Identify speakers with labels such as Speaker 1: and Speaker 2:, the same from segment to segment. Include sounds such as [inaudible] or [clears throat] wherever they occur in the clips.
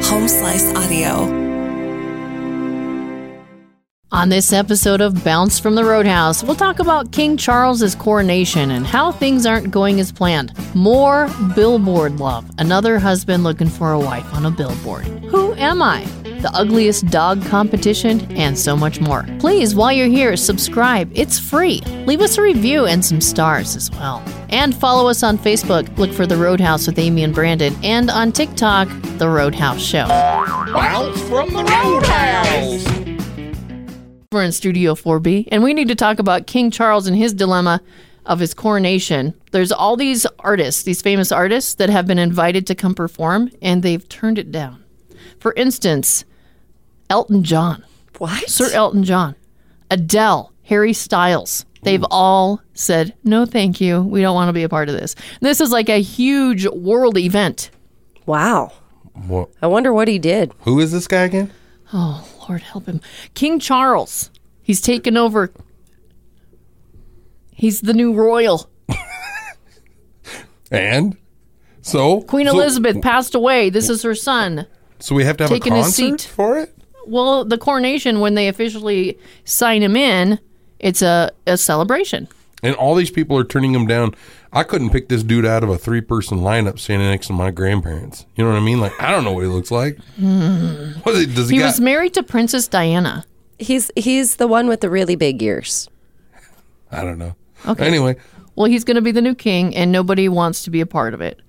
Speaker 1: Slice Audio.
Speaker 2: On this episode of Bounce from the Roadhouse, we'll talk about King Charles's coronation and how things aren't going as planned. More billboard love. Another husband looking for a wife on a billboard. Who am I? The ugliest dog competition, and so much more. Please, while you're here, subscribe. It's free. Leave us a review and some stars as well. And follow us on Facebook. Look for The Roadhouse with Amy and Brandon. And on TikTok, The Roadhouse Show.
Speaker 3: Bounce from the Roadhouse.
Speaker 2: We're in Studio 4B, and we need to talk about King Charles and his dilemma of his coronation. There's all these artists, these famous artists, that have been invited to come perform, and they've turned it down. For instance, Elton John,
Speaker 1: What?
Speaker 2: Sir Elton John, Adele, Harry Styles. They've all said, no, thank you. We don't want to be a part of this. This is like a huge world event.
Speaker 4: Wow.
Speaker 3: What?
Speaker 4: I wonder what he did.
Speaker 3: Who is this guy again?
Speaker 2: Oh, Lord help him. King Charles. He's taken over. He's the new royal.
Speaker 3: And so
Speaker 2: Queen
Speaker 3: so-
Speaker 2: Elizabeth passed away. This is her son.
Speaker 3: So we have to have
Speaker 2: taking
Speaker 3: a
Speaker 2: his
Speaker 3: concert
Speaker 2: seat.
Speaker 3: for it.
Speaker 2: Well, the coronation, when they officially sign him in, it's a, a celebration.
Speaker 3: And all these people are turning him down. I couldn't pick this dude out of a three-person lineup standing next to my grandparents. You know what I mean? Like I don't know what he looks like. What is it, does he,
Speaker 2: He
Speaker 3: got?
Speaker 2: was married to Princess Diana.
Speaker 4: He's he's the one with
Speaker 3: [laughs]
Speaker 4: the really big ears.
Speaker 3: I don't know. Okay. Anyway,
Speaker 2: Well, he's going to be the new king, and nobody wants to be a part of it.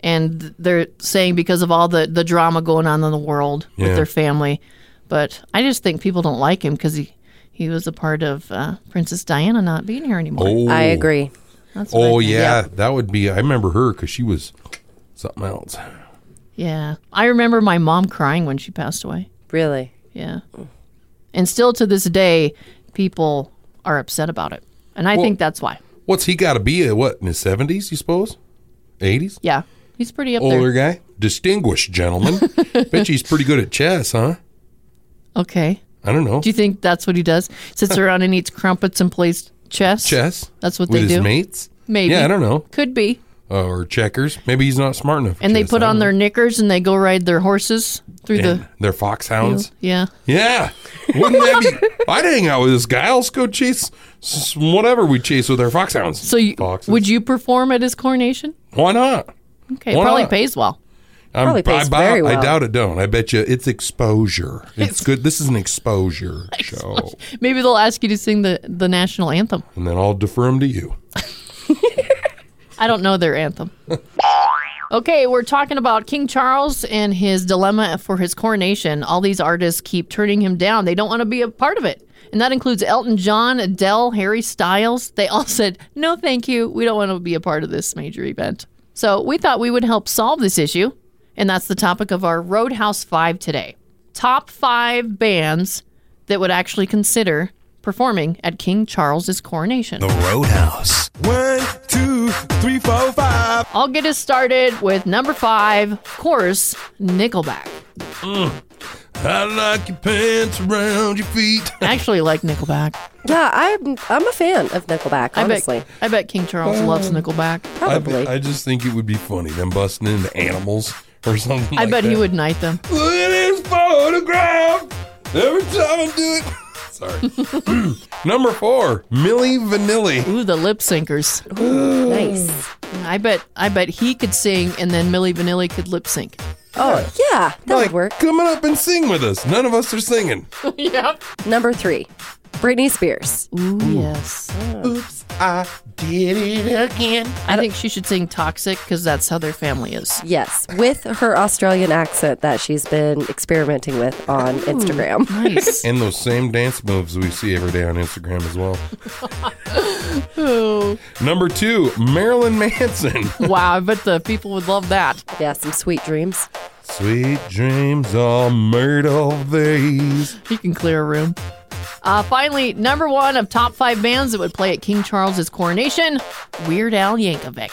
Speaker 2: And th- they're saying because of all the, the drama going on in the world
Speaker 3: Yeah.
Speaker 2: with their family. But I just think people don't like him because he, he was a part of uh, Princess Diana not being here anymore.
Speaker 3: oh,
Speaker 4: I agree.
Speaker 2: That's what I
Speaker 3: Oh
Speaker 2: think.
Speaker 3: yeah, that would be. I remember her because she was something else.
Speaker 2: Yeah. I remember my mom crying when she passed away.
Speaker 4: Really.
Speaker 2: Yeah. And still to this day, people are upset about it. And I think that's why.
Speaker 3: What's he got to be? uh, What in his seventies? You suppose? Eighties?
Speaker 2: Yeah. He's pretty up
Speaker 3: Older
Speaker 2: there.
Speaker 3: guy, distinguished
Speaker 2: [laughs]
Speaker 3: gentleman. Bet you he's pretty good at chess, huh?
Speaker 2: Okay.
Speaker 3: I don't know.
Speaker 2: Do you think that's what he does?
Speaker 3: [laughs]
Speaker 2: Sits around and eats crumpets and plays chess?
Speaker 3: chess?
Speaker 2: That's what
Speaker 3: with
Speaker 2: they
Speaker 3: his
Speaker 2: do?
Speaker 3: mates?
Speaker 2: Maybe.
Speaker 3: Yeah, I don't know.
Speaker 2: Could be.
Speaker 3: Uh, or checkers. Maybe he's not smart enough. for
Speaker 2: And they
Speaker 3: chess.
Speaker 2: put
Speaker 3: I
Speaker 2: on
Speaker 3: don't
Speaker 2: their knickers and they go ride their horses through
Speaker 3: know. And their
Speaker 2: the.
Speaker 3: foxhounds.
Speaker 2: Yeah.
Speaker 3: Yeah. Wouldn't that be? [laughs] I'd hang out with this guy. Let's go chase s- whatever we chase with our foxhounds.
Speaker 2: So you,
Speaker 3: Foxes.
Speaker 2: would you perform at his coronation?
Speaker 3: Why not?
Speaker 2: Okay.
Speaker 3: Why
Speaker 2: probably
Speaker 3: not?
Speaker 2: pays well.
Speaker 3: I'm,
Speaker 4: Probably pays
Speaker 3: I,
Speaker 4: very
Speaker 3: I
Speaker 4: well.
Speaker 3: doubt it don't. I bet you it's exposure. It's good. This is an
Speaker 2: [laughs]
Speaker 3: exposure show.
Speaker 2: Maybe they'll ask you to sing the, the national anthem.
Speaker 3: And then I'll defer him to you.
Speaker 2: I don't know their anthem. okay, we're talking about King Charles and his dilemma for his coronation. All these artists keep turning him down. They don't want to be a part of it. And that includes Elton John, Adele, Harry Styles. They all [laughs] said, no, thank you. We don't want to be a part of this major event. So we thought we would help solve this issue. And that's the topic of our Roadhouse 5 today. Top five bands that would actually consider performing at King Charles's coronation.
Speaker 5: Roadhouse.
Speaker 6: One, two, three, four, five.
Speaker 2: I'll get us started with number five, of course, Nickelback.
Speaker 3: Mm. I like your pants around your feet.
Speaker 2: I actually like Nickelback.
Speaker 4: Yeah, I'm I'm a fan of Nickelback,
Speaker 2: I bet,
Speaker 4: honestly.
Speaker 2: I bet King Charles loves Nickelback.
Speaker 3: Um, I,
Speaker 4: Probably.
Speaker 3: I just think it would be funny them busting into animals or something.
Speaker 2: I
Speaker 3: like
Speaker 2: bet
Speaker 3: that.
Speaker 2: he would knight them.
Speaker 3: Look at this photograph. Every time I do it. Sorry. Number four, Millie Vanilli.
Speaker 2: Ooh, the lip syncers.
Speaker 4: nice.
Speaker 2: I bet I bet he could sing and then Millie Vanilli could lip sync.
Speaker 4: Oh, yeah, that
Speaker 3: Like,
Speaker 4: would work.
Speaker 3: Come on up and sing with us. None of us are singing.
Speaker 2: yep.
Speaker 4: Number 3. Britney Spears.
Speaker 2: Ooh, yes.
Speaker 3: Oops, I did it again.
Speaker 2: I think she should sing Toxic because that's how their family is.
Speaker 4: Yes, with her Australian accent that she's been experimenting with on Instagram. [laughs]
Speaker 2: Nice.
Speaker 3: And those same dance moves we see every day on Instagram as well.
Speaker 2: Ooh.
Speaker 3: Number two, Marilyn Manson. [laughs]
Speaker 2: wow, I bet the people would love that.
Speaker 4: Yeah, some sweet dreams.
Speaker 3: Sweet dreams are made of these.
Speaker 2: You can clear a room. Uh, finally, number one of top five bands that would play at King Charles's coronation, Weird Al Yankovic.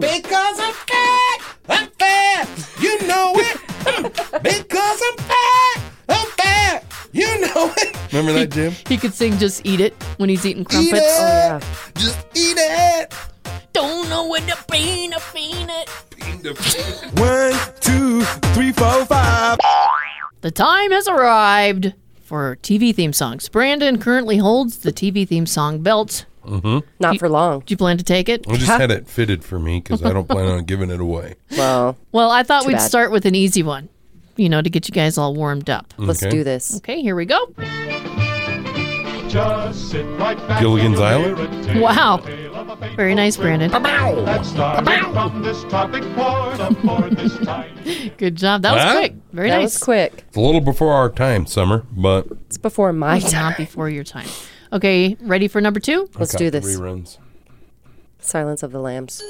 Speaker 3: Because I'm fat, I'm fat, you know
Speaker 7: [laughs]
Speaker 3: it. because I'm fat, I'm fat, you know it. Remember that, Jim?
Speaker 2: He could sing "Just Eat It" when he's eating
Speaker 3: Eat it,
Speaker 2: crumpets.
Speaker 4: Oh, yeah.
Speaker 3: just eat it.
Speaker 2: Don't know when to paint a peanut.
Speaker 6: One, two, three, four, five.
Speaker 2: The time has arrived for TV theme songs. Brandon currently holds the TV theme song belt. Mm-hmm.
Speaker 4: Not for long.
Speaker 2: Do you plan to take it?
Speaker 3: I just had it fitted for me because I don't plan on giving it away.
Speaker 4: Well,
Speaker 2: Well, I thought we'd
Speaker 4: bad.
Speaker 2: start with an easy one, you know, to get you guys all warmed up.
Speaker 4: let's
Speaker 3: Okay.
Speaker 4: do this.
Speaker 2: Okay, here we go.
Speaker 1: Just sit right back
Speaker 3: Gilligan's
Speaker 1: and
Speaker 3: Island?
Speaker 1: you'll hear a tale,
Speaker 2: Wow.
Speaker 1: a tale of a
Speaker 2: Very
Speaker 1: fateful
Speaker 2: nice,
Speaker 1: trip
Speaker 2: Brandon.
Speaker 1: that started from this tropic port aboard this tiny
Speaker 2: [laughs] Good job. That was
Speaker 3: Wow.
Speaker 2: quick. Very
Speaker 4: That
Speaker 2: nice.
Speaker 4: was quick.
Speaker 3: It's a little before our time, Summer, but
Speaker 4: It's before my time.
Speaker 2: Not before your time. Okay, ready for number two?
Speaker 4: Let's
Speaker 3: Got
Speaker 4: do
Speaker 3: the
Speaker 4: this.
Speaker 3: Reruns.
Speaker 4: Silence of the Lambs.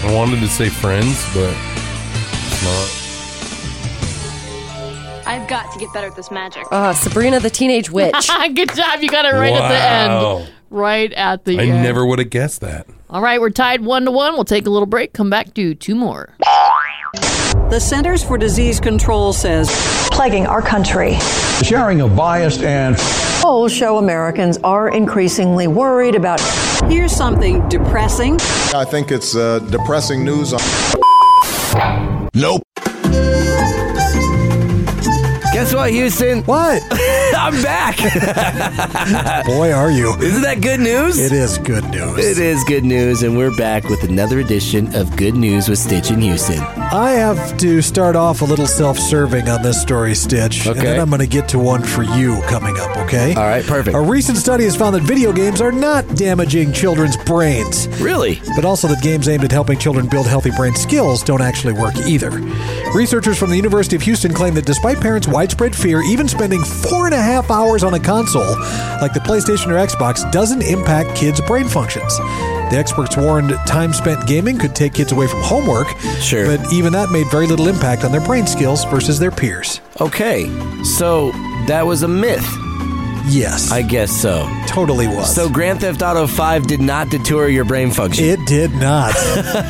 Speaker 3: I wanted to say Friends, but it's not.
Speaker 5: I've got to get better at this magic.
Speaker 4: Ah, Sabrina the Teenage Witch.
Speaker 2: Ah, [laughs] Good job. You got it right at the
Speaker 3: Wow.
Speaker 2: end. Right at the
Speaker 3: I
Speaker 4: uh,
Speaker 2: end.
Speaker 3: never would have guessed that.
Speaker 2: All right, we're tied one to one. We'll take a little break. Come back do two more.
Speaker 8: The Centers for Disease Control says
Speaker 9: plaguing our country.
Speaker 10: The sharing of biased and
Speaker 9: Polls show Americans are increasingly worried about
Speaker 8: here's something depressing.
Speaker 11: I think it's uh, depressing news. On-
Speaker 6: Nope.
Speaker 12: Guess what, [laughs] Houston?
Speaker 10: what?
Speaker 12: I'm
Speaker 7: [laughs]
Speaker 12: back.
Speaker 10: Boy, are you!
Speaker 12: Isn't that good news?
Speaker 10: It is good news.
Speaker 12: It is good news, and we're back with another edition of Good News with Stitch in Houston.
Speaker 10: I have to start off a little self-serving on this story, Stitch, and
Speaker 12: Okay.
Speaker 10: then I'm going to get to one for you coming up. Okay.
Speaker 12: All right, perfect.
Speaker 10: A recent study has found that video games are not damaging children's brains.
Speaker 12: Really?
Speaker 10: but also that games aimed at helping children build healthy brain skills don't actually work either. Researchers from the University of Houston claim that despite parents' widespread fear, even spending four and a half hours on a console, like the PlayStation or Xbox, doesn't impact kids' brain functions. The experts warned time spent gaming could take kids away from homework,
Speaker 12: Sure.
Speaker 10: but even that made very little impact on their brain skills versus their peers.
Speaker 12: Okay, so that was a myth.
Speaker 10: Yes,
Speaker 12: I guess so.
Speaker 10: totally was.
Speaker 12: So Grand Theft Auto 5 did not deter your brain function.
Speaker 10: it did not.
Speaker 12: [laughs]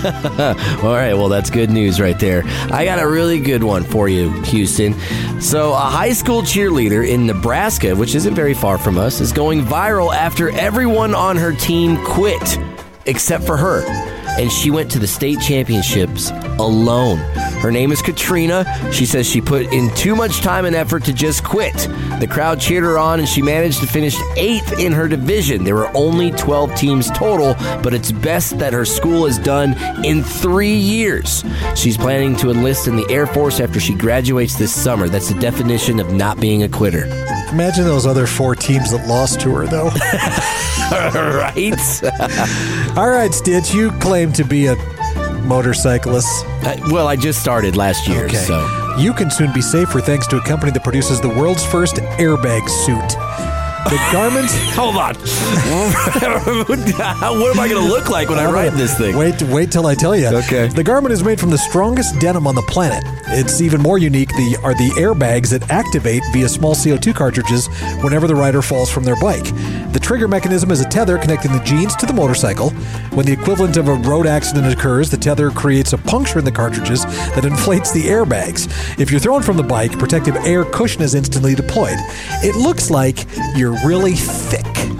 Speaker 12: All right, well, that's good news right there. I got a really good one for you, Houston. So, a high school cheerleader in Nebraska, which isn't very far from us, is going viral after everyone on her team quit, except for her. And she went to the state championships alone. Her name is Katrina. She says she put in too much time and effort to just quit. The crowd cheered her on, and she managed to finish eighth in her division. There were only 12 teams total, but it's best that her school has done in three years. She's planning to enlist in the Air Force after she graduates this summer. That's the definition of not being a quitter. [laughs]
Speaker 10: Imagine those other four teams that lost to her, though. [laughs]
Speaker 12: right? [laughs]
Speaker 10: All right, Stitch, you claim to be a motorcyclist.
Speaker 12: Uh, well, I just started last year, so.
Speaker 10: You can soon be safer thanks to a company that produces the world's first airbag suit. The garment.
Speaker 12: [laughs] Hold on. what am I going to look like when I ride this thing?
Speaker 10: Wait, wait till I tell you.
Speaker 12: Okay.
Speaker 10: The garment is made from the strongest denim on the planet. It's even more unique. The are the airbags that activate via small CO2 cartridges whenever the rider falls from their bike. The trigger mechanism is a tether connecting the jeans to the motorcycle. When the equivalent of a road accident occurs, the tether creates a puncture in the cartridges that inflates the airbags. If you're thrown from the bike, protective air cushion is instantly deployed. It looks like you're really thick.
Speaker 12: [laughs]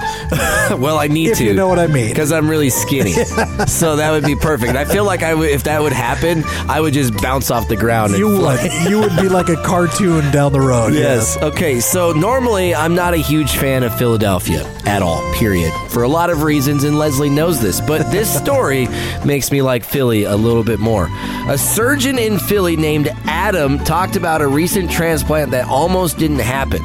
Speaker 12: Well, I need
Speaker 10: If
Speaker 12: to.
Speaker 10: you know what I mean.
Speaker 12: Because I'm really
Speaker 10: [laughs]
Speaker 12: skinny. so that would be perfect. And I feel like I would, if that would happen, I would just bounce off the ground. and
Speaker 10: You
Speaker 12: fly.
Speaker 10: would. [laughs] Oh, You would be like a cartoon down the road.
Speaker 12: Yes. Okay. So normally I'm not a huge fan of Philadelphia at all, period. For a lot of reasons, and Leslie knows this, but
Speaker 10: [laughs]
Speaker 12: this story makes me like Philly a little bit more. A surgeon in Philly named Adam talked about a recent transplant that almost didn't happen.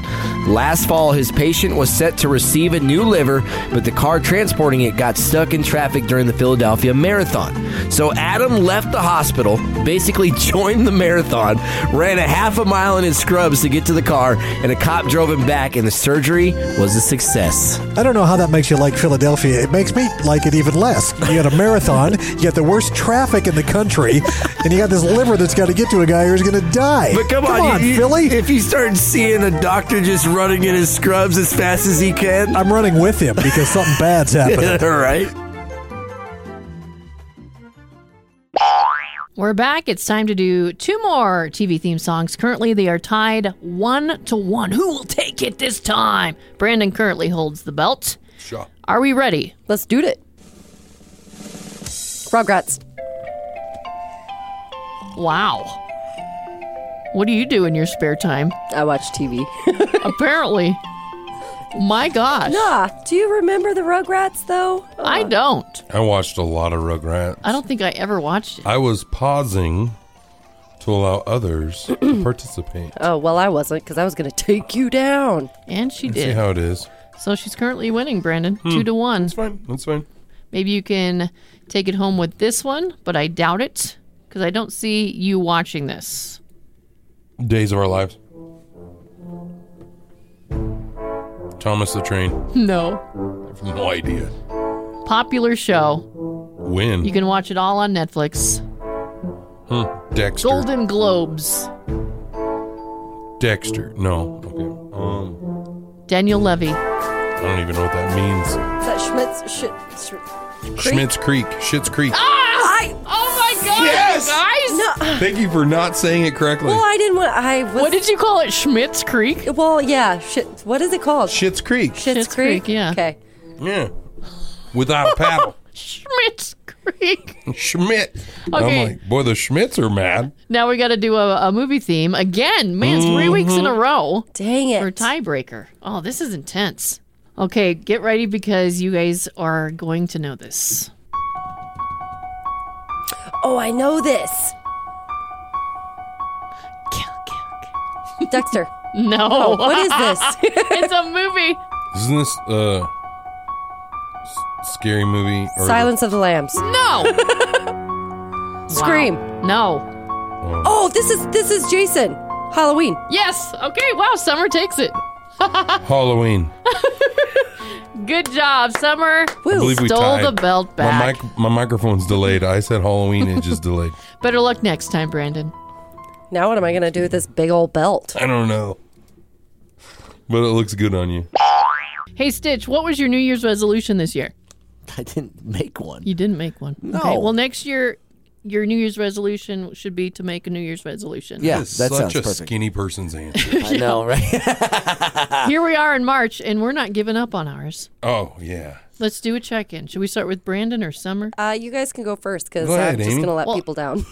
Speaker 12: Last fall, his patient was set to receive a new liver, but the car transporting it got stuck in traffic during the Philadelphia Marathon. So Adam left the hospital, basically [laughs] joined the marathon, ran a half a mile in his scrubs to get to the car, and a cop drove him back, and the surgery was a success.
Speaker 10: I don't know how that makes you like Philadelphia. It makes me like it even less. You got a marathon, you got the worst traffic in the country, and you got this liver that's got to get to a guy who's going to die.
Speaker 12: But come,
Speaker 10: come on,
Speaker 12: you- you-
Speaker 10: Philly.
Speaker 12: If you start seeing a doctor just running in his scrubs as fast as he can,
Speaker 10: I'm running
Speaker 12: [laughs]
Speaker 10: with him because something bad's happening.
Speaker 12: all right.
Speaker 2: We're back. It's time to do two more TV theme songs. Currently, they are tied one to one. Who will take it this time? Brandon currently holds the belt.
Speaker 3: Sure.
Speaker 2: Are we ready?
Speaker 4: Let's do it. Rugrats.
Speaker 2: Wow. What do you do in your spare time?
Speaker 4: I watch [laughs] TV.
Speaker 2: Apparently. My gosh.
Speaker 4: Nah, do you remember the Rugrats though?
Speaker 2: I don't.
Speaker 3: I watched a lot of Rugrats.
Speaker 2: I don't think I ever watched it.
Speaker 3: I was pausing to allow others to
Speaker 4: [clears throat]
Speaker 3: participate.
Speaker 4: Oh well, I wasn't because I was gonna take you down.
Speaker 2: And she
Speaker 3: See
Speaker 2: did.
Speaker 3: how it is.
Speaker 2: so she's currently winning, Brandon. Two to one.
Speaker 3: That's fine. That's fine.
Speaker 2: Maybe you can take it home with this one, but I doubt it because I don't see you watching this. [laughs]
Speaker 3: Days of our lives. Thomas the
Speaker 4: Hmm.
Speaker 3: Train.
Speaker 2: No.
Speaker 3: I have no idea.
Speaker 2: Popular show.
Speaker 3: When?
Speaker 2: You can watch it all on Netflix.
Speaker 3: Hmm. Dexter.
Speaker 2: Golden Globes.
Speaker 3: Dexter. No. Okay. Um.
Speaker 2: Daniel Levy.
Speaker 3: I don't even know what that means.
Speaker 4: Is that Schmitz? Sh- sh-
Speaker 3: Schmidt's Creek. Shit's Creek.
Speaker 4: I
Speaker 2: Ah! Oh my God,
Speaker 3: Yes!
Speaker 2: guys!
Speaker 4: no.
Speaker 3: Thank you for not saying it correctly.
Speaker 4: Well, I didn't want. I was.
Speaker 2: What did you call it? Schmidt's Creek?
Speaker 4: Well, yeah. Shit. What is it called?
Speaker 3: Shit's Creek.
Speaker 4: Shit's
Speaker 2: Schitt's Creek,
Speaker 4: Creek.
Speaker 2: yeah.
Speaker 4: Okay.
Speaker 3: Yeah. Without a
Speaker 2: [laughs]
Speaker 3: paddle.
Speaker 2: Schmidt's Creek.
Speaker 3: Schmidt.
Speaker 2: Okay.
Speaker 3: I'm like, boy, the Schmidts are mad.
Speaker 2: Now we got to do a, a movie theme again. Man, it's 3 weeks in a row
Speaker 4: Mm-hmm. Dang it.
Speaker 2: for a tiebreaker. Oh, this is intense. Okay, get ready because you guys are going to
Speaker 4: [laughs]
Speaker 2: know this.
Speaker 4: Oh, I know this.
Speaker 2: Kill, kill,
Speaker 4: Dexter. Oh,
Speaker 2: kill. [laughs] No,
Speaker 4: What is this?
Speaker 2: it's a movie.
Speaker 3: Isn't this uh s- scary movie? Or
Speaker 4: Silence of the Lambs.
Speaker 2: No,
Speaker 4: [laughs] Scream.
Speaker 2: no.
Speaker 4: Oh, this is this is Jason. Halloween.
Speaker 2: Yes. Okay. Wow. Summer takes it. [laughs]
Speaker 3: Halloween.
Speaker 2: Good job, Summer.
Speaker 3: I believe we
Speaker 2: Stole
Speaker 3: tied.
Speaker 2: the belt
Speaker 3: My,
Speaker 2: back.
Speaker 3: mic- my microphone's delayed. I said Halloween, it just
Speaker 2: [laughs]
Speaker 3: delayed.
Speaker 2: Better luck next time, Brandon.
Speaker 4: Now what am I gonna do with this big old belt?
Speaker 3: I don't know. But it looks good on you.
Speaker 2: Hey, Stitch. What was your New Year's resolution this year?
Speaker 12: I didn't make one.
Speaker 2: You didn't make one.
Speaker 12: No.
Speaker 2: Okay. Well, next year, your New Year's resolution should be to make a New Year's resolution.
Speaker 12: Yeah, that
Speaker 3: It's such
Speaker 12: sounds
Speaker 3: a
Speaker 12: perfect.
Speaker 3: skinny person's answer.
Speaker 12: [laughs] I know, right?
Speaker 2: Here we are in March, and we're not giving up on ours.
Speaker 3: oh, yeah.
Speaker 2: Let's do a check in. Should we start with Brandon or Summer?
Speaker 4: Uh, you guys can go first because
Speaker 3: Go ahead,
Speaker 4: I'm just
Speaker 3: Amy.
Speaker 4: gonna let
Speaker 2: Well-
Speaker 4: people down.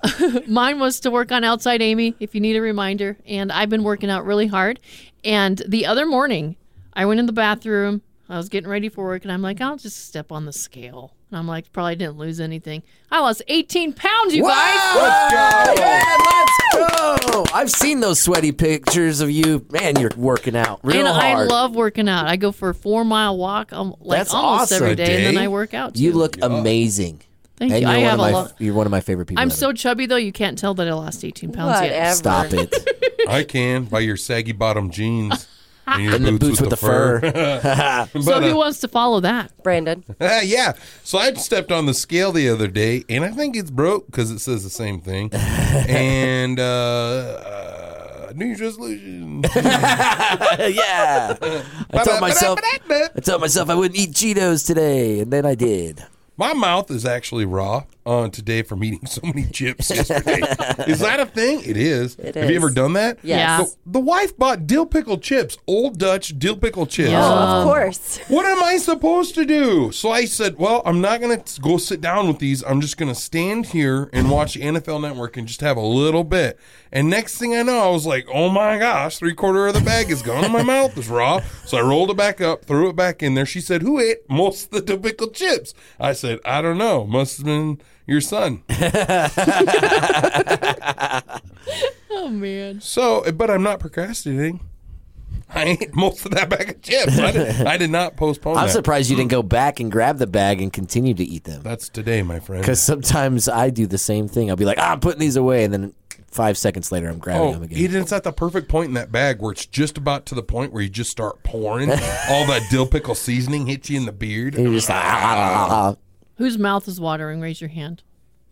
Speaker 2: [laughs] Mine was to work on Outside Amy, if you need a reminder. And I've been working out really hard. And the other morning, I went in the bathroom. I was getting ready for work, and I'm like, I'll just step on the scale. And I'm like, probably didn't lose anything. I lost 18 pounds, you guys.
Speaker 12: Yeah, let's go. I've seen those sweaty pictures of you. Man, you're working out real
Speaker 2: and I
Speaker 12: hard.
Speaker 2: love working out. I go for a four mile walk um, like
Speaker 12: That's
Speaker 2: almost
Speaker 12: awesome.
Speaker 2: every day, and then
Speaker 3: Day?
Speaker 2: I work out. Too.
Speaker 12: you look amazing.
Speaker 2: Thank
Speaker 12: and
Speaker 2: you.
Speaker 12: You're
Speaker 2: I
Speaker 12: one
Speaker 2: have
Speaker 12: of
Speaker 2: a
Speaker 12: my,
Speaker 2: lot.
Speaker 12: You're one of my favorite people.
Speaker 2: I'm
Speaker 12: ever.
Speaker 2: so chubby though, you can't tell that I lost 18 pounds yet.
Speaker 4: Whatever.
Speaker 12: Stop it.
Speaker 3: I can by your saggy bottom jeans
Speaker 12: [laughs]
Speaker 3: and your
Speaker 12: And the boots with the fur. [laughs]
Speaker 3: [laughs] [laughs] but,
Speaker 2: So
Speaker 3: uh,
Speaker 2: who wants to follow that?
Speaker 4: Brandon.
Speaker 3: Uh, [laughs] yeah. So I stepped on the scale the other day, and I think it's broke because it says the same thing. and uh, uh, New Year's resolution.
Speaker 12: [laughs] yeah.
Speaker 3: Uh,
Speaker 12: I told myself I told myself I wouldn't eat Cheetos today, and then I did.
Speaker 3: My mouth is actually raw on today from eating so many
Speaker 12: [laughs]
Speaker 3: chips yesterday. is that a thing? It is.
Speaker 4: It
Speaker 3: Have you ever
Speaker 4: is.
Speaker 3: done that?
Speaker 4: Yes.
Speaker 2: Yeah.
Speaker 3: The, the wife bought dill pickle chips, old Dutch dill pickle chips.
Speaker 4: Oh,
Speaker 2: Yeah.
Speaker 4: of course.
Speaker 3: What am I supposed to do? So I said, Well, I'm not going to go sit down with these. I'm just going to stand here and watch the NFL network and just have a little bit. And next thing I know, I was like, Oh my gosh, three quarter of the bag is gone. and my [laughs] mouth is raw. So I rolled it back up, threw it back in there. She said, Who ate most of the typical chips? I said, I don't know. Must have been your son.
Speaker 2: Oh man.
Speaker 3: So, but I'm not procrastinating. I ate most of that bag of chips. I did, I did not postpone
Speaker 12: I'm
Speaker 3: that.
Speaker 12: surprised you didn't go back and grab the bag and continue to eat them.
Speaker 3: [gasps] That's today, my friend.
Speaker 12: Because sometimes I do the same thing. I'll be like, ah, I'm putting these away, and then five seconds later, I'm grabbing them
Speaker 3: Oh,
Speaker 12: again.
Speaker 3: Eden's at the perfect point in that bag where it's just about to the point where you just
Speaker 12: [laughs]
Speaker 3: start pouring all that dill pickle seasoning hits you in the beard.
Speaker 12: And you're just like, "Ah, ah, ah, ah."
Speaker 2: Whose mouth is watering? Raise your hand.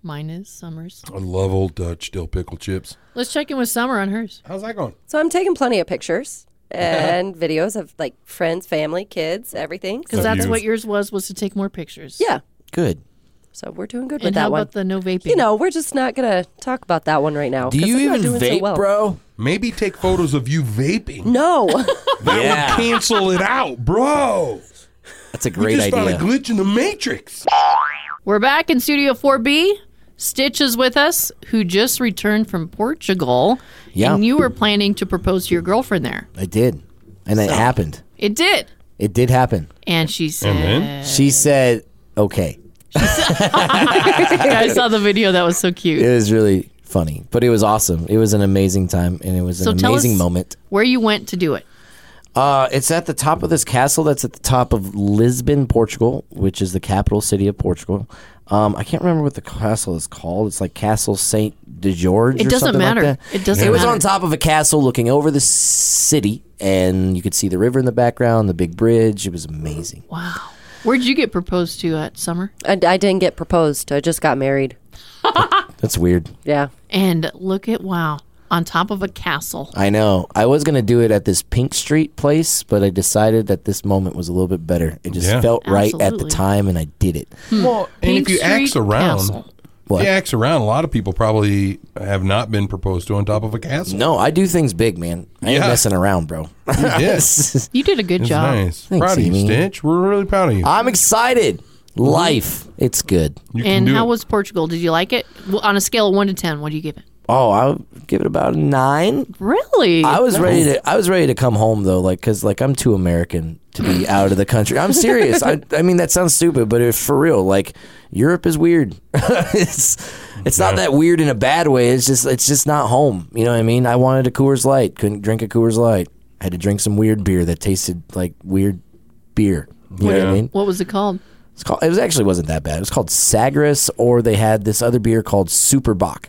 Speaker 2: Mine is Summer's.
Speaker 3: I love old Dutch dill pickle chips.
Speaker 2: Let's check in with Summer on hers.
Speaker 3: How's that going?
Speaker 4: So I'm taking plenty of pictures and [laughs] videos of like friends, family, kids, everything.
Speaker 2: Because
Speaker 3: Have
Speaker 2: that's
Speaker 3: you-
Speaker 2: what yours was was to take more pictures.
Speaker 4: Yeah.
Speaker 12: Good.
Speaker 4: So we're doing good
Speaker 2: And
Speaker 4: with that
Speaker 2: how
Speaker 4: one.
Speaker 2: about the no vaping?
Speaker 4: You know, we're just not going to talk about that one right now. 'cause it's not doing so well.
Speaker 3: Maybe take photos of you vaping.
Speaker 4: No.
Speaker 3: [laughs] That would cancel it out, bro.
Speaker 12: That's a
Speaker 3: great just found a
Speaker 2: idea.
Speaker 3: glitch in the matrix.
Speaker 2: We're back in Studio 4B. Stitch is with us, who just returned from Portugal.
Speaker 12: Yeah.
Speaker 2: And you were planning to propose to your girlfriend there.
Speaker 12: I did. And it happened.
Speaker 2: It did.
Speaker 12: It did happen.
Speaker 2: And she said,
Speaker 12: She said, okay.
Speaker 2: [laughs] I saw the video. That was so cute.
Speaker 12: It was really funny, but it was awesome. It was an amazing time and it was
Speaker 2: So
Speaker 12: an
Speaker 2: tell
Speaker 12: amazing
Speaker 2: us-
Speaker 12: moment.
Speaker 2: Where you went to do it.
Speaker 12: Uh, it's at the top of this castle that's at the top of Lisbon, Portugal, which is the capital city of Portugal. Um, I can't remember what the castle is called. It's like Castle Saint de George.
Speaker 2: It
Speaker 12: or
Speaker 2: doesn't
Speaker 12: something like
Speaker 2: matter.
Speaker 12: that.
Speaker 2: It doesn't
Speaker 12: It was
Speaker 2: matter.
Speaker 12: on top of a castle, looking over the city, and you could see the river in the background, the big bridge. It was amazing.
Speaker 2: Wow. Where'd you get proposed to at summer?
Speaker 4: I, I didn't get proposed. I just got married.
Speaker 12: That's weird.
Speaker 4: Yeah.
Speaker 2: And look at wow, on top of a castle.
Speaker 12: I know. I was gonna do it at this Pink Street place, but I decided that this moment was a little bit better. It just
Speaker 3: Yeah.
Speaker 12: felt right at the
Speaker 2: Absolutely.
Speaker 12: time, and I did it.
Speaker 3: Well, and
Speaker 2: Pink
Speaker 3: if you axe
Speaker 2: Street
Speaker 3: around,
Speaker 2: Castle.
Speaker 12: What?
Speaker 3: if you axe around, a lot of people probably have not been proposed to on top of a castle.
Speaker 12: No, I do things big, man. I ain't
Speaker 3: Yeah.
Speaker 12: messing around, bro. [laughs]
Speaker 3: Yes, it's
Speaker 2: You did a good job.
Speaker 3: nice.
Speaker 12: Thanks,
Speaker 3: proud of you,
Speaker 12: Amy.
Speaker 3: Stitch. We're really proud of you. Mm-hmm.
Speaker 12: I'm excited. Life, it's good.
Speaker 3: you can
Speaker 2: And
Speaker 3: do
Speaker 2: how
Speaker 3: it.
Speaker 2: was Portugal? Did you like it? Well, on a scale of one to ten, what do you give it?
Speaker 12: Oh, I would give it about a nine.
Speaker 2: Really?
Speaker 12: I was ready to. I was ready to come home though, like because like I'm too American to be [laughs] out of the country. I'm serious. I, I mean that sounds stupid, but if for real, like Europe is weird. [laughs] it's it's not that weird in a bad way. It's just it's just not home. You know what I mean? I wanted a Coors Light. Couldn't drink a Coors Light. had to drink some weird beer that tasted like weird beer. You know what I
Speaker 3: Yeah.
Speaker 12: mean?
Speaker 2: What was it called?
Speaker 12: It's called. It was actually wasn't that bad. It was called Sagres, or they had this other beer called Superbock,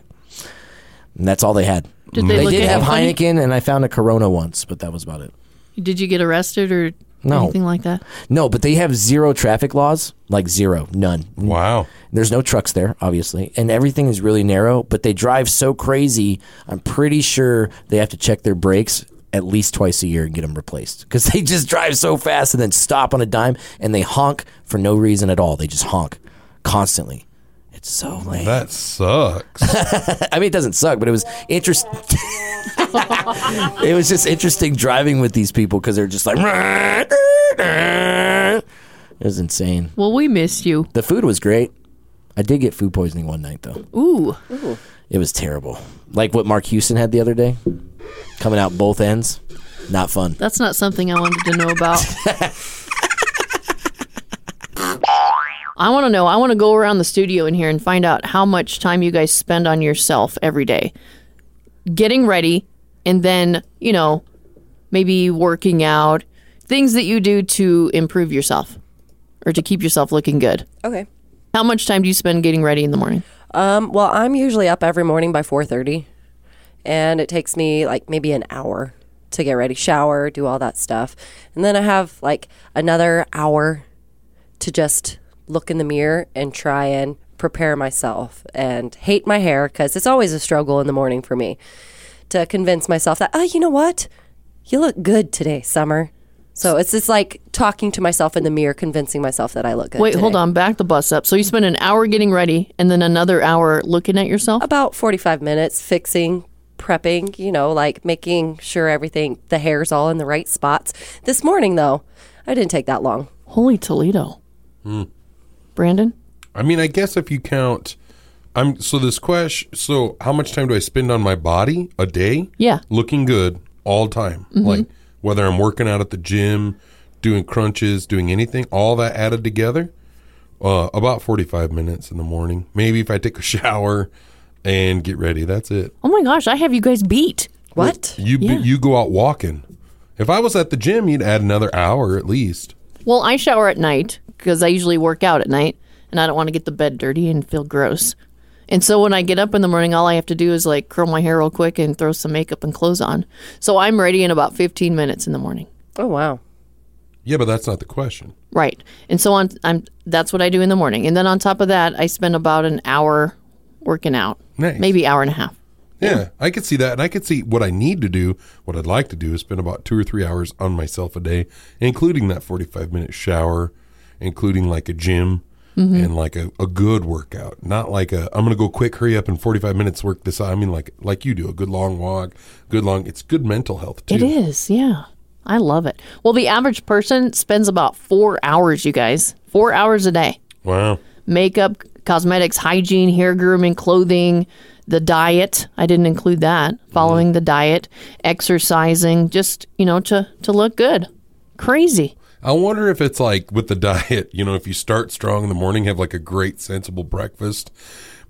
Speaker 12: and that's all they had.
Speaker 2: Did they look
Speaker 12: did
Speaker 2: at
Speaker 12: have
Speaker 2: you funny?
Speaker 12: Heineken, and I found a Corona once, but that was about it.
Speaker 2: Did you get arrested or
Speaker 12: No.
Speaker 2: anything like that?
Speaker 12: No, but they have zero traffic laws, like zero, none.
Speaker 3: Wow.
Speaker 12: There's no trucks there, obviously, and everything is really narrow. But they drive so crazy. I'm pretty sure they have to check their brakes at least twice a year and get them replaced because [laughs] they just drive so fast and then stop on a dime and they honk for no reason at all. They just honk constantly. It's so lame.
Speaker 3: That sucks.
Speaker 12: [laughs] I mean, it doesn't suck, but it was interesting. [laughs] it was just interesting driving with these people because they're just like. It was insane.
Speaker 2: Well, we missed you.
Speaker 12: The food was great. I did get food poisoning one night though.
Speaker 2: Ooh.
Speaker 12: It was terrible. Like what Mark Houston had the other day, coming out both ends. Not fun. [laughs]
Speaker 2: That's not something I wanted to know about. I want to know. I want to go around the studio in here and find out how much time you guys spend on yourself every day. Getting ready and then, you know, maybe working out, things that you do to improve yourself or to keep yourself looking good.
Speaker 4: Okay.
Speaker 2: How much time do you spend getting ready in the morning?
Speaker 4: Um, well, I'm usually up every morning by 4:30, and it takes me like maybe an hour to get ready, shower, do all that stuff, and then I have like another hour to just look in the mirror and try and prepare myself and hate my hair because it's always a struggle in the morning for me to convince myself that oh, you know what, you look good today, summer. So it's just like talking to myself in the mirror, convincing myself that I look good.
Speaker 2: Wait,
Speaker 4: today.
Speaker 2: hold on. Back the bus up. So you spend an hour getting ready and then another hour looking at yourself?
Speaker 4: about 45 minutes fixing prepping you know like making sure everything the hair's all in the right spots this morning though i didn't take that long
Speaker 2: Holy Toledo. Brandon?
Speaker 3: I mean, I guess if you count, I'm so this question. So, how much time do I spend on my body a day?
Speaker 2: Yeah.
Speaker 3: looking good all time.
Speaker 2: Mm-hmm.
Speaker 3: Like whether I'm working out at the gym, doing crunches, doing anything, all that added together, uh, about 45 minutes in the morning. Maybe if I take a [laughs] shower and get ready, that's it.
Speaker 2: Oh my gosh, I have you guys beat.
Speaker 4: what
Speaker 3: You
Speaker 2: Yeah.
Speaker 3: you go out walking. If I was at the gym, you'd add another hour at least.
Speaker 2: Well, I shower at night because I usually work out at night and I don't want to get the bed dirty and feel gross. And so when I get up in the morning, all I have to do is like curl my hair real quick and throw some makeup and clothes on. So I'm ready in about 15 minutes in the morning.
Speaker 4: oh wow
Speaker 3: Yeah, but that's not the question.
Speaker 2: Right. And so on I'm that's what I do in the morning. And then on top of that, I spend about an hour working out.
Speaker 3: Nice.
Speaker 2: Maybe hour and a half.
Speaker 3: Yeah, I could see that, and I could see what I need to do. What I'd like to do is spend about two or three hours on myself a day, including that forty-five minute shower, including like a gym,
Speaker 2: Mhm.
Speaker 3: and like a, a good workout, not like a I'm gonna go quick, hurry up in 45 minutes, work this out. I mean, like like you do, a good long walk, good long. It's good mental health too.
Speaker 2: It is, yeah. I love it. Well, the average person spends about four hours, you guys, four hours a day.
Speaker 3: Wow.
Speaker 2: Makeup, cosmetics, hygiene, hair grooming, clothing, the diet. I didn't include that. Following the diet, exercising, just, you know, to, to look good. Crazy. [laughs]
Speaker 3: I wonder if it's like with the [laughs] diet, you know, if you start strong in the morning, have like a great sensible breakfast,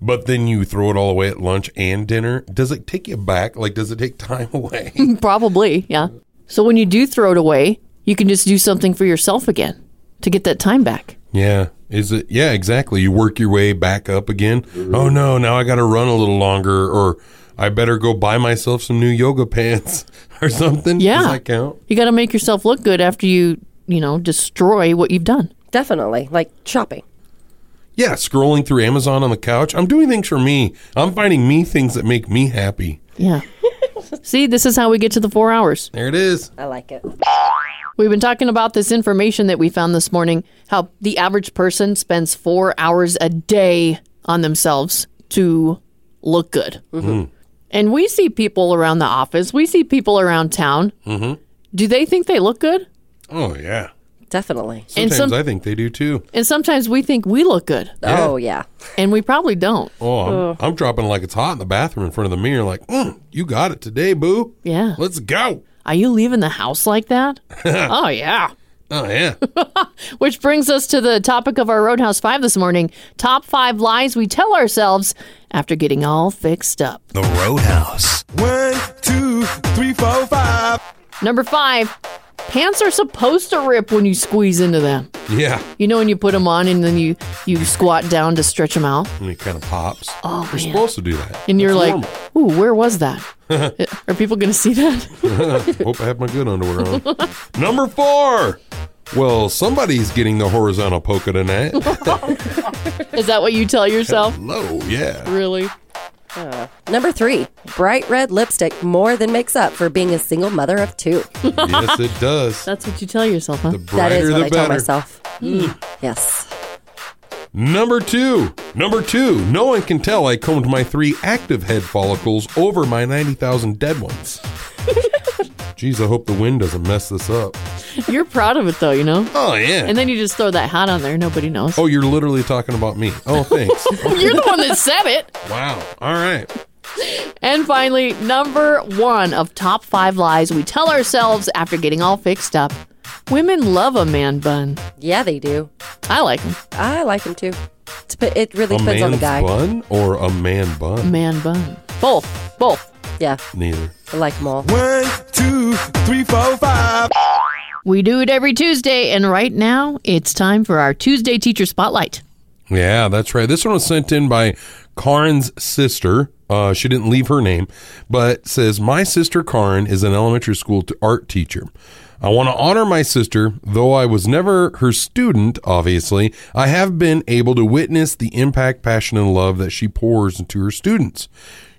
Speaker 3: but then you throw it all away at lunch and dinner, does it take you back? Like does it take [laughs] time away?
Speaker 2: Probably, yeah. So when you do throw it away, you can just do something for yourself again to get that time back.
Speaker 3: Yeah. Is it Yeah, exactly. You work your way back up again. Oh no, now I got to run a little longer or I better go buy myself some new yoga pants [laughs] or something.
Speaker 2: Yeah.
Speaker 3: Does that count?
Speaker 2: You got to make yourself look good after you, you know, destroy what you've done.
Speaker 4: Definitely. Like shopping.
Speaker 3: Yeah, scrolling through Amazon on the couch. I'm doing things for me. I'm finding me things that make me happy.
Speaker 4: [laughs]
Speaker 2: Yeah. See, this is how we get to the four hours.
Speaker 3: There it is.
Speaker 4: I like it.
Speaker 2: We've been talking about this information that we found this morning how the average person spends four hours a day on themselves to look good.
Speaker 13: Hmm.
Speaker 3: Mhm.
Speaker 2: And we see people around the office, we see people around town.
Speaker 3: Mhm.
Speaker 2: Do they think they look good?
Speaker 3: Oh yeah.
Speaker 4: Definitely.
Speaker 2: And
Speaker 3: Sometimes
Speaker 2: some-
Speaker 3: I think they do too.
Speaker 2: And sometimes we think we look good.
Speaker 3: Yeah. Oh,
Speaker 4: yeah.
Speaker 2: And we probably don't.
Speaker 3: Oh, I'm,
Speaker 2: Ugh.
Speaker 3: I'm dropping like it's hot in the bathroom in front of the mirror. Like, mm, you got it today, boo.
Speaker 2: Yeah.
Speaker 3: Let's go.
Speaker 2: Are you leaving the house like that?
Speaker 3: [laughs]
Speaker 2: oh, yeah.
Speaker 3: Oh yeah.
Speaker 2: Which brings us to the topic of our Roadhouse 5 this morning top five lies we tell ourselves after getting all fixed up.
Speaker 6: The Roadhouse. One, two, three, four, five.
Speaker 2: Number five, pants are supposed to rip when you squeeze into them.
Speaker 3: Yeah.
Speaker 2: You know, when you put them on and then you, you squat down to stretch them out,
Speaker 3: And it kind of pops.
Speaker 2: Oh,
Speaker 3: You're
Speaker 2: man.
Speaker 3: supposed to do that.
Speaker 2: and you're
Speaker 3: That's
Speaker 2: like, ooh, where was that?
Speaker 3: normal.
Speaker 2: Are people going to see that?
Speaker 3: [laughs] Hope I have my good underwear on. [laughs] Number four. Well, somebody's getting the horizontal polka [laughs] tonight.
Speaker 2: Is that what you tell yourself?
Speaker 3: Hello, Oh, yeah.
Speaker 2: Really?
Speaker 4: Uh, Number three, bright red lipstick more than makes up for being a single mother of
Speaker 2: [laughs]
Speaker 4: two.
Speaker 3: yes, it does.
Speaker 2: [laughs] That's what you tell yourself, huh? Hmm.
Speaker 4: that is
Speaker 3: brighter
Speaker 4: what
Speaker 3: the
Speaker 4: I tell
Speaker 3: better.
Speaker 4: myself.
Speaker 3: Mm.
Speaker 4: Yes.
Speaker 3: Number two. Number two. No one can tell I combed my three active head follicles over my 90,000 dead [laughs] ones. Jeez, I hope the wind doesn't mess this up.
Speaker 2: You're proud of it, though, you know?
Speaker 3: Oh, yeah.
Speaker 2: And then you just throw that hat on there. Nobody knows.
Speaker 3: Oh, you're literally talking about me. Oh, thanks.
Speaker 2: You're the one that said it.
Speaker 3: [laughs] wow. All right.
Speaker 2: And finally, number one of top five lies we tell ourselves after getting all fixed up. Women love a man bun.
Speaker 4: Yeah, they do.
Speaker 2: I like them.
Speaker 4: I like them too. Dep- It really
Speaker 3: a
Speaker 4: depends on the
Speaker 3: man's
Speaker 4: guy.
Speaker 3: bun or a man bun?
Speaker 2: Man bun. Both. Both.
Speaker 4: Yeah.
Speaker 3: Neither.
Speaker 4: I like them all.
Speaker 6: One, two, three, four, five.
Speaker 2: We do it every Tuesday, and right now it's time for our Tuesday Teacher Spotlight.
Speaker 3: Yeah, that's right. This one was sent in by Karin's sister. Uh, she didn't leave her name, but says, My sister Karin is an elementary school t- art teacher. I want to honor my sister, though I was never her student, obviously. I have been able to witness the impact, passion, and love that she pours into her students.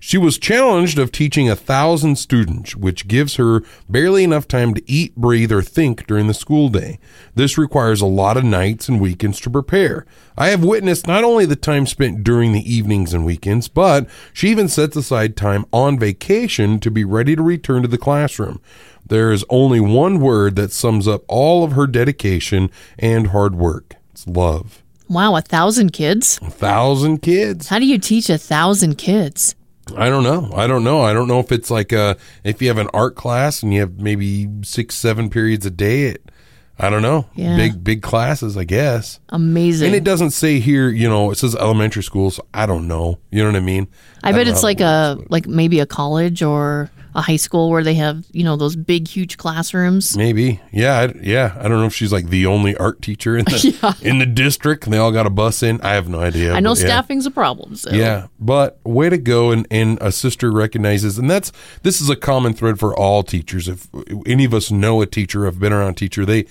Speaker 3: She was challenged of teaching a thousand students, which gives her barely enough time to eat, breathe, or think during the school day. This requires a lot of nights and weekends to prepare. I have witnessed not only the time spent during the evenings and weekends, but she even sets aside time on vacation to be ready to return to the classroom. There is only one word that sums up all of her dedication and hard work. It's love.
Speaker 2: Wow, a thousand kids?
Speaker 3: A thousand kids.
Speaker 2: How do you teach a thousand kids?
Speaker 3: I don't know. I don't know. I don't know if it's like uh if you have an art class and you have maybe six, seven periods a day. It, I don't know.
Speaker 2: Yeah.
Speaker 3: Big, big classes, I guess.
Speaker 2: Amazing.
Speaker 3: And it doesn't say here, you know, it says elementary school, so I don't know. You know what I mean? Uh,
Speaker 2: I bet
Speaker 3: don't
Speaker 2: it's
Speaker 3: know.
Speaker 2: like a like maybe a college or a high school where they have you know those big huge classrooms.
Speaker 3: Maybe. Yeah. I, yeah. I don't know if she's like the only art teacher in
Speaker 2: [laughs]
Speaker 3: the in the district and they all got a bus in. I have no idea.
Speaker 2: I know
Speaker 3: but yeah.
Speaker 2: staffing's a problem. So.
Speaker 3: Yeah, but way to go! And and a sister recognizes, and that's this is a common thread for all teachers. If any of us know a teacher, have been around a teacher, they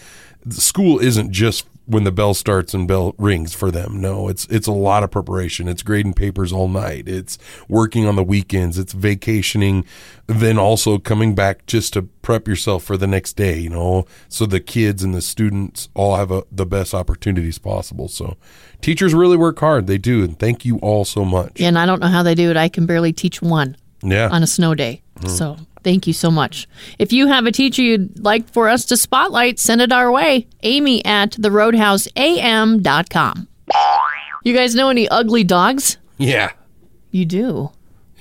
Speaker 3: the school isn't just when the bell starts and bell rings for them. No, it's it's a lot of preparation. It's grading papers all night. It's working on the weekends. It's vacationing, then also coming back just to prep yourself for the next day. You know, so the kids and the students all have a, the best opportunities possible. So, teachers really work hard. They do, and thank you all so much.
Speaker 2: And I don't know how they do it. I can barely teach one
Speaker 3: Yeah.
Speaker 2: on a snow day.
Speaker 3: Mm.
Speaker 2: So thank you so much. If you have a teacher you'd like for us to spotlight, send it our way. Amy at theroadhouseam.com. You guys know any ugly dogs?
Speaker 3: Yeah.
Speaker 2: You do.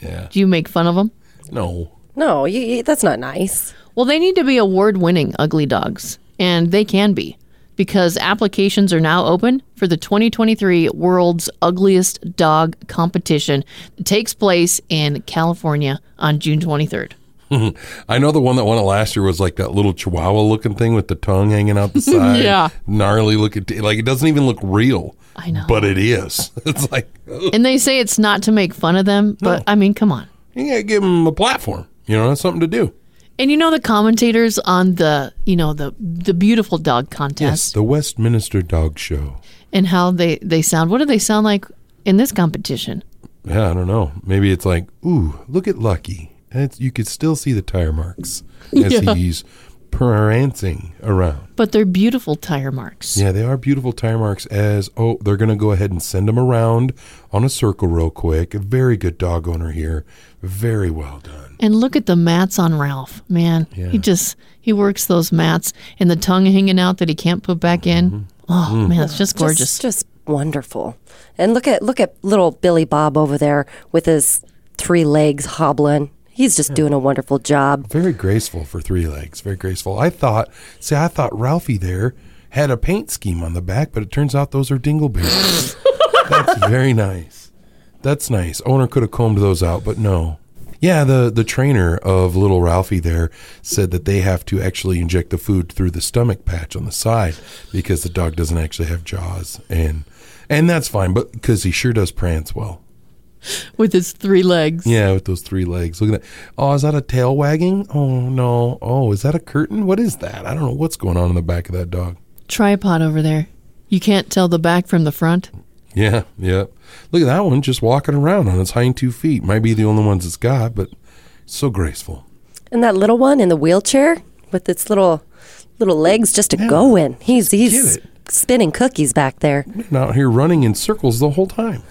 Speaker 3: Yeah.
Speaker 2: Do you make fun of them?
Speaker 3: No.
Speaker 2: No, you, that's not nice. Well, they need to be award winning ugly dogs, and they can be because applications are now open for the 2023 World's Ugliest Dog Competition. It takes place in California on June 23rd.
Speaker 3: [laughs] I know the one that won it last year was like that little chihuahua looking thing with the tongue hanging out the side.
Speaker 2: Yeah.
Speaker 3: Gnarly looking. t- like it doesn't even look real. I know. But it is. [laughs] It's like,
Speaker 2: And they say it's not to make fun of them, but I mean, come on.
Speaker 3: you gotta give them a platform. You know, that's something to do.
Speaker 2: And you know the commentators on the, you know, the the beautiful dog contest
Speaker 3: The Westminster Dog Show.
Speaker 2: and how they they sound. What do they sound like in this competition?
Speaker 3: Yeah, I don't know. Maybe it's like, ooh, look at Lucky. And it's, you could still see the tire marks as
Speaker 2: Yeah.
Speaker 3: he's prancing around.
Speaker 2: But they're beautiful tire marks.
Speaker 3: Yeah, they are beautiful tire marks. As oh, they're going to go ahead and send them around on a circle real quick. A very good dog owner here. Very well done.
Speaker 2: And look at the mats on Ralph, man.
Speaker 3: Yeah.
Speaker 2: He just he works those mats and the tongue hanging out that he can't put back in.
Speaker 3: Mm-hmm.
Speaker 2: Oh
Speaker 3: Hmm.
Speaker 4: Mm.
Speaker 2: man, it's just
Speaker 4: Just-
Speaker 2: gorgeous.
Speaker 4: just wonderful. And look at look at little Billy Bob over there with his three legs hobbling. He's just doing a wonderful job.
Speaker 3: Very graceful for three legs. Very graceful. I thought. See, I thought Ralphie there had a paint scheme on the back, but it turns out those are
Speaker 4: [laughs]
Speaker 3: dingleberries. That's very nice. That's nice. Owner could have combed those out, but no. Yeah, the the trainer of little Ralphie there said that they have to actually inject the food through the stomach patch on the side because the dog doesn't actually have jaws and and that's fine, but because he sure does prance well.
Speaker 2: With his three legs.
Speaker 3: Yeah, with those three legs. Look at that. Oh, is that a tail wagging? Oh no. Oh, is that a curtain? What is that? I don't know what's going on in the back of that dog.
Speaker 2: Tripod over there. You can't tell the back from the front.
Speaker 3: Yeah, yeah. Look at that one just walking around on its hind two feet. Might be the only ones it's got, but so graceful.
Speaker 4: And that little one in the wheelchair with its little little legs just to go in. He's he's spinning cookies back there.
Speaker 3: And out here running in circles the whole
Speaker 2: [laughs]
Speaker 3: time.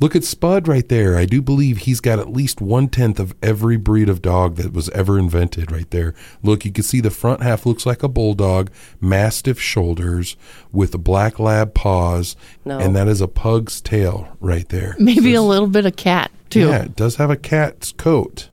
Speaker 3: Look at Spud right there. I do believe he's got at least one tenth of every breed of dog that was ever invented right there. Look, you can see the front half looks like a bulldog, mastiff shoulders with black lab paws,
Speaker 2: No.
Speaker 3: and that is a pug's tail right there.
Speaker 2: Maybe a little bit of cat too.
Speaker 3: Yeah, it does have a cat's coat.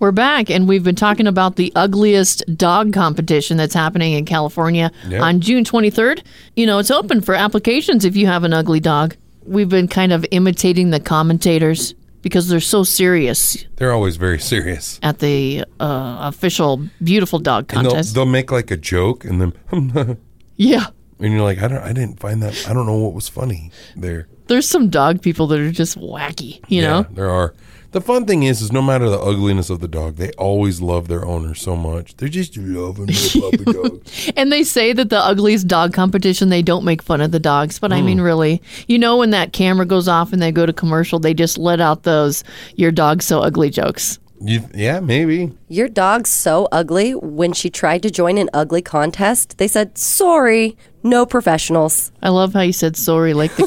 Speaker 2: We're back, and we've been talking about the ugliest dog competition that's happening in California
Speaker 3: Yeah.
Speaker 2: on June 23rd. You know, it's open for applications if you have an ugly dog. We've been kind of imitating the commentators because they're so serious
Speaker 3: They're always very serious.
Speaker 2: at the uh, official beautiful dog
Speaker 3: And they'll,
Speaker 2: contest.
Speaker 3: they'll make like a joke and then and
Speaker 2: yeah,
Speaker 3: you're like, I don't I didn't find that I don't know what was funny there.
Speaker 2: there's some dog people that are just wacky, you
Speaker 3: Yeah,
Speaker 2: know?
Speaker 3: there are. The fun thing is, is no matter the ugliness of the dog, they always love their owner so much. They're just loving
Speaker 2: [laughs]
Speaker 3: their puppy dog.
Speaker 2: And they say that the ugliest dog competition, they don't make fun of the dogs, but I mean, really, you know, when that camera goes off and they go to commercial, they just let out those your dog's so ugly jokes.
Speaker 3: You, yeah, maybe.
Speaker 4: Your dog's so ugly. When she tried to join an ugly contest, they said, "Sorry, no professionals."
Speaker 2: I love how you said sorry like
Speaker 4: [laughs]
Speaker 2: the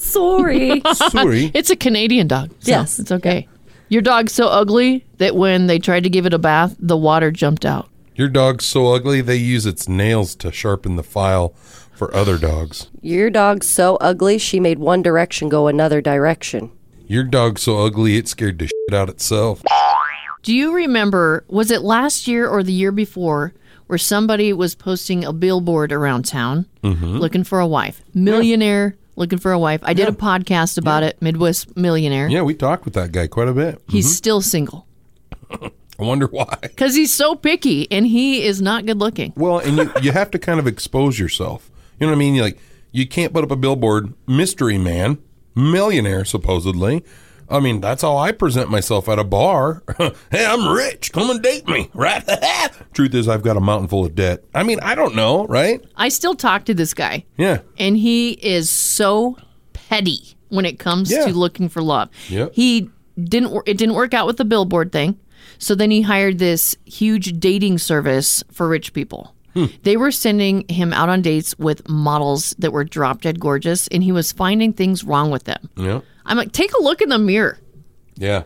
Speaker 3: [laughs]
Speaker 4: Sorry. [laughs]
Speaker 2: [laughs] it's a Canadian dog. So
Speaker 4: Yes.
Speaker 2: It's okay. Your dog's so ugly that when they tried to give it a bath, the water jumped out.
Speaker 3: Your dog's so ugly they use its nails to sharpen the file for other dogs.
Speaker 4: Your dog's so ugly, she made one direction go another direction.
Speaker 3: Your dog's so ugly it scared the shit out itself.
Speaker 2: Do you remember, was it last year or the year before, where somebody was posting a billboard around town
Speaker 3: Hmm?
Speaker 5: Mhm.
Speaker 3: Mm-hmm.
Speaker 2: looking for a wife? Millionaire looking for a wife. I did a podcast about it, Midwest Millionaire.
Speaker 3: Yeah, we talked with that guy quite a bit.
Speaker 2: He's still single
Speaker 3: I wonder why.
Speaker 2: because he's so picky and he is not good looking.
Speaker 3: Well, and you, you have to kind of expose yourself. You know what I mean? You're like you can't put up a billboard, mystery man, millionaire supposedly. I mean, that's how I present myself at a bar. [laughs] hey, I'm rich. Come and date me, right? [laughs] Truth is, I've got a mountain full of debt. I mean, I don't know, right?
Speaker 2: I still talk to this guy.
Speaker 3: Yeah.
Speaker 2: and he is so petty when it comes
Speaker 3: Yeah.
Speaker 2: to looking for love.
Speaker 3: Yep.
Speaker 2: He didn't wor- it didn't work out with the billboard thing. So then he hired this huge dating service for rich people.
Speaker 3: Hmm.
Speaker 2: They were sending him out on dates with models that were drop dead gorgeous and he was finding things wrong with them.
Speaker 3: Yeah.
Speaker 2: I'm like, take a look in the mirror,
Speaker 3: Yeah.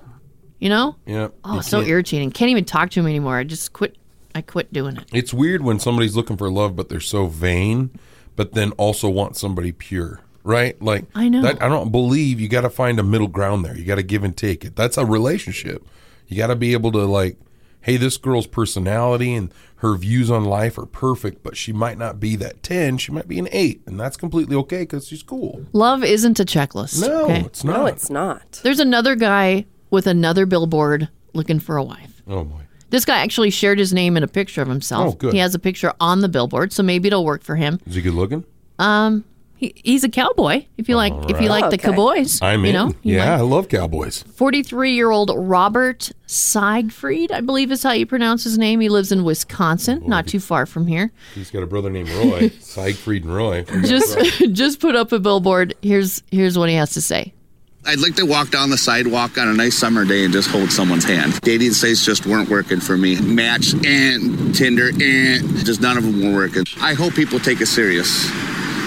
Speaker 2: you know?
Speaker 3: Yeah.
Speaker 2: Oh,
Speaker 3: You
Speaker 2: so
Speaker 3: can't-
Speaker 2: irritating. Can't even talk to him anymore. I just quit I quit doing it.
Speaker 3: It's weird when somebody's looking for love, but they're so vain, but then also want somebody pure, right? Like
Speaker 2: I know.
Speaker 3: That, I don't believe you got to find a middle ground there. You got to give and take it. That's a relationship. You got to be able to like, hey, this girl's personality and her views on life are perfect, but she might not be that ten. She might be an eight, and that's completely okay because she's cool.
Speaker 2: Love isn't a checklist.
Speaker 3: No,
Speaker 2: okay?
Speaker 3: it's not.
Speaker 4: No, it's not.
Speaker 2: There's another guy with another billboard looking for a wife.
Speaker 3: Oh boy.
Speaker 2: This guy actually shared his name and a picture of
Speaker 3: Oh,
Speaker 2: himself.
Speaker 3: good.
Speaker 2: He has a picture on the billboard, so maybe it'll work for him.
Speaker 3: Is he good looking?
Speaker 2: Um, he, he's a cowboy. If you like, if you
Speaker 3: right.
Speaker 2: like the
Speaker 4: Oh, Okay.
Speaker 2: cowboys,
Speaker 3: I'm
Speaker 2: you
Speaker 3: in.
Speaker 2: know, you
Speaker 3: yeah,
Speaker 2: might-
Speaker 3: I love cowboys.
Speaker 2: 43 year old Robert Siegfried, I believe is how you pronounce his name. He lives in Wisconsin,
Speaker 3: Oh,
Speaker 2: not too far
Speaker 3: [laughs]
Speaker 2: from here.
Speaker 3: He's got a brother named
Speaker 2: [laughs]
Speaker 3: Roy, Siegfried and Roy.
Speaker 2: Just [laughs] just put up a billboard. Here's here's what he has to say.
Speaker 5: I'd like to walk down the sidewalk on a nice summer day and just hold someone's hand. Dating sites just weren't working for me. Match and Tinder and just none of them were working. I hope people take it serious.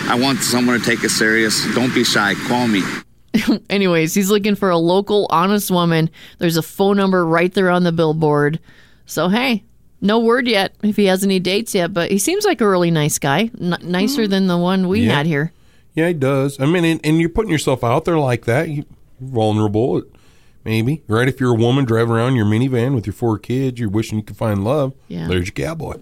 Speaker 5: I want someone to take it serious. Don't be shy.
Speaker 2: [laughs]
Speaker 5: Call me.
Speaker 2: Anyways, he's looking for a local honest woman. There's a phone number right there on the billboard. So hey, no word yet if he has any dates yet, but he seems like a really nice guy, N- nicer than the one we
Speaker 3: Yeah.
Speaker 2: had here.
Speaker 3: Yeah, it does. I mean, and, and you're putting yourself out there like that. You're vulnerable, maybe. Right? If you're a woman driving around in your minivan with your four kids, you're wishing you could find love.
Speaker 2: Yeah.
Speaker 3: There's your cowboy.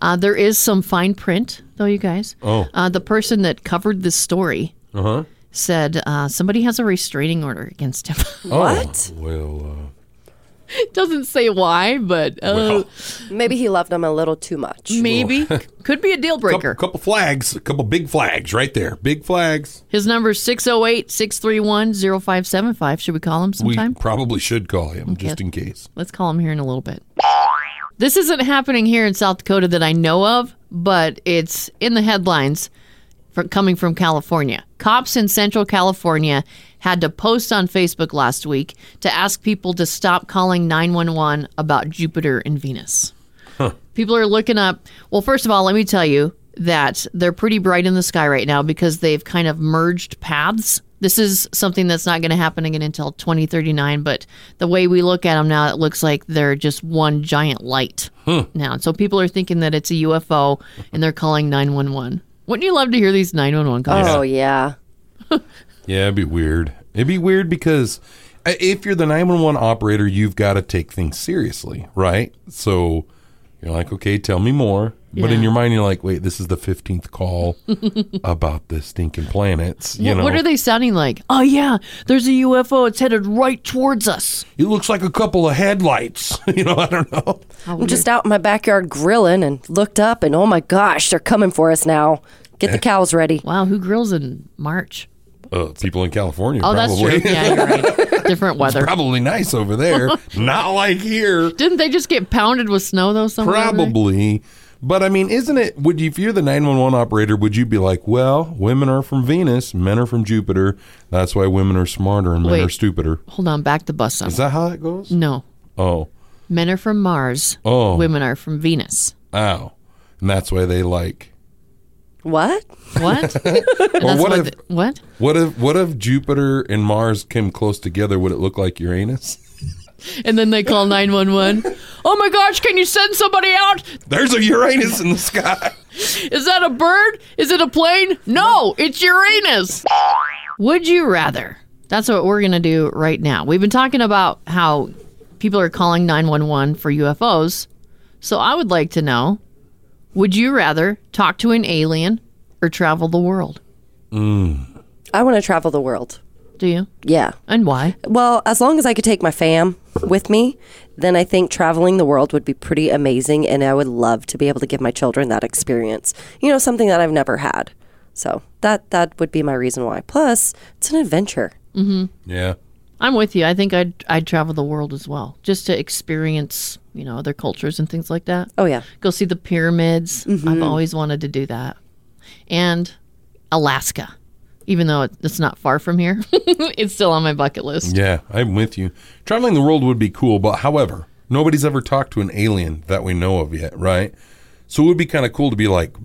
Speaker 2: Uh, there is some fine print though, you guys.
Speaker 3: Oh.
Speaker 2: uh, the person that covered this story
Speaker 3: Uh huh.
Speaker 2: said uh, somebody has a restraining order against him. [laughs]
Speaker 4: What?
Speaker 3: Oh, well, uh,
Speaker 2: Doesn't say why, but uh,
Speaker 3: Well.
Speaker 4: Maybe he loved him a little too much.
Speaker 2: [laughs] maybe
Speaker 3: [laughs]
Speaker 2: could be a deal
Speaker 3: a
Speaker 2: [laughs] breaker.
Speaker 3: couple, couple flags, a couple big flags right there. Big flags.
Speaker 2: His number is 608 631 0575. Should we call him
Speaker 3: We
Speaker 2: sometime?
Speaker 3: probably should call him just in case.
Speaker 2: Let's call him here in a little bit. This isn't happening here in South Dakota that I know of, but it's in the headlines for coming from California. Cops in Central California had to post on Facebook last week to ask people to stop calling 911 about Jupiter and Venus. People are looking up. Well, first of all, let me tell you that they're pretty bright in the sky right now because they've kind of merged paths. This is something that's not going to happen again until 2039, but the way we look at them now, it looks like they're just one giant light now. So people are thinking that it's a UFO and they're calling 911. Wouldn't you love to hear these 911 calls?
Speaker 4: Oh yeah.
Speaker 3: Yeah, it'd be weird. It'd be weird because i- if you're the 911 operator, you've got to take things seriously, right? So you're like, okay, tell me more. But in
Speaker 2: Yeah.
Speaker 3: your mind, you're like, wait, this is the 15th
Speaker 2: [laughs]
Speaker 3: call about the stinking planets. You
Speaker 2: What-
Speaker 3: know,
Speaker 2: What are they sounding like? Oh, yeah, there's a UFO. It's headed right towards us.
Speaker 3: it looks like a couple of headlights. [laughs] you know, I don't know.
Speaker 2: Oh,
Speaker 4: I'm just out in my backyard grilling and looked up and oh my gosh, they're coming for us now. Get the cows ready.
Speaker 2: Wow, who grills in March?
Speaker 3: Uh, people in California,
Speaker 2: Oh, that's
Speaker 3: probably.
Speaker 2: true. Yeah,
Speaker 3: [laughs]
Speaker 2: you're right. Different weather.
Speaker 3: probably nice over
Speaker 2: [laughs]
Speaker 3: there. Not like here.
Speaker 2: Didn't they just get pounded with snow though? Somewhere over there?
Speaker 3: Probably. But I mean, isn't it? Would you, if you're the 911 operator, would you be like, well, women are from Venus, men are from Jupiter. That's why women are smarter and men
Speaker 2: Wait.
Speaker 3: are stupider.
Speaker 2: Hold on, back the bus up.
Speaker 3: Is that how that goes?
Speaker 2: no,
Speaker 3: Oh,
Speaker 2: men are from Mars.
Speaker 3: Oh.
Speaker 2: women are from Venus.
Speaker 3: ow. And that's why they like.
Speaker 4: What?
Speaker 2: [laughs] What?
Speaker 3: Or what if,
Speaker 2: the- what?
Speaker 3: what if, what if Jupiter and Mars came close together? Would it look like Uranus? [laughs]
Speaker 2: And then they call nine one one. [laughs] Oh my gosh! Can you send somebody out?
Speaker 3: There's a Uranus in the sky. [laughs]
Speaker 2: Is that a bird? Is it a plane? No, it's Uranus. Would you rather? That's what we're going to do right now. We've been talking about how people are calling 911 for UFOs. So I would like to know would you rather talk to an alien or travel the world?
Speaker 3: Mm.
Speaker 4: I want to travel the world.
Speaker 2: Do you?
Speaker 4: Yeah.
Speaker 2: And why?
Speaker 4: Well, as long as I could take my fam with me, then I think traveling the world would be pretty amazing and I would love to be able to give my children that experience. You know, something that I've never had.
Speaker 2: Mm-hmm.
Speaker 4: So that that would be my reason why. Plus, it's an adventure.
Speaker 3: Yeah.
Speaker 2: I'm with you. I think I'd I'd travel the world as well, just to experience, you know, other cultures and things like that.
Speaker 4: Oh yeah, Mm-hmm.
Speaker 2: go see the pyramids. I've always wanted to do that, and Alaska, even though it, it's not far from here, [laughs] it's still on my bucket list.
Speaker 3: Yeah, I'm with you. Traveling the world would be cool, but however, nobody's ever talked to an alien that we know of yet, right? So it would be kind of cool to be like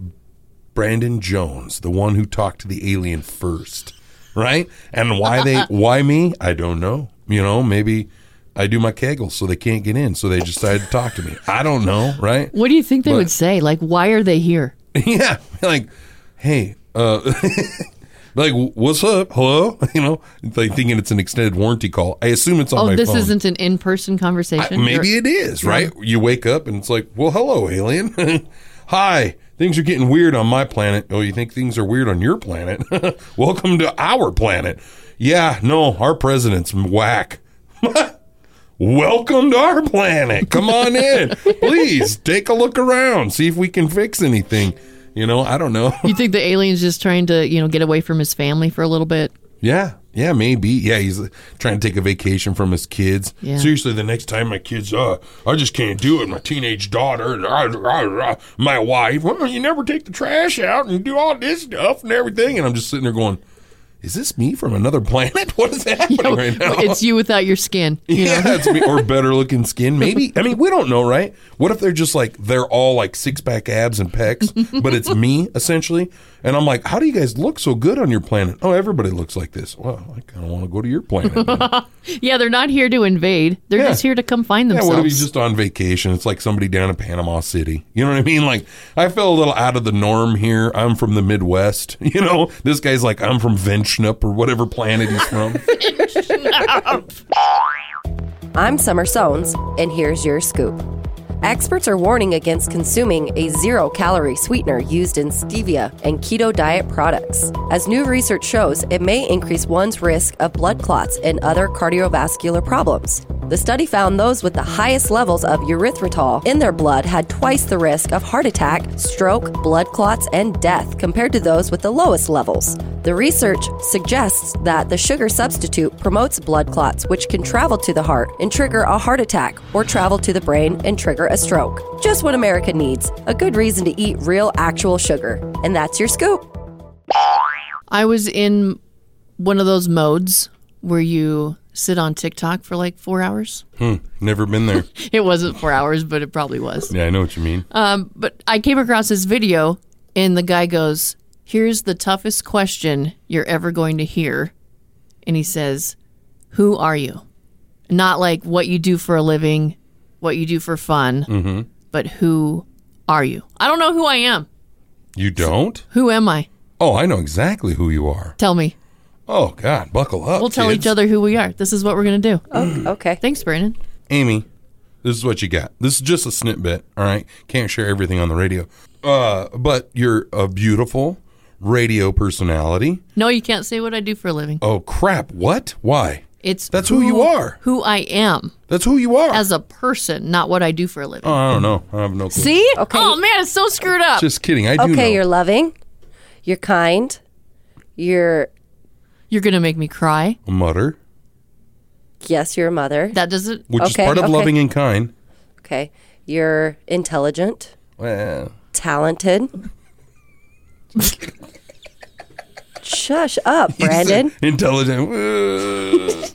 Speaker 3: Brandon Jones, the one who talked to the alien first, right? And why
Speaker 2: [laughs]
Speaker 3: they why me? I don't know. You know, maybe I do my kegels so they can't get in, so they decided to talk to me. I don't know, right? [laughs]
Speaker 2: What do you think they
Speaker 3: But-
Speaker 2: would say? Like, why are they here?
Speaker 3: yeah like hey uh [laughs] like what's up hello [laughs] you know it's like thinking it's an extended warranty call i assume it's on
Speaker 2: oh,
Speaker 3: my
Speaker 2: this
Speaker 3: phone
Speaker 2: isn't an in-person conversation.
Speaker 3: maybe
Speaker 2: You're-
Speaker 3: it is right you wake up and it's like well hello alien [laughs] hi things are getting weird on my planet oh you think things are weird on your planet [laughs] welcome to our planet yeah no our president's whack [laughs] Welcome to our planet. Come on in. Please take a look around. See if we can fix anything. You know, I don't know.
Speaker 2: [laughs]
Speaker 3: [laughs]
Speaker 2: You think the alien's just trying to, you know, get away from his family for a
Speaker 3: [laughs]
Speaker 2: little bit?
Speaker 3: Yeah, yeah, maybe. Yeah, he's uh, trying to take a vacation from his kids.
Speaker 2: Yeah.
Speaker 3: Seriously, the next time my kids, uh, I just can't do it. My teenage daughter, rah, rah, rah, my wife, well, you never take the trash out and do all this stuff and everything. And I'm just sitting there going, is this me from another planet? [laughs] What is happening right now?
Speaker 2: It's you without your skin.
Speaker 3: [laughs]
Speaker 2: You
Speaker 3: Yeah,
Speaker 2: know?
Speaker 3: it's me. Or better looking skin, maybe. I mean, we don't know, right? What if they're just like they're all like six pack abs and pecs, but it's me essentially. And I'm like, how do you guys look so good on your planet? Oh, everybody looks like this. Well, I kind of want to go to your planet. man.
Speaker 2: yeah, they're not here to invade. They're
Speaker 3: Yeah.
Speaker 2: just here to come find
Speaker 3: yeah,
Speaker 2: themselves.
Speaker 3: what if he's just on vacation? It's like somebody down in Panama City. You know what I mean? Like, I feel a little out of the norm here. I'm from the Midwest. [laughs] You know, this guy's like, I'm from Ventschnup or whatever planet he's
Speaker 2: [laughs]
Speaker 3: from.
Speaker 4: I'm Summer Sones, and here's your scoop. Experts are warning against consuming a zero calorie sweetener used in stevia and keto diet products, as new research shows it may increase one's risk of blood clots and other cardiovascular problems. The study found those with the highest levels of erythritol in their blood had twice the risk of heart attack, stroke, blood clots, and death compared to those with the lowest levels. The research suggests that the sugar substitute promotes blood clots, which can travel to the heart and trigger a heart attack, or travel to the brain and trigger a stroke. Just what America needs a good reason to eat real, actual sugar. And that's your scoop.
Speaker 2: I was in one of those modes where you sit on TikTok for like four hours.
Speaker 3: Hmm, never been there.
Speaker 2: [laughs] It wasn't four hours, but it probably was.
Speaker 3: Yeah, I know what you mean.
Speaker 2: Um, but I came across this video, and the guy goes, Here's the toughest question you're ever going to hear. And he says, Who are you? Not like what you do for a living, what you do for fun,
Speaker 3: Mhm.
Speaker 2: but who are you? I don't know who I am.
Speaker 3: You don't?
Speaker 2: Who am I?
Speaker 3: Oh, I know exactly who you are.
Speaker 2: Tell me.
Speaker 3: Oh God, buckle up.
Speaker 2: we'll tell
Speaker 3: kids.
Speaker 2: each other who we are. This is what we're going to do.
Speaker 4: Oh, okay.
Speaker 2: Thanks, Brandon.
Speaker 3: Amy, this is what you got. This is just a snippet, all right? Can't share everything on the radio. Uh, but you're a beautiful radio personality.
Speaker 2: No, you can't say what I do for a living.
Speaker 3: Oh crap, what? Why?
Speaker 2: It's
Speaker 3: That's who you are.
Speaker 2: Who I am.
Speaker 3: That's who you are.
Speaker 2: As a person, not what I do for a living.
Speaker 3: Oh, I don't know. I have no clue.
Speaker 2: See? Oh man, it's so screwed up.
Speaker 3: Just kidding. I do
Speaker 4: okay,
Speaker 3: know.
Speaker 4: you're loving, you're kind, you're.
Speaker 2: You're going to make me cry.
Speaker 3: Mutter,
Speaker 4: Yes, you're a mother.
Speaker 2: That doesn't.
Speaker 3: which is part of loving and kind.
Speaker 4: Okay. You're intelligent,
Speaker 3: Well,
Speaker 4: talented. Shush up, [laughs] Brandon.
Speaker 3: [laughs] intelligent. Uh,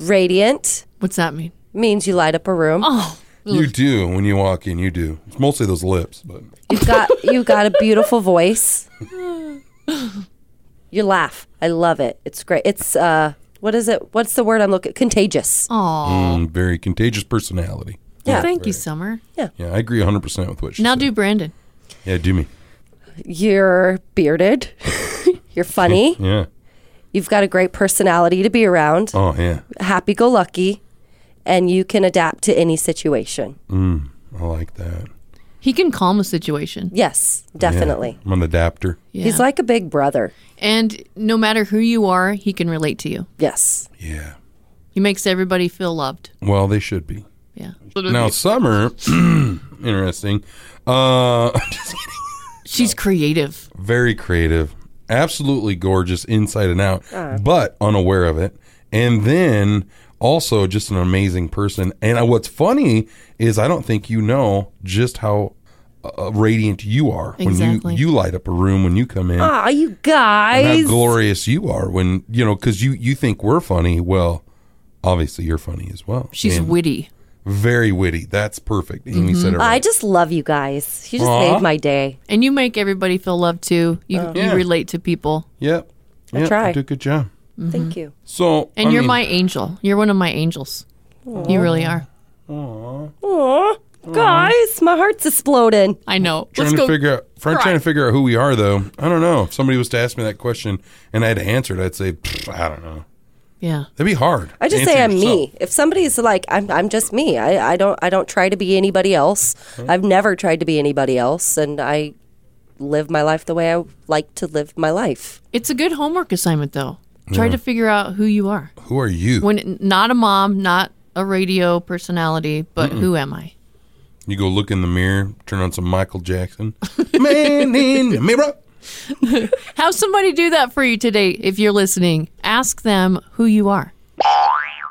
Speaker 4: Radiant.
Speaker 2: What's that mean?
Speaker 4: Means you light up a room.
Speaker 2: Oh.
Speaker 3: you do when you walk in. You do. It's mostly those lips, but mm,
Speaker 4: You've got you've got a beautiful voice. Your laugh. I love it. It's great. It's uh what is it? What's the word I'm looking contagious.
Speaker 2: Aw.
Speaker 3: mm, very contagious personality.
Speaker 2: Well, thank you, Summer.
Speaker 4: Yeah.
Speaker 3: Yeah, I agree 100% with what she
Speaker 2: Now do Brandon.
Speaker 3: Yeah, do me.
Speaker 4: You're bearded. You're funny.
Speaker 3: Yeah.
Speaker 4: You've got a great personality to be around.
Speaker 3: Oh, yeah.
Speaker 4: Happy go lucky. And you can adapt to any situation.
Speaker 3: Mm, I like that.
Speaker 2: He can calm a situation.
Speaker 4: Yes, definitely.
Speaker 3: Yeah, I'm an adapter.
Speaker 4: He's like a big brother.
Speaker 2: And no matter who you are, he can relate to you.
Speaker 4: Yes.
Speaker 3: Yeah.
Speaker 2: He makes everybody feel loved.
Speaker 3: Well, they should be.
Speaker 2: Yeah.
Speaker 3: Now, Summer, [clears throat] interesting. Uh, [laughs] just kidding.
Speaker 2: She's
Speaker 3: Oh.
Speaker 2: creative.
Speaker 3: very creative, absolutely gorgeous inside and out, but unaware of it. and then also just an amazing person. And I, what's funny is I don't think you know just how uh, radiant you are
Speaker 4: Exactly.
Speaker 3: when you, you light up a room when you come in.
Speaker 4: Ah, you
Speaker 3: and
Speaker 4: guys.
Speaker 3: how glorious you are when you know because you you think we're funny. Well, obviously you're funny as well.
Speaker 4: She's
Speaker 2: witty, Mm-hmm.
Speaker 3: very witty. That's perfect. Amy said it. Right.
Speaker 4: I just love you guys. You just
Speaker 3: Aw.
Speaker 4: made my day.
Speaker 2: And you make everybody feel loved too. You,
Speaker 4: Oh.
Speaker 2: you
Speaker 3: Yeah.
Speaker 2: relate to people.
Speaker 3: yep.
Speaker 2: I
Speaker 3: yep.
Speaker 2: try.
Speaker 3: You did a good job.
Speaker 4: Thank you.
Speaker 3: So
Speaker 2: And
Speaker 3: I
Speaker 2: you're
Speaker 3: mean-
Speaker 2: my angel. You're one of my angels. You really are.
Speaker 4: Aw, guys, my heart's exploding.
Speaker 2: I know.
Speaker 3: Trying to figure out. I'm
Speaker 4: cry.
Speaker 3: trying to figure out who we are, though. I don't know. If somebody was to ask me that question and I had to answer it, I'd say "Pfft, I don't know.
Speaker 2: Yeah.
Speaker 3: That'd be hard.
Speaker 4: I just
Speaker 3: Answer
Speaker 4: say I'm
Speaker 3: yourself.
Speaker 4: me. If somebody's like, I'm, I'm just me. I, I don't, I don't try to be anybody else.
Speaker 3: Mhm.
Speaker 4: I've never tried to be anybody else, and I live my life the way I like to live my life.
Speaker 2: It's a good homework assignment though. Try
Speaker 4: Yeah.
Speaker 2: to figure out who you are.
Speaker 3: Who are you?
Speaker 2: When not a mom, not a radio personality, but
Speaker 3: Mm-mm.
Speaker 2: who am I?
Speaker 3: You go look in the mirror, turn on some Michael
Speaker 2: [laughs]
Speaker 3: Jackson. Man in the mirror.
Speaker 2: Have somebody do that for you today if you're listening. Ask them who you are.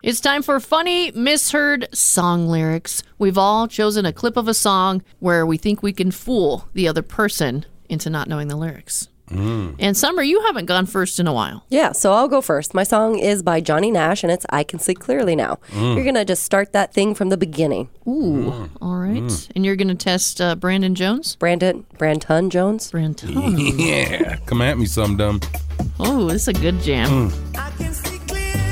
Speaker 2: It's time for funny, misheard song lyrics. We've all chosen a clip of a song where we think we can fool the other person into not knowing the lyrics.
Speaker 4: Mm.
Speaker 2: And Summer, you haven't gone first in a while.
Speaker 4: Yeah, so I'll go first. My song is by Johnny Nash, and it's "I Can See Clearly Now."
Speaker 2: Mm.
Speaker 4: You're gonna just start that thing from the beginning.
Speaker 2: Ooh, all right.
Speaker 4: Mm.
Speaker 2: And you're going to test uh, Brandon Jones?
Speaker 4: Brandon Branton Jones.
Speaker 2: Branton.
Speaker 3: yeah. Come at me, some dumb. Mm.
Speaker 2: Oh, this is a good
Speaker 4: Mm.
Speaker 2: jam.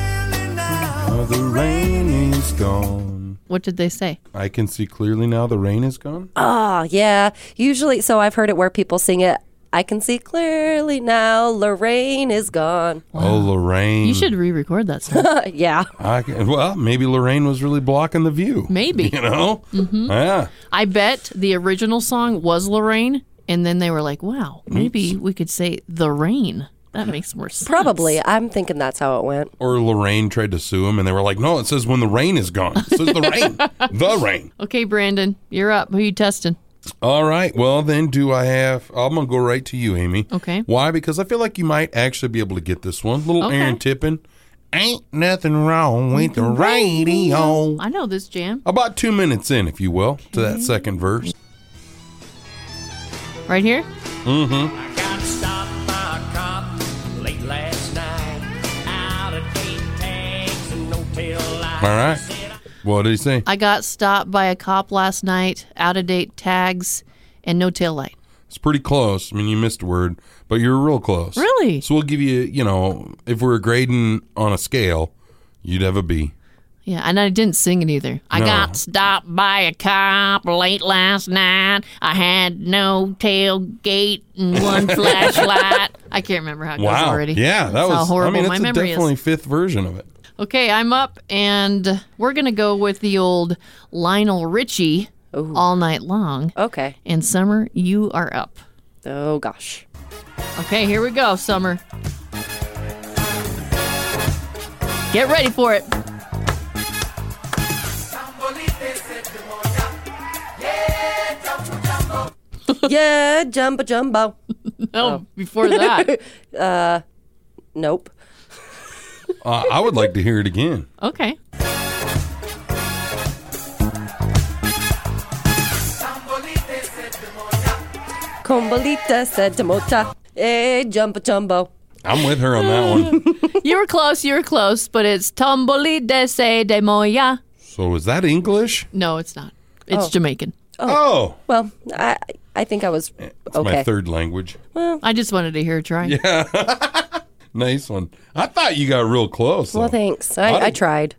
Speaker 3: Now the rain is gone.
Speaker 2: What did they say?
Speaker 3: I can see clearly now the rain is gone.
Speaker 4: Ah, yeah. Usually, so I've heard it where people sing it. I can see clearly now. Lorraine is gone.
Speaker 3: Oh, Lorraine.
Speaker 2: You should re record that song.
Speaker 4: [laughs] yeah.
Speaker 3: I can, well, maybe Lorraine was really blocking the view.
Speaker 2: Maybe.
Speaker 3: [laughs] You know?
Speaker 2: Mhm.
Speaker 3: Yeah.
Speaker 2: I bet the original song was Lorraine, and then they were like, wow, maybe we could say the rain.
Speaker 3: [laughs]
Speaker 2: That makes more sense.
Speaker 4: Probably. I'm thinking that's how it went.
Speaker 3: Or Lorraine tried to sue him, and they were like, no, it says when the rain is gone. It says the rain.
Speaker 2: [laughs]
Speaker 3: The rain.
Speaker 2: Okay, Brandon, you're up. Who you testing?
Speaker 3: All right. Well, then, do I have? I'm gonna go right to you, Amy.
Speaker 2: Okay.
Speaker 3: Why? Because I feel like you might actually be able to get this one. Little
Speaker 2: Okay.
Speaker 3: Aaron Tippin. Ain't nothing wrong with the radio.
Speaker 2: I know this jam.
Speaker 3: About two minutes in, if you will, to that second verse.
Speaker 2: Right here?
Speaker 3: Mm-hmm.
Speaker 7: Got stopped by a cop late last night. Out of date tags and no tail lights.
Speaker 3: All right. What did he say?
Speaker 2: I got stopped by a cop last night, out of date tags, and no tail light.
Speaker 3: It's pretty close. I mean, you missed a word, but you're real close.
Speaker 2: Really?
Speaker 3: So we'll give you, you know, if we we're grading on a scale, you'd have a B.
Speaker 2: Yeah, and I didn't sing it either. I
Speaker 3: No.
Speaker 2: got stopped by a cop late last night. I had no tailgate
Speaker 3: [laughs]
Speaker 2: and one flashlight. I can't remember how it goes
Speaker 3: wow.
Speaker 2: already.
Speaker 3: Yeah, that
Speaker 2: That's
Speaker 3: was
Speaker 2: how horrible
Speaker 3: I mean,
Speaker 2: my
Speaker 3: that's a
Speaker 2: memory
Speaker 3: definitely
Speaker 2: is.
Speaker 3: fifth version of it.
Speaker 2: Okay, I'm up, and we're gonna go with the old Lionel Richie all night long.
Speaker 4: Okay.
Speaker 2: And Summer, you are up.
Speaker 4: Oh gosh.
Speaker 2: Okay, here we go, Summer. Get ready
Speaker 4: [laughs]
Speaker 2: for it.
Speaker 4: yeah, jumbo
Speaker 2: [laughs]
Speaker 4: jumbo.
Speaker 2: no, Oh, before that.
Speaker 4: [laughs] uh, nope.
Speaker 3: Uh, I would like to hear it again.
Speaker 2: Okay.
Speaker 4: Combolita said to Mota. Hey, jumbo jumbo.
Speaker 3: I'm with her on that
Speaker 2: [laughs]
Speaker 3: one.
Speaker 2: you were close, you were close, but it's Tomboli de Se de Moya.
Speaker 3: So is that English?
Speaker 2: No, it's not. It's
Speaker 4: Oh.
Speaker 2: Jamaican.
Speaker 3: Oh.
Speaker 4: Well, I I think I was
Speaker 3: It's
Speaker 4: okay.
Speaker 3: my third language.
Speaker 4: Well,
Speaker 2: I just wanted to hear it try.
Speaker 3: Yeah. [laughs] nice one. I thought you got real close.
Speaker 4: Well,
Speaker 3: though.
Speaker 4: thanks. I,
Speaker 3: How
Speaker 4: I
Speaker 3: did-
Speaker 4: tried.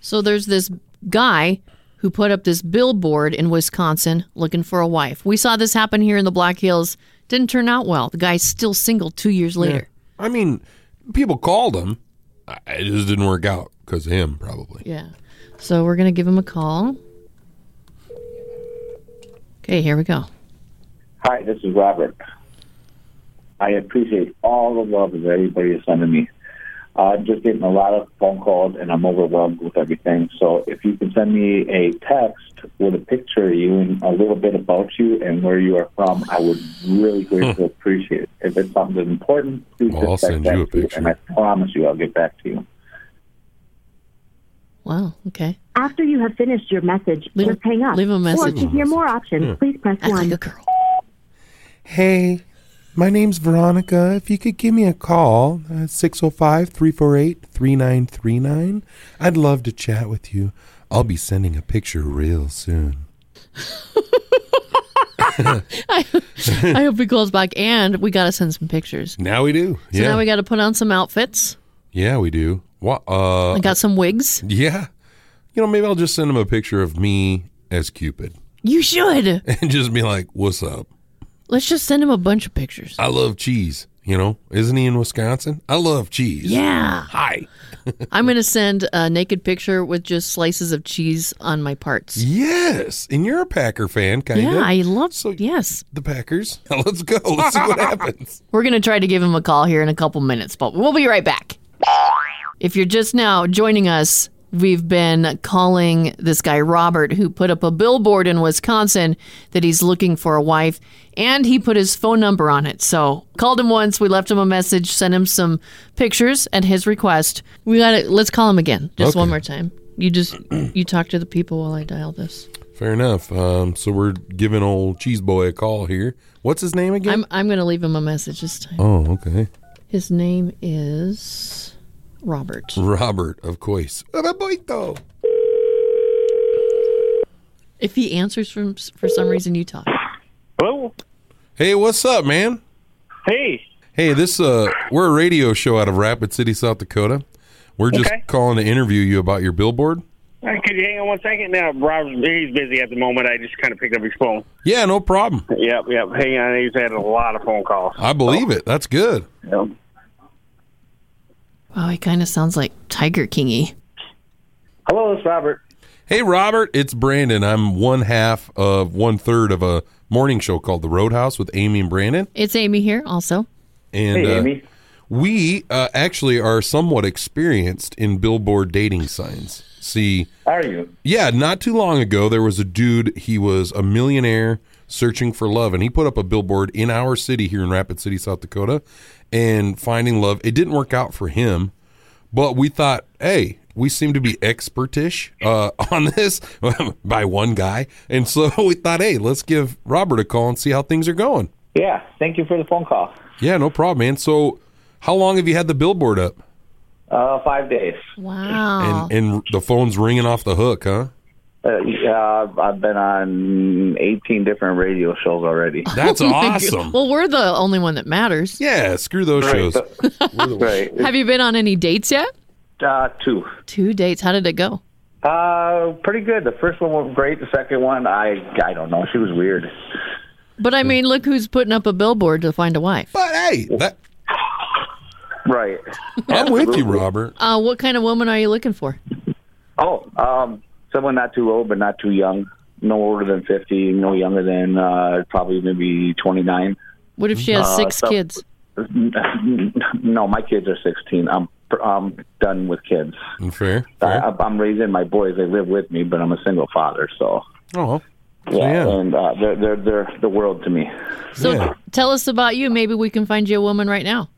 Speaker 2: So there's this guy who put up this billboard in Wisconsin looking for a wife. We saw this happen here in the Black Hills. Didn't turn out well. The guy's still single two years later.
Speaker 3: Yeah. I mean, people called him. I- It just didn't work out because of him, probably.
Speaker 2: Yeah. So we're going to give him a call. Okay, here we go.
Speaker 14: Hi, this is Robert. I appreciate all the love that everybody is sending me. I'm just getting a lot of phone calls and I'm overwhelmed with everything. So if you can send me a text with a picture of you and a little bit about you and where you are from, I would really greatly appreciate it. If it's something important, please
Speaker 3: Hmm. Well, I'll
Speaker 14: just text
Speaker 3: send
Speaker 14: that
Speaker 3: you a
Speaker 14: to me, And I promise you I'll get back to you.
Speaker 2: Wow. Okay.
Speaker 8: After you have finished your message,
Speaker 2: Leave-
Speaker 8: just hang up.
Speaker 2: leave a
Speaker 8: Or
Speaker 2: message.
Speaker 8: to hear more options,
Speaker 3: Yeah.
Speaker 8: please press
Speaker 2: Act
Speaker 8: one.
Speaker 2: like a girl. [laughs]
Speaker 3: Hey, my name's Veronica. If you could give me a call, 605 348 3939, I'd love to chat with you. I'll be sending a picture real soon.
Speaker 2: I hope he calls back, and we gotta send some pictures.
Speaker 3: Now we do.
Speaker 2: So
Speaker 3: yeah.
Speaker 2: now we gotta put on some outfits.
Speaker 3: yeah, we do. What? Uh,
Speaker 2: I got some wigs.
Speaker 3: yeah. You know, maybe I'll just send him a picture of me as Cupid [laughs]
Speaker 2: You should.
Speaker 3: and just be like, what's up?
Speaker 2: Let's just send him a bunch of pictures.
Speaker 3: I love cheese. You know, isn't he in Wisconsin? I love cheese.
Speaker 2: Yeah.
Speaker 3: Hi.
Speaker 2: I'm gonna send a naked picture with just slices of cheese on my parts.
Speaker 3: Yes. And you're a Packer fan, kind of.
Speaker 2: yeah, I love. yes,
Speaker 3: the Packers. [laughs] Now let's go. Let's see what happens.
Speaker 2: [laughs] We're going to try to give him a call here in a couple minutes, but we'll be right back. If you're just now joining us, we've been calling this guy Robert, who put up a billboard in Wisconsin that he's looking for a wife, and he put his phone number on it. So called him once, we left him a message, sent him some pictures at his request. We got to let's call him again, just one more time. You just you talk to the people while I dial this.
Speaker 3: Fair enough. Um, so we're giving old Cheese Boy a call here. What's his name again?
Speaker 2: I'm I'm going to leave him a message this time.
Speaker 3: oh, okay.
Speaker 2: His name is Robert.
Speaker 3: Robert, of course.
Speaker 2: If he answers from for some reason, you talk.
Speaker 3: Hello. Hey, what's up, man? Hey. Hey, this uh, we're a radio show out of Rapid City, South Dakota. We're just calling to interview you about your billboard.
Speaker 7: Hey, could you hang on one second? Now, Rob's he's busy at the moment. I just kind of picked up his phone.
Speaker 3: Yeah, no problem.
Speaker 7: Yep, yep. Hang on. He's had a lot of phone calls.
Speaker 3: I believe it. That's good.
Speaker 2: Wow, he kind of sounds like Tiger Kingy.
Speaker 3: Hello, it's Robert. Hey, Robert, it's Brandon. I'm one half of one third of a morning show called The Roadhouse with Amy and Brandon.
Speaker 2: It's Amy here, also.
Speaker 3: And
Speaker 2: Hey,
Speaker 3: uh,
Speaker 2: Amy.
Speaker 3: we uh, actually are somewhat experienced in billboard dating signs. See,
Speaker 15: Are you?
Speaker 3: yeah, not too long ago, there was a dude. He was a millionaire searching for love, and he put up a billboard in our city here in Rapid City, South Dakota, and finding love. It didn't work out for him, but we thought, hey, we seem to be expertish uh, [laughs] on this by one guy, and so [laughs] we thought, hey, let's give Robert a call and see how things are going.
Speaker 15: Yeah. Thank you for the phone call.
Speaker 3: Yeah, no problem, man. So, how long have you had the billboard up?
Speaker 15: Uh, five days.
Speaker 2: Wow.
Speaker 3: And, and the phone's ringing off the hook, huh?
Speaker 15: Uh, yeah, I've been on 18 different radio shows already. [laughs]
Speaker 3: That's
Speaker 2: [laughs] Oh my God. Well, we're the only one that matters.
Speaker 3: Yeah, screw those shows.
Speaker 15: [laughs] right.
Speaker 2: Have you been on any dates yet?
Speaker 15: Uh, two.
Speaker 2: Two dates. How did it go?
Speaker 15: Uh, pretty good. The first one was great. The second one, I I don't know. She was weird.
Speaker 2: But I mean, look who's putting up a billboard to find a wife.
Speaker 3: But uh, hey, that
Speaker 15: Right.
Speaker 3: I'm with you, Robert.
Speaker 2: Uh, what kind of woman are you looking for?
Speaker 15: Oh, um, someone not too old but not too young. No older than 50. No younger than uh, probably maybe 29.
Speaker 2: What if she has
Speaker 15: Uh,
Speaker 2: six
Speaker 15: so-
Speaker 2: kids?
Speaker 15: [laughs] No, my kids are 16. I'm I'm done with kids.
Speaker 3: Fair.
Speaker 15: I, I'm raising my boys. They live with me, but I'm a single father. So
Speaker 3: Oh,
Speaker 15: yeah, and uh, they're they're they're the world to me.
Speaker 2: So tell us about you. Maybe we can find you a woman right now.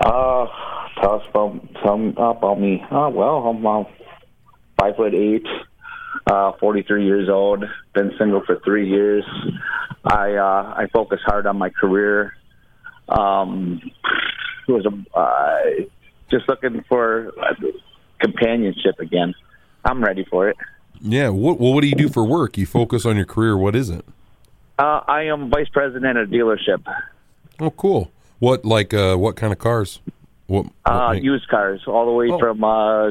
Speaker 15: Uh, tell us about some about me. Oh well, I'm uh, five foot eight, uh, forty three years old. Been single for three years. I uh, I focus hard on my career. Um, it was a uh, just looking for uh, companionship again. I'm ready for it.
Speaker 3: Yeah. What well, what do you do for work? You focus on your career. What is it?
Speaker 15: Uh, I am vice president of dealership.
Speaker 3: Oh, cool. What like uh, what kind of cars? What
Speaker 15: Uh, used cars all the way from uh,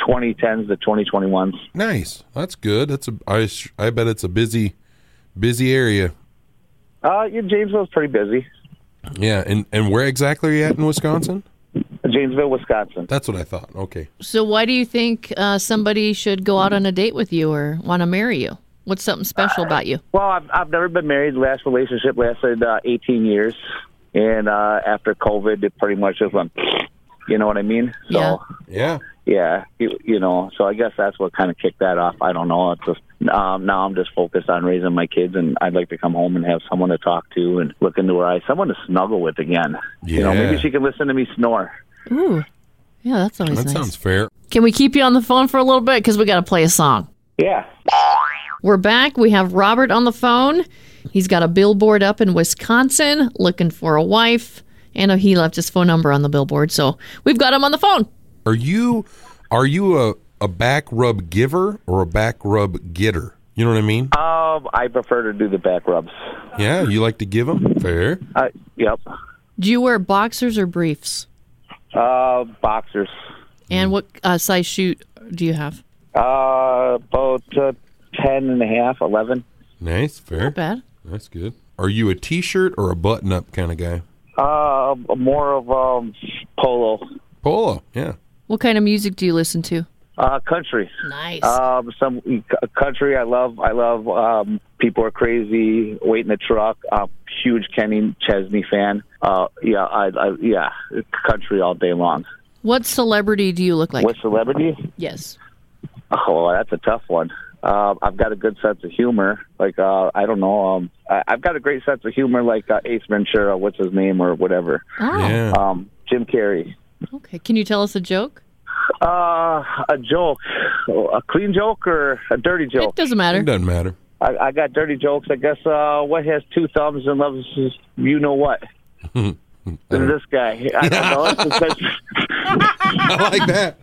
Speaker 15: 2010s to 2021s.
Speaker 3: nice. That's good. That's a I sh- I bet it's a busy busy area.
Speaker 15: Uh, yeah, Jamesville's pretty busy.
Speaker 3: Yeah. And and where exactly are you at in Wisconsin?
Speaker 15: Janesville, Wisconsin.
Speaker 3: That's what I thought. Okay.
Speaker 2: So why do you think uh, somebody should go out on a date with you or want to marry you? What's something special about you?
Speaker 15: Well, I've, I've never been married. Last relationship lasted uh, 18 years, and uh, after COVID, it pretty much just went. You know what I mean? So, yeah.
Speaker 3: Yeah. [laughs]
Speaker 15: you, you know. So I guess that's what kind of kicked that off. I don't know. It's just um, now I'm just focused on raising my kids, and I'd like to come home and have someone to talk to and look into her eyes, someone to snuggle with again. You know,
Speaker 3: Yeah.
Speaker 15: maybe she can listen to me snore.
Speaker 2: Ooh. Yeah, that's always
Speaker 3: That
Speaker 2: nice.
Speaker 3: sounds fair.
Speaker 2: Can we keep you on the phone for a little bit? Because we got to play a song.
Speaker 15: Yeah.
Speaker 2: We're back. We have Robert on the phone. He's got a billboard up in Wisconsin looking for a wife. And he left his phone number on the billboard. So we've got him on the phone.
Speaker 3: Are you are you a, a back rub giver or a back rub getter? You know what I mean?
Speaker 15: Um, I prefer to do the back rubs.
Speaker 3: Yeah, you like to give them? Fair.
Speaker 15: Uh, yep.
Speaker 2: Do you wear boxers or briefs?
Speaker 15: Uh, boxers.
Speaker 2: And what uh, size shoe do you have?
Speaker 15: Uh, about uh, 10 and a half, 11.
Speaker 3: Nice, fair.
Speaker 2: Not bad.
Speaker 3: That's good. Are you a t-shirt or a button-up kind of guy?
Speaker 15: Uh, more of um, polo.
Speaker 3: Polo, yeah.
Speaker 2: What kind of music do you listen to?
Speaker 15: Uh, country.
Speaker 2: Nice.
Speaker 15: Um, some c- country. I love. I love. Um, people are crazy. Wait in the truck. Uh, huge Kenny Chesney fan. Uh, yeah. I, I. Yeah. Country all day long.
Speaker 2: What celebrity do you look like?
Speaker 15: What celebrity?
Speaker 2: Yes.
Speaker 15: Oh, that's a tough one. Uh, I've got a good sense of humor. Like uh, I don't know. Um, I, I've got a great sense of humor, like uh, Ace Ventura. What's his name or whatever.
Speaker 2: Oh. Yeah.
Speaker 15: Um, Jim Carrey.
Speaker 2: Okay. Can you tell us a joke?
Speaker 15: Uh, a joke, a clean joke or a dirty joke?
Speaker 2: It doesn't matter. It
Speaker 3: doesn't matter.
Speaker 15: I, I got dirty jokes. I guess uh, what has two thumbs and loves his, you know what?
Speaker 3: Uh-huh.
Speaker 15: This guy. I don't know. It's just-
Speaker 3: [laughs] I like that.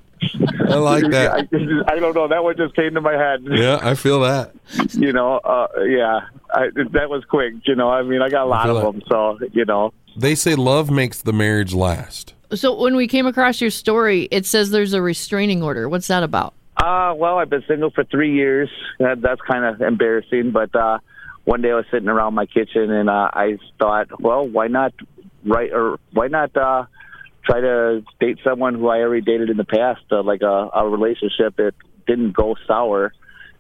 Speaker 3: I like that.
Speaker 15: I, don't know. That one just came to my head.
Speaker 3: Yeah, I feel that.
Speaker 15: You know. Uh, yeah. I, that was quick. You know. I mean, I got a lot
Speaker 3: feel
Speaker 15: of them. So you know.
Speaker 3: They say love makes the marriage last.
Speaker 2: So when we came across your story, it says there's a restraining order. What's that about?
Speaker 15: Uh, well, I've been single for three years. That, that's kind of embarrassing. But uh, one day I was sitting around my kitchen and uh, I thought, well, why not write or why not uh, try to date someone who I already dated in the past, uh, like a, a relationship that didn't go sour.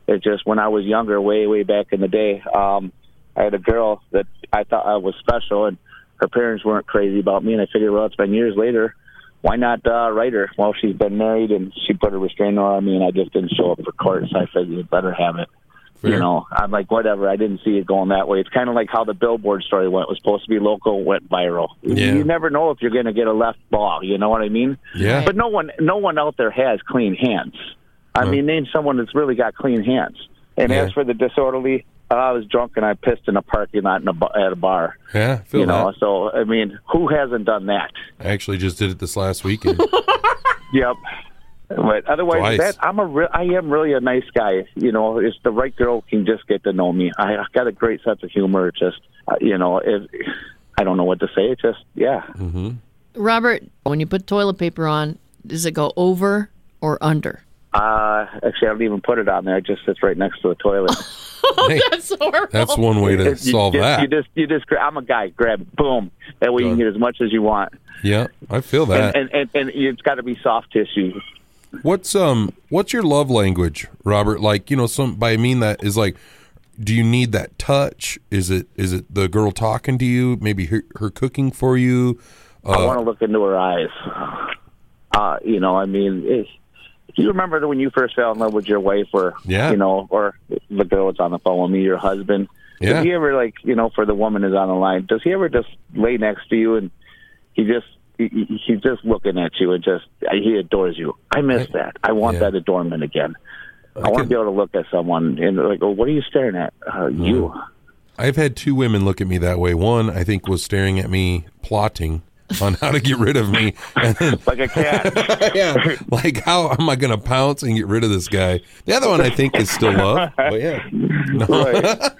Speaker 15: It just when I was younger, way way back in the day, um, I had a girl that I thought I was special, and her parents weren't crazy about me. And I figured, well, it's been years later why not uh, write her? Well, she's been married and she put a restraining order on me, and I just didn't show up for court, so I figured let her have it. You know, I'm like, whatever. I didn't see it going that way. It's kind of like how the billboard story went. It was supposed to be local, went viral.
Speaker 3: Yeah.
Speaker 15: You never know if you're going to get a left ball. You know what I mean?
Speaker 3: Yeah.
Speaker 15: But no one, no one out there has clean hands. I mean, name someone that's really got clean hands. And
Speaker 3: Yeah.
Speaker 15: as for the disorderly, uh, I was drunk and I pissed in a parking lot in a, bu- at a bar.
Speaker 3: Yeah, I feel
Speaker 15: you know,
Speaker 3: that.
Speaker 15: so I mean, who hasn't done that?
Speaker 3: I actually just did it this last
Speaker 15: [laughs]
Speaker 3: weekend.
Speaker 15: Yep. But
Speaker 3: Twice.
Speaker 15: otherwise, that, I'm a re- I am really a nice guy. You know, it's the right girl can just get to know me. I, I've got a great sense of humor. It's Just uh, you know, it, I don't know what to say. It's just yeah.
Speaker 3: Mm-hmm.
Speaker 2: Robert, when you put toilet paper on, does it go over or under?
Speaker 15: Uh, actually, I don't even put it on there. It just sits right next to the toilet.
Speaker 2: that's horrible.
Speaker 3: [laughs] That's one way to
Speaker 15: [laughs] You
Speaker 3: solve
Speaker 15: just-
Speaker 3: that.
Speaker 15: You just you just gra- I'm a guy. Grab boom. That way you can get as much as you want.
Speaker 3: Yeah, I feel that.
Speaker 15: And, and and and it's got to be soft tissue.
Speaker 3: what's um what's your love language, Robert? Like, you know, some by I mean that is like do you need that touch? Is it is it the girl talking to you? Maybe her, her cooking for you? Uh,
Speaker 15: I want to look into her eyes. Uh, you know, I mean, it, do you remember that when you first fell in love with your wife, or
Speaker 3: Yeah.
Speaker 15: you know, or the girl that's on the phone with me, your husband?
Speaker 3: Yeah.
Speaker 15: Does he ever like, you know, for the woman is on the line? Does he ever just lay next to you and he just he, he- he's just looking at you and just he adores you? I miss that. I want that adornment again. I, want to be able to look at someone and like, oh, what are you staring at? Uh, You.
Speaker 3: I've had two women look at me that way. One, I think, was staring at me, plotting on how to get rid of
Speaker 15: [laughs]
Speaker 3: me, and then
Speaker 15: like a cat.
Speaker 3: [laughs] yeah, [laughs] like how am I going to pounce and get rid of this guy? The other one, I think, is still love. But yeah, [laughs] No.
Speaker 15: [laughs] Right.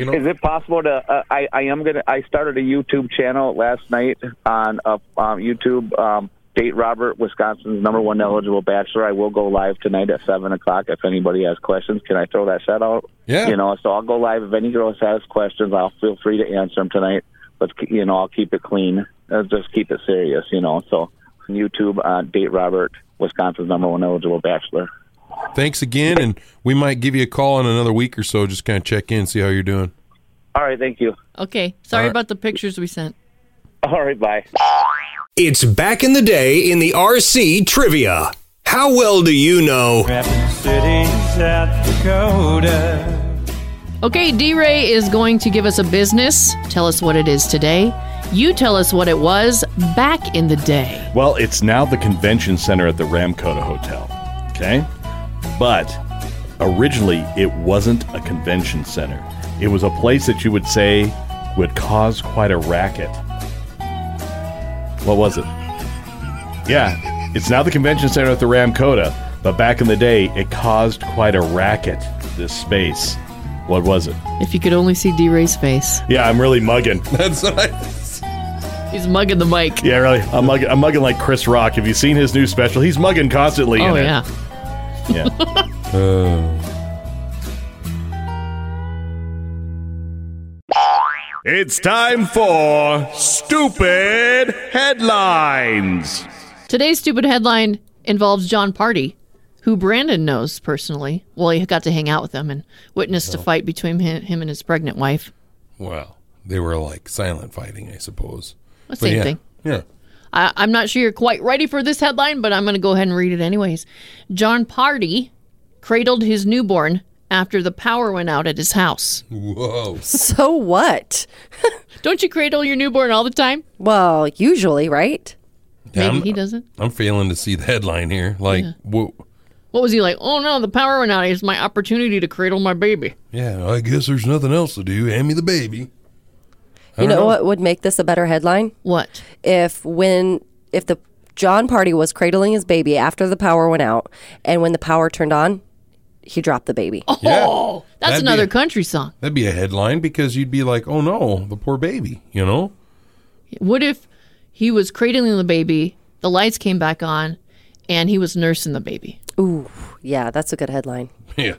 Speaker 15: Is, is it possible to? Uh, I I am gonna. I started a YouTube channel last night on uh, um, YouTube. Um, Date Robert, Wisconsin's number one eligible bachelor. I will go live tonight at seven o'clock. If anybody has questions, can I throw that shout out?
Speaker 3: Yeah.
Speaker 15: You know, so I'll go live. If any girl has questions, I'll feel free to answer them tonight. Let's ke- you know, I'll keep it clean. Let's just keep it serious. You know, so YouTube, uh, Date Robert, Wisconsin's number one eligible bachelor.
Speaker 3: Thanks again, and we might give you a call in another week or so, just kind of check in, see how you're doing.
Speaker 15: All right, thank you.
Speaker 2: Okay. Sorry
Speaker 3: All right.
Speaker 2: about the pictures we sent.
Speaker 15: [laughs] All right, bye.
Speaker 16: It's back in the day in the RC trivia. How well do you know?
Speaker 7: City, South Dakota.
Speaker 2: Okay, D Ray is going to give us a business. Tell us what it is today. You tell us what it was back in the day.
Speaker 13: Well, it's now the convention center at the Ramcota Hotel. Okay? But originally, it wasn't a convention center. It was a place that you would say would cause quite a racket. What was it? Yeah, it's now the convention center at the Ramcota, but back in the day, it caused quite a racket, this space. What was it?
Speaker 2: If you could only see D Ray's face,
Speaker 13: Yeah, I'm really mugging.
Speaker 3: [laughs] That's what I
Speaker 2: he's mugging the mic.
Speaker 13: Yeah, really. I'm mugging, I'm mugging like Chris Rock. Have you seen his new special? He's mugging constantly.
Speaker 2: Oh,
Speaker 13: in
Speaker 2: yeah.
Speaker 13: It.
Speaker 2: [laughs]
Speaker 13: Yeah.
Speaker 6: It's time for stupid headlines.
Speaker 2: Today's stupid headline involves John Party, who Brandon knows personally. Well, he got to hang out with him and witnessed a fight between him, him and his pregnant wife.
Speaker 3: Well, they were like silent fighting, I suppose.
Speaker 2: Well,
Speaker 3: But
Speaker 2: same
Speaker 3: yeah,
Speaker 2: thing.
Speaker 3: Yeah.
Speaker 2: I, I'm not sure you're quite ready for this headline, but I'm going to go ahead and read it anyways. John Party cradled his newborn after the power went out at his house.
Speaker 3: Whoa.
Speaker 4: So what? [laughs]
Speaker 2: Don't you cradle your newborn all the time?
Speaker 4: Well, usually, right?
Speaker 3: Yeah,
Speaker 2: Maybe
Speaker 3: I'm-
Speaker 2: he doesn't.
Speaker 3: I'm failing to see the headline here. Like,
Speaker 2: Yeah.
Speaker 3: whoa.
Speaker 2: What was he like? Oh no, the power went out. It's my opportunity to cradle my baby.
Speaker 3: Yeah, I guess there's nothing else to do. Hand me the baby. I
Speaker 4: You know,
Speaker 3: don't
Speaker 4: what would make this a better headline?
Speaker 2: What?
Speaker 4: If when if the John Party was cradling his baby after the power went out and when the power turned on, he dropped the baby.
Speaker 2: Oh, that's
Speaker 3: That'd be
Speaker 2: another
Speaker 3: a-
Speaker 2: country song.
Speaker 3: That'd be a headline because you'd be like, oh no, the poor baby, you know?
Speaker 2: What if he was cradling the baby, the lights came back on, and he was nursing the baby?
Speaker 4: Ooh, yeah, that's a good headline.
Speaker 3: [laughs] Yeah.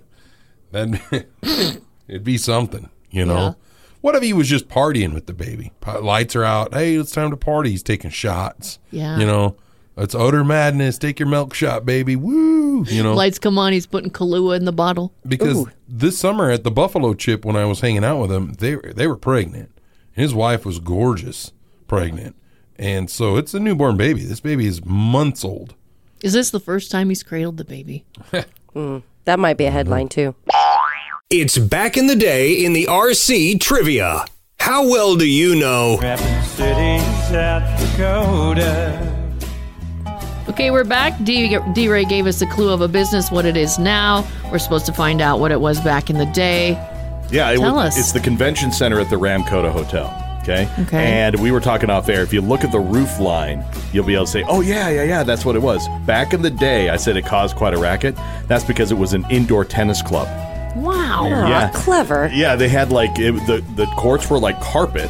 Speaker 3: That'd be, [laughs] it'd be something, you know? What if he was just partying with the baby? Pa- Lights are out. Hey, it's time to party. He's taking shots.
Speaker 2: Yeah.
Speaker 3: You know, it's utter madness. Take your milk shot, baby. Woo. You know,
Speaker 2: Lights come on, he's putting Kahlua in the bottle.
Speaker 3: because this summer at the Buffalo Chip, when I was hanging out with him, they they were pregnant. His wife was gorgeous, pregnant, and so it's a newborn baby. This baby is months old.
Speaker 2: Is this the first time he's cradled
Speaker 3: [laughs]
Speaker 2: the baby?
Speaker 4: Mm, that might be a headline too.
Speaker 16: It's back in the day in the RC trivia. How well do you know?
Speaker 7: City, South Dakota.
Speaker 2: Okay, we're back. D, D Ray gave us a clue of a business, what it is now. We're supposed to find out what it was back in the day.
Speaker 13: Yeah, it
Speaker 2: Tell
Speaker 13: was,
Speaker 2: us.
Speaker 13: it's the convention center at the Ramcota Hotel. Okay.
Speaker 2: Okay.
Speaker 13: And we were talking off air. If you look at the roof line, you'll be able to say, "Oh yeah, yeah, yeah, that's what it was." Back in the day, I said it caused quite a racket. That's because it was an indoor tennis club.
Speaker 2: Wow.
Speaker 13: yeah,
Speaker 4: clever.
Speaker 13: Yeah, they had like it, the the courts were like carpet,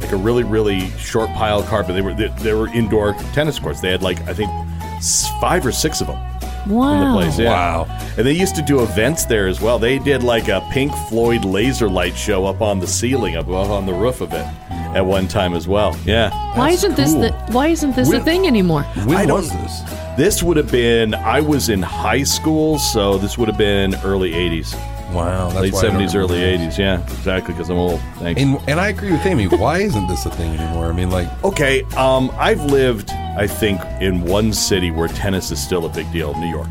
Speaker 13: like a really really short pile of carpet. They were they, they were indoor tennis courts. They had like I think s- five or six of them in the
Speaker 2: Wow.
Speaker 13: place. Wow. And they used to do events there as well. They did like a Pink Floyd laser light show up on the ceiling, up up on the roof of it at one time as well. Yeah.
Speaker 2: Why isn't this the Why isn't this a thing anymore?
Speaker 13: When was this? This would have been, I was in high school, so this would have been early 80s.
Speaker 3: Wow. that's
Speaker 13: Late
Speaker 3: why I don't
Speaker 13: 70s,
Speaker 3: remember
Speaker 13: early
Speaker 3: this.
Speaker 13: 80s. Yeah, exactly, because I'm old. Thanks.
Speaker 3: And and I agree with Amy. Why isn't this a thing anymore? I mean, like,
Speaker 13: okay, um, I've lived, I think, in one city where tennis is still a big deal, New York.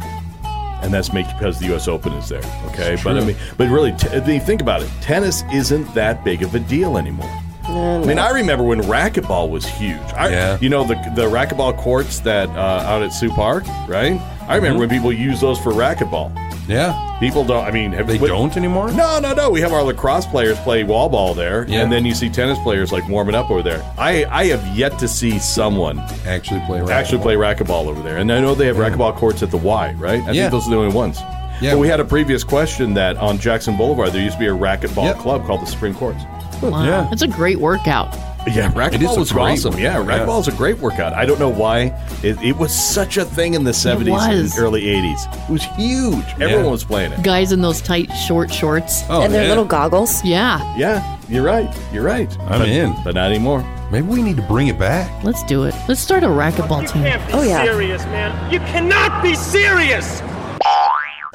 Speaker 13: And that's make, because the U.S. Open is there. Okay,
Speaker 17: It's
Speaker 13: but I
Speaker 17: true.
Speaker 13: mean, but really, t- I mean, think about it. Tennis isn't that big of a deal anymore. I mean, I remember when racquetball was huge. I,
Speaker 3: Yeah.
Speaker 13: You know the the racquetball courts that uh, out at Sioux Park, right? I remember
Speaker 3: Mhm.
Speaker 13: when people used those for racquetball.
Speaker 3: Yeah.
Speaker 13: People don't. I mean, have, they
Speaker 3: don't anymore.
Speaker 13: No, no, no. We have our lacrosse players play wall ball there,
Speaker 3: Yeah.
Speaker 13: and then you see tennis players like warming up over there. I I have yet to see someone
Speaker 3: actually play racquetball.
Speaker 13: actually play racquetball over there, and I know they have racquetball courts at the Y, right? I
Speaker 3: Yeah.
Speaker 13: think those are the only ones.
Speaker 3: Yeah.
Speaker 13: But we had a previous question that on Jackson Boulevard there used to be a racquetball club called the Supreme Courts.
Speaker 2: Wow.
Speaker 13: Yeah.
Speaker 2: That's a great workout.
Speaker 13: Yeah,
Speaker 2: It is
Speaker 13: racquetball
Speaker 2: a
Speaker 13: was
Speaker 2: great
Speaker 13: awesome.
Speaker 2: workout,
Speaker 13: Yeah,
Speaker 2: yeah.
Speaker 13: racquetball is a great workout. I don't know why it, it was such a thing in the seventies
Speaker 2: was.
Speaker 13: and early eighties. It was huge. Everyone was playing it.
Speaker 2: Guys in those tight short shorts.
Speaker 13: Oh, And their yeah. little
Speaker 4: goggles.
Speaker 2: Yeah.
Speaker 13: Yeah, you're right. You're right.
Speaker 3: I'm
Speaker 13: But-
Speaker 3: in.
Speaker 13: but not anymore.
Speaker 3: Maybe we need to bring it back.
Speaker 2: Let's do it. Let's start a racquetball team.
Speaker 7: Can't be serious, man. You cannot be serious.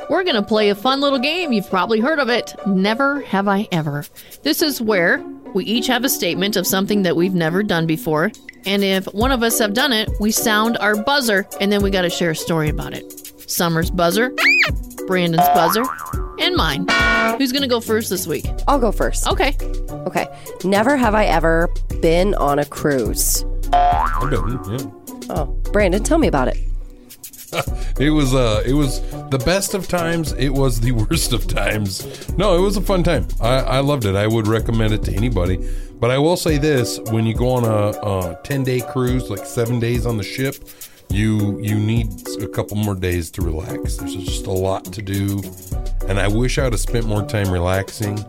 Speaker 2: We're going to play a fun little game. You've probably heard of it. Never have I ever. This is where we each have a statement of something that we've never done before. And if one of us have done it, we sound our buzzer and then we got to share a story about it. Summer's buzzer, Brandon's buzzer, and mine. Who's going to go first this week?
Speaker 4: I'll go first.
Speaker 2: Okay.
Speaker 4: Okay. Never have I ever been on a cruise.
Speaker 3: I've been, yeah.
Speaker 4: Oh, Brandon, tell me about it.
Speaker 3: [laughs] It was uh it was the best of times, it was the [laughs] worst of times. No, it was a fun time. I, I loved it. I would recommend it to anybody. But I will say this, when you go on a, a 10-day cruise, like 7 days on the ship, you you need a couple more days to relax. There's just a lot to do, and I wish I would have spent more time relaxing.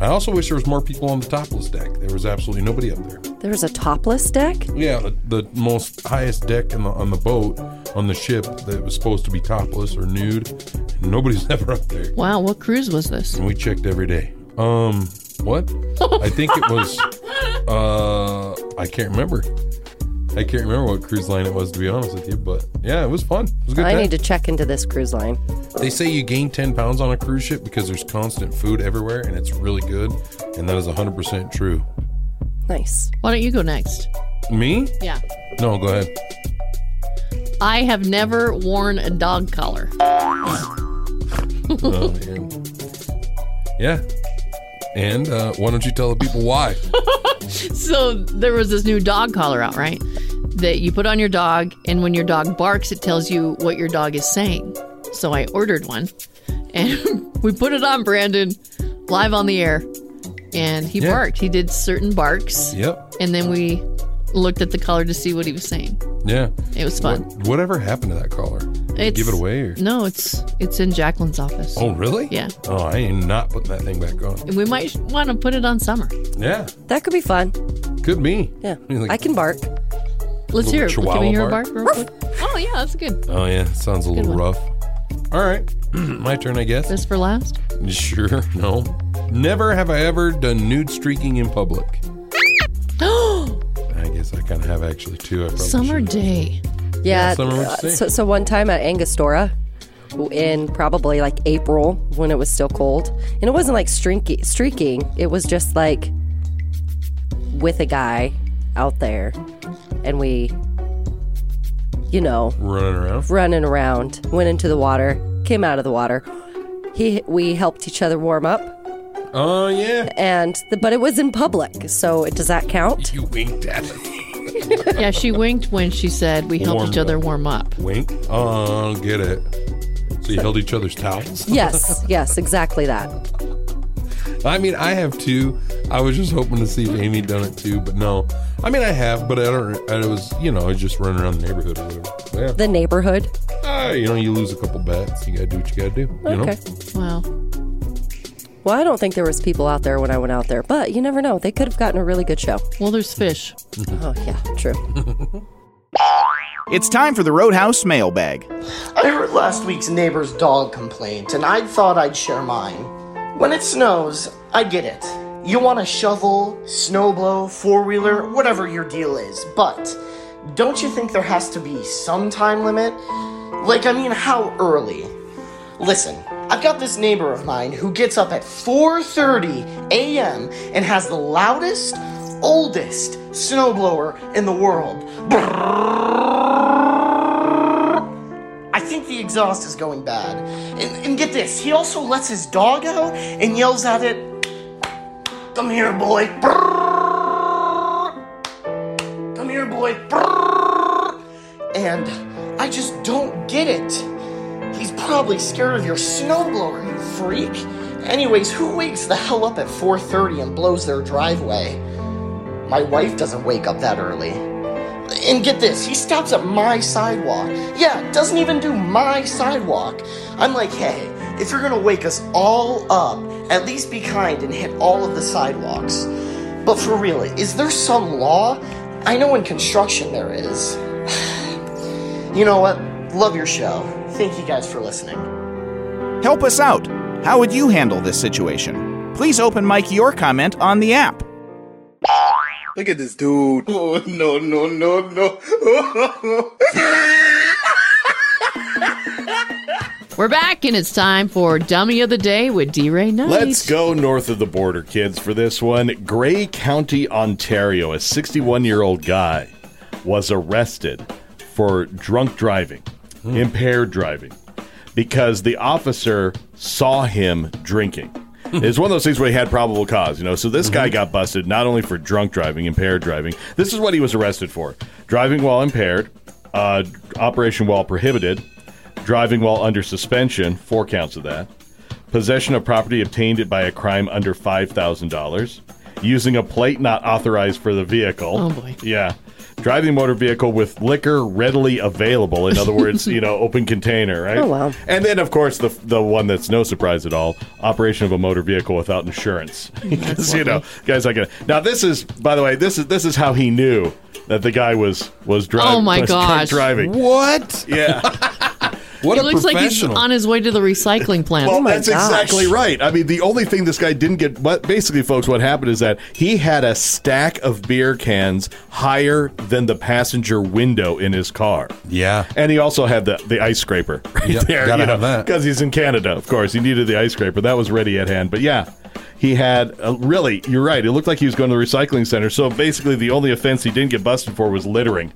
Speaker 3: I also wish there was more people on the topless deck. There was absolutely nobody up there.
Speaker 4: There was a topless deck?
Speaker 3: Yeah, the, the most highest deck on the, on the boat, on the ship, that was supposed to be topless or nude. And nobody's [laughs] ever up there.
Speaker 2: Wow, what cruise was this?
Speaker 3: And we checked every day. Um, what? I think it
Speaker 2: [laughs]
Speaker 3: was, uh, I can't remember. I can't remember what cruise line it was, to be honest with you, but yeah, it was fun. It was a good
Speaker 4: I
Speaker 3: time.
Speaker 4: need to check into this cruise line.
Speaker 3: They say you gain 10 pounds on a cruise ship because there's constant food everywhere and it's really good. And that is 100% true.
Speaker 4: Nice.
Speaker 2: Why don't you go next?
Speaker 3: Me?
Speaker 2: Yeah.
Speaker 3: No, go ahead.
Speaker 2: I have never worn a dog collar.
Speaker 3: Oh, yeah. yeah. And uh, why don't you tell the people why?
Speaker 2: [laughs] so there was this new dog collar out, right? That you put on your dog, and when your dog barks, it tells you what your dog is saying. So I ordered one, and [laughs] we put it on Brandon live on the air, and he
Speaker 3: Yeah.
Speaker 2: barked. He did certain barks,
Speaker 3: Yep.
Speaker 2: and then we looked at the collar to see what he was saying.
Speaker 3: Yeah.
Speaker 2: It was fun.
Speaker 3: What- whatever happened to that collar? Did you
Speaker 2: It's-
Speaker 3: give it away? Or?
Speaker 2: No, it's it's in Jacqueline's office.
Speaker 3: Oh, really?
Speaker 2: Yeah.
Speaker 3: Oh, I am not putting that thing back on.
Speaker 2: We might want to put it on summer.
Speaker 3: Yeah.
Speaker 4: That could be fun.
Speaker 3: Could be.
Speaker 13: [laughs]
Speaker 3: [laughs]
Speaker 4: Yeah.
Speaker 3: You think-
Speaker 4: I can bark.
Speaker 2: Let's
Speaker 3: Little
Speaker 2: hear it. Can
Speaker 3: chihuahua
Speaker 2: we hear a
Speaker 3: bark?
Speaker 2: bark real quick? Oh yeah, that's good.
Speaker 3: Oh, yeah. Sounds a
Speaker 2: Good
Speaker 3: little
Speaker 2: one.
Speaker 3: rough. All right. [clears throat] My turn, I guess.
Speaker 2: This for last?
Speaker 3: Sure. [laughs] No. Never have I ever done nude streaking in public. I guess I kind of have actually, too. I probably
Speaker 4: Summer
Speaker 2: day.
Speaker 4: Yeah.
Speaker 3: Yeah, summer, what'd you
Speaker 4: uh,
Speaker 3: say?
Speaker 4: so, so one time at Angostura in probably like April when it was still cold, and it wasn't like streaky, streaking. It was just like with a guy out there, and we, you know,
Speaker 3: running around.
Speaker 4: running around, went into the water, came out of the water. He, we helped each other warm up,
Speaker 3: Oh, yeah.
Speaker 4: and the, but it was in public, so it, does that count?
Speaker 3: You winked at it.
Speaker 2: [laughs] yeah, she winked when she said we helped
Speaker 3: Warmed
Speaker 2: each other
Speaker 3: up.
Speaker 2: warm up.
Speaker 3: Wink. Oh, get it. So you held each other's towels?
Speaker 4: yes, yes, exactly that.
Speaker 3: I mean, I have two. I was just hoping to see if Amy done it too, but no. I mean, I have, but I don't. I was, you know, I was just running around the neighborhood or whatever. Yeah.
Speaker 4: The neighborhood.
Speaker 3: Ah, you know, you lose a couple bets. You gotta do what you gotta do. You know?
Speaker 4: Okay.
Speaker 2: Wow.
Speaker 4: Well, I don't think there was people out there when I went out there, but you never know. They could have gotten a really good show.
Speaker 2: Well, there's fish.
Speaker 4: oh yeah, true. [laughs]
Speaker 17: [laughs] It's time for the Roadhouse mailbag.
Speaker 18: I heard last week's neighbor's dog complaint, and I thought I'd share mine. When it snows, I get it. You want a shovel, snowblow, four wheeler, whatever your deal is, but don't you think there has to be some time limit? Like, I mean, how early? Listen, I've got this neighbor of mine who gets up at 4:30 a.m. and has the loudest, oldest snowblower in the world. I think the exhaust is going bad. And, and get this, he also lets his dog out and yells at it, Come here, boy. Come here, boy. And I just don't get it. He's probably scared of your snowblower, you freak. Anyways, who wakes the hell up at 4:30 and blows their driveway? My wife doesn't wake up that early. And get this, he stops at my sidewalk. Yeah, doesn't even do my sidewalk. I'm like, hey, if you're gonna wake us all up, at least be kind and hit all of the sidewalks. But for real, is there some law? I know in construction there is. [sighs] you know what? Love your show. Thank you guys for listening.
Speaker 17: Help us out. How would you handle this situation? Please open mic your comment on the app.
Speaker 19: Look at this dude. [laughs] Oh, no, no, no, [laughs] no.
Speaker 2: We're back, and it's time for Dummy of the Day with D. Ray Knight.
Speaker 13: Let's go north of the border, kids, for this one. Gray County, Ontario, a 61 year old guy was arrested for drunk driving, impaired driving, because the officer saw him drinking. It's one of those things where he had probable cause, you know. So this guy got busted not only for drunk driving, impaired driving. This is what he was arrested for: driving while impaired, uh, operation while prohibited, driving while under suspension, four counts of that, possession of property obtained by a crime under five thousand dollars, using a plate not authorized for the vehicle.
Speaker 2: Oh, boy.
Speaker 13: Yeah. Driving motor vehicle with liquor readily available. In other words, you
Speaker 2: [laughs]
Speaker 13: know, open container, right?
Speaker 4: Oh, wow.
Speaker 13: And then, of course, the the one that's no surprise at all: operation of a motor vehicle without insurance. [laughs] Because you know, guys like it. Now, this is, by the way, this is this is how he knew that the guy was was driving.
Speaker 2: Oh, my
Speaker 13: was drunk
Speaker 2: gosh.
Speaker 13: Driving.
Speaker 3: What?
Speaker 13: Yeah.
Speaker 2: [laughs] he looks like he's on his way to the recycling plant.
Speaker 13: Well, that's exactly right. I mean, the only thing this guy didn't get, but basically, folks, what happened is that he had a stack of beer cans higher than the passenger window in his car.
Speaker 3: Yeah.
Speaker 13: And he also had the, the ice scraper [laughs] right
Speaker 3: Yep,
Speaker 13: there.
Speaker 3: gotta
Speaker 13: you know,
Speaker 3: have that.
Speaker 13: Because he's in Canada, of course. He needed the ice scraper. That was ready at hand. But yeah, he had a, really, you're right. It looked like he was going to the recycling center. So basically, the only offense he didn't get busted for was littering.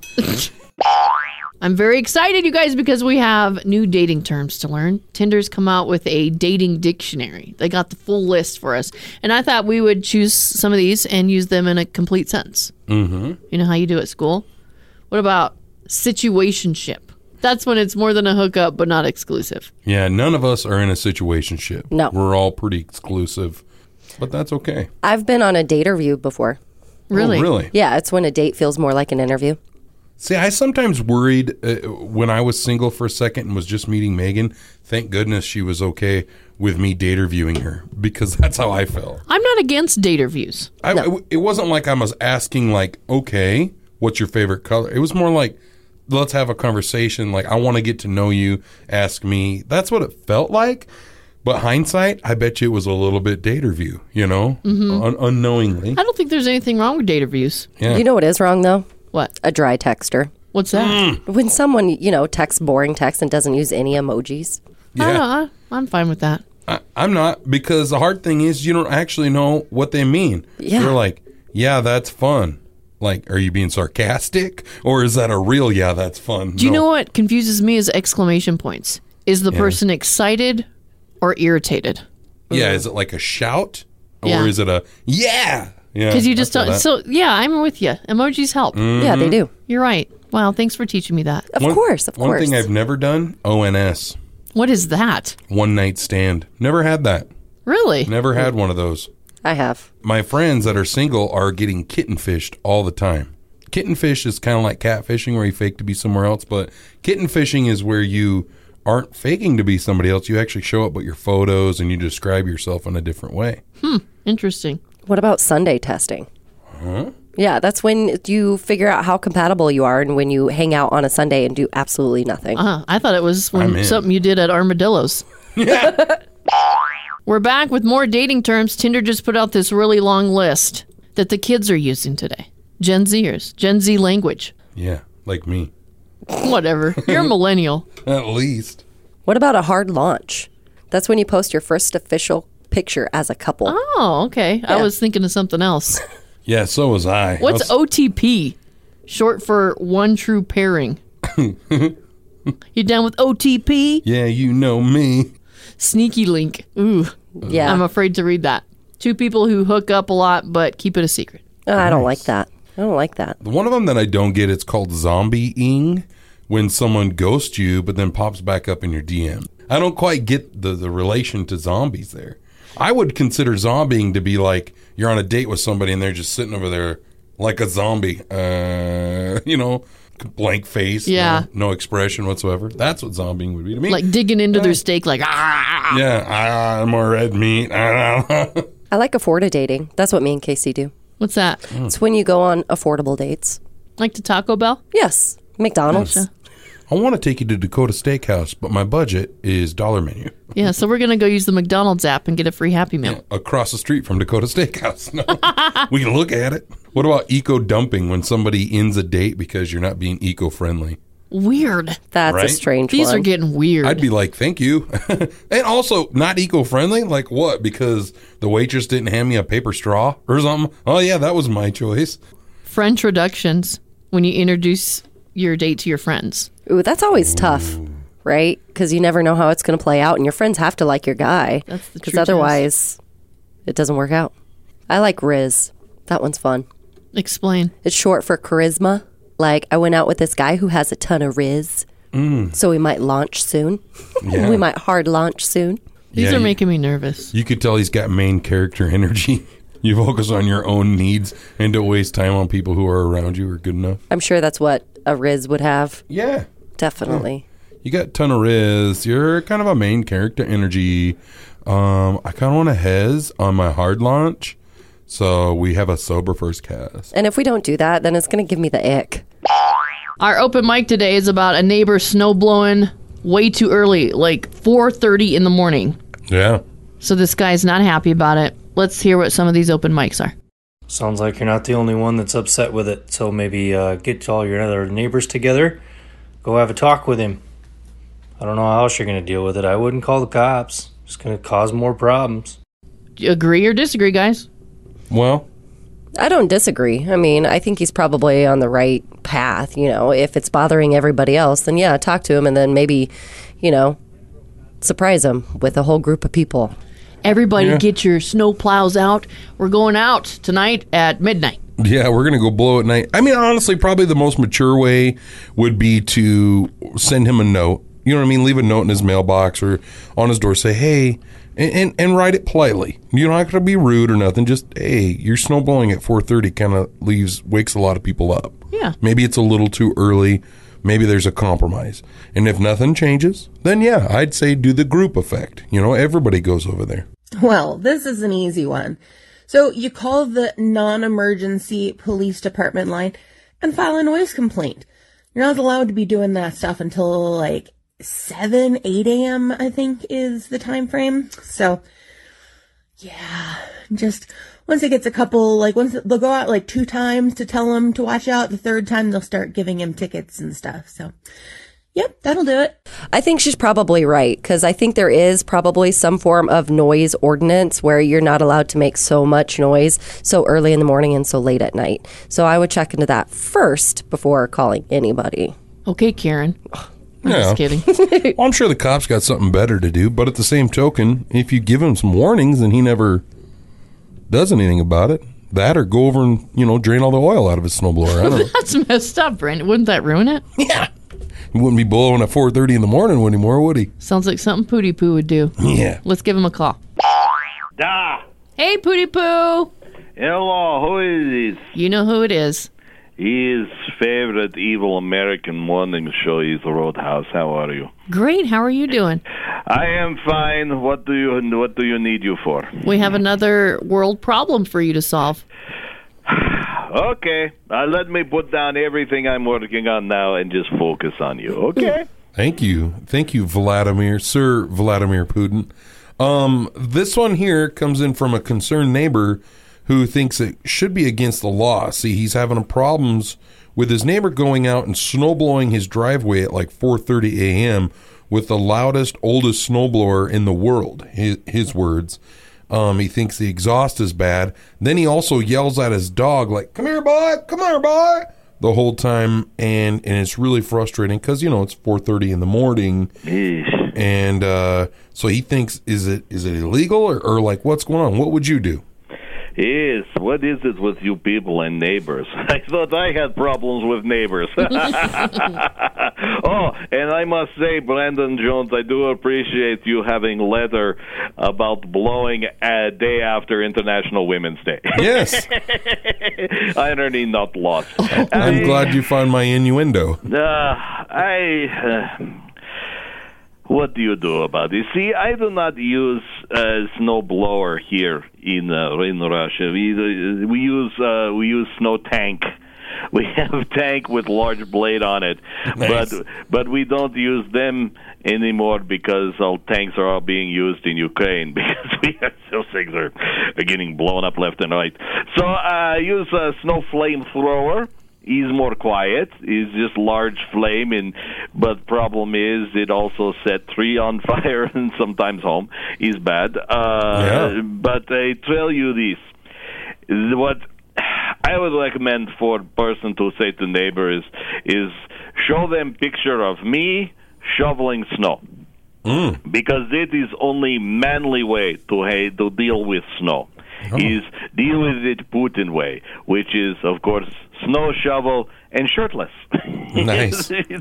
Speaker 2: I'm very excited, you guys, because we have new dating terms to learn. Tinder's come out with a dating dictionary. They got the full list for us. And I thought we would choose some of these and use them in a complete sentence.
Speaker 7: Mm-hmm.
Speaker 2: You know how you do at school? What about situationship? That's when it's more than a hookup, but not exclusive.
Speaker 3: Yeah, none of us are in a situationship.
Speaker 4: No.
Speaker 3: We're all pretty exclusive, but that's okay.
Speaker 4: I've been on a date interview before.
Speaker 3: Really? Oh, really?
Speaker 4: Yeah, it's when a date feels more like an interview.
Speaker 3: See, I sometimes worried uh, when I was single for a second and was just meeting Megan. Thank goodness she was okay with me date reviewing her because [laughs] that's how I felt.
Speaker 2: I'm not against date reviews.
Speaker 3: I, it, wasn't like I was asking, like, okay, what's your favorite color? It was more like, let's have a conversation. Like, I want to get to know you. Ask me. That's what it felt like. But hindsight, I bet you it was a little bit date review, you know,
Speaker 2: Mhm.
Speaker 3: Un- unknowingly.
Speaker 2: I don't think there's anything wrong with date reviews.
Speaker 3: Yeah.
Speaker 4: You know what is wrong though?
Speaker 2: What?
Speaker 4: A dry texter.
Speaker 2: What's that?
Speaker 4: When someone, you know, texts boring text and doesn't use any emojis.
Speaker 2: I don't know. I- I'm fine with that.
Speaker 3: I, I'm not because the hard thing is you don't actually know what they mean.
Speaker 2: Yeah.
Speaker 3: They're like, yeah, that's fun. Like, are you being sarcastic or is that a real yeah, that's fun?
Speaker 2: Do you know what confuses me is exclamation points. Is the
Speaker 3: Yeah.
Speaker 2: person excited or irritated?
Speaker 3: Yeah, is it like a shout or
Speaker 2: Yeah.
Speaker 3: is it a yeah? Yeah.
Speaker 2: Because you just
Speaker 3: I feel
Speaker 2: don't.
Speaker 3: that.
Speaker 2: So yeah, I'm with you. Emojis help.
Speaker 3: Yeah, they Mhm. do.
Speaker 2: You're right. Wow, thanks for teaching me that.
Speaker 3: One- One thing I've never done, ONS,
Speaker 2: what is that?
Speaker 3: one night stand. Never had that.
Speaker 2: Really?
Speaker 3: Never had one of those.
Speaker 4: I have.
Speaker 3: My friends that are single are getting kitten fished all the time. Kitten fish is kind of like catfishing where you fake to be somewhere else, but kitten fishing is where you aren't faking to be somebody else. You actually show up with your photos and you describe yourself in a different way.
Speaker 2: Hmm. Interesting.
Speaker 4: What about Sunday testing? Uh-huh.
Speaker 3: Huh?
Speaker 4: Yeah, that's when you figure out how compatible you are and when you hang out on a Sunday and do absolutely nothing.
Speaker 2: Uh, I thought it was when
Speaker 4: I'm in.
Speaker 2: something you did at Armadillos. We're back with more dating terms. Tinder just put out this really long list that the kids are using today. Gen Zers, Gen Z language.
Speaker 3: Yeah, like me. [laughs]
Speaker 2: Whatever. You're a millennial.
Speaker 3: At least.
Speaker 4: What about a hard launch? That's when you post your first official picture as a couple.
Speaker 2: Oh, okay. I
Speaker 4: Yeah.
Speaker 2: was thinking of something else.
Speaker 3: Yeah, so was [laughs] I.
Speaker 2: What's OTP? Short for one true pairing. you down with
Speaker 3: [laughs]
Speaker 2: OTP?
Speaker 3: Yeah, you know me.
Speaker 2: Sneaky link. Ooh.
Speaker 4: Yeah.
Speaker 2: I'm afraid to read that. Two people who hook up a lot but keep it a secret.
Speaker 4: Oh, I don't like that. I don't like that.
Speaker 3: The one of them that I don't get, it's called zombieing when someone ghosts you but then pops back up in your DM. I don't quite get the, the relation to zombies there. I would consider zombieing to be like you're on a date with somebody and they're just sitting over there like a zombie. Uh, [laughs] you know, blank face, no-
Speaker 2: Yeah.
Speaker 3: no, expression whatsoever. That's what zombieing would be to me.
Speaker 2: Like digging into their steak, like, ah.
Speaker 3: yeah, ah, more red meat. [laughs] Ah.
Speaker 4: I like Afforda dating. That's what me and Casey do.
Speaker 2: What's that?
Speaker 3: Mm.
Speaker 4: It's when you go on affordable dates.
Speaker 2: Like to Taco Bell?
Speaker 4: Yes. McDonald's.
Speaker 2: Gotcha.
Speaker 3: I want to take you to Dakota Steakhouse, but my budget is dollar menu
Speaker 2: Yeah, so we're going to go use the McDonald's app and get a free Happy Meal.
Speaker 3: across the street from Dakota Steakhouse. [laughs] No. we can look at it. What about eco dumping when somebody ends a date because you're not being eco friendly?
Speaker 2: Weird.
Speaker 4: That's
Speaker 3: Right?
Speaker 2: These are getting weird.
Speaker 3: I'd be like, thank you. [laughs] and also, not eco friendly? Like what? Because the waitress didn't hand me a paper straw or something? Oh, yeah, that was my choice.
Speaker 2: Friend introductions when you introduce your date to your friends.
Speaker 4: Ooh, that's always tough, right? Because you never know how it's going to play out, and your friends have to like your guy.
Speaker 2: That's the
Speaker 4: Because
Speaker 2: true test.
Speaker 4: otherwise, it doesn't work out. I like Riz. That one's fun.
Speaker 2: Explain.
Speaker 4: It's short for charisma. Like I went out with this guy who has a ton of Riz,
Speaker 3: Mm.
Speaker 4: so we might launch soon. [laughs]
Speaker 3: Yeah.
Speaker 4: we might hard launch soon.
Speaker 2: These
Speaker 3: Yeah,
Speaker 2: are
Speaker 3: you-
Speaker 2: making me nervous.
Speaker 3: You could tell he's got main character [laughs] energy. You focus on your own needs and don't waste time on people who are around you or good enough.
Speaker 4: I'm sure that's what a Riz would have.
Speaker 3: Yeah.
Speaker 4: Definitely.
Speaker 3: You got a ton of riz. You're kind of a main character energy. Um, I kind of want a hez on my hard launch, so we have a sober first cast.
Speaker 4: And if we don't do that, then it's going to give me the ick.
Speaker 2: Our open mic today is about a neighbor snow blowing way too early, like 4:30 in the morning.
Speaker 3: Yeah.
Speaker 2: So this guy's not happy about it. Let's hear what some of these open mics are.
Speaker 20: Sounds like you're not the only one that's upset with it, so maybe uh, get all your other neighbors together, go have a talk with him. I don't know how else you're going to deal with it. I wouldn't call the cops, it's going to cause more problems.
Speaker 2: Agree or disagree, guys?
Speaker 3: Well,
Speaker 4: I don't disagree. I mean, I think he's probably on the right path. You know, if it's bothering everybody else, then yeah, talk to him and then maybe, you know, surprise him with a whole group of people.
Speaker 2: Everybody
Speaker 3: Yeah.
Speaker 2: get your snow plows out. We're going out tonight at midnight.
Speaker 3: Yeah, we're gonna go blow at night. I mean, honestly, probably the most mature way would be to send him a note. You know what I mean? Leave a note in his mailbox or on his door. Say, hey, and and, and write it politely. You're not gonna be rude or nothing. Just hey, you're snowblowing at 4:30. Kind of leaves wakes a lot of people up.
Speaker 2: Yeah.
Speaker 3: Maybe it's a little too early. Maybe there's a compromise. And if nothing changes, then yeah, I'd say do the group effect. You know, everybody goes over there.
Speaker 21: Well, this is an easy one. So you call the non-emergency police department line and file a noise complaint. You're not allowed to be doing that stuff until like 7, 8 a.m. I think is the time frame. So yeah, just once it gets a couple, like once they'll go out like two times to tell them to watch out. The third time they'll start giving him tickets and stuff. So yep, that'll do it.
Speaker 4: I think she's probably right because I think there is probably some form of noise ordinance where you're not allowed to make so much noise so early in the morning and so late at night. So I would check into that first before calling anybody.
Speaker 2: Okay, Karen. I'm just kidding.
Speaker 3: [laughs] well, I'm sure the cops got something better to do, but at the same token, if you give him some warnings and he never does anything about it, that or go over and you know drain all the oil out of his snowblower. I don't know.
Speaker 2: [laughs] That's messed up, Brandon. Wouldn't that ruin
Speaker 3: [laughs]
Speaker 2: it?
Speaker 3: Yeah. He wouldn't be blowing at 4:30 in the morning anymore, would he?
Speaker 2: Sounds like something Pooty Poo would do.
Speaker 3: Yeah.
Speaker 2: Let's give him a call.
Speaker 22: Da.
Speaker 2: Hey, Pooty Poo.
Speaker 22: Hello, who is this?
Speaker 2: You know who it is.
Speaker 22: His favorite evil American morning show is Roadhouse. How are you?
Speaker 2: Great. How are you doing?
Speaker 22: I am fine. What do you What do you need you for?
Speaker 2: We have another world problem for you to solve.
Speaker 22: Okay, uh, let me put down everything I'm working on now and just focus on you. Okay.
Speaker 3: Thank you. Thank you, Vladimir, Sir Vladimir Putin. Um, this one here comes in from a concerned neighbor who thinks it should be against the law. See, he's having problems with his neighbor going out and snowblowing his driveway at like 4:30 a.m. with the loudest, oldest snowblower in the world. His, his words. Um, he thinks the exhaust is bad. Then he also yells at his dog like, "Come here, boy! Come here, boy!" the whole time and and it's really frustrating because you know it's 4.30 in the morning and uh, so he thinks is it is it illegal or, or like what's going on what would you do
Speaker 22: Yes. What is it with you people and neighbors? [laughs] I thought I had problems with neighbors. [laughs] oh, and I must say, Brandon Jones, I do appreciate you having leather about blowing a day after International Women's Day.
Speaker 3: Yes.
Speaker 22: [laughs] Irony not lost.
Speaker 3: i'm glad you found my innuendo
Speaker 22: Uh, I. Uh, what do you do about it? See, I do not use uh, snow blower here in uh, in Russia. We uh, we use uh, we use snow tank. [laughs] We have tank with large blade on it, but but we don't use them anymore because all tanks are all being used in Ukraine [laughs] because we [laughs] those things are getting blown up left and right. So I uh, use a snow flamethrower. He's more quiet. He's just large flame, and but problem is it also set three on [laughs] fire and sometimes home. He's bad. Uh,
Speaker 23: Yeah.
Speaker 22: But I tell you this: what I would recommend for person to say to neighbor is is show them picture of me shoveling snow because it is only manly way to hey, to deal with snow. is deal with it Putin way, which is of course snow shovel and shirtless. [laughs]
Speaker 3: Nice.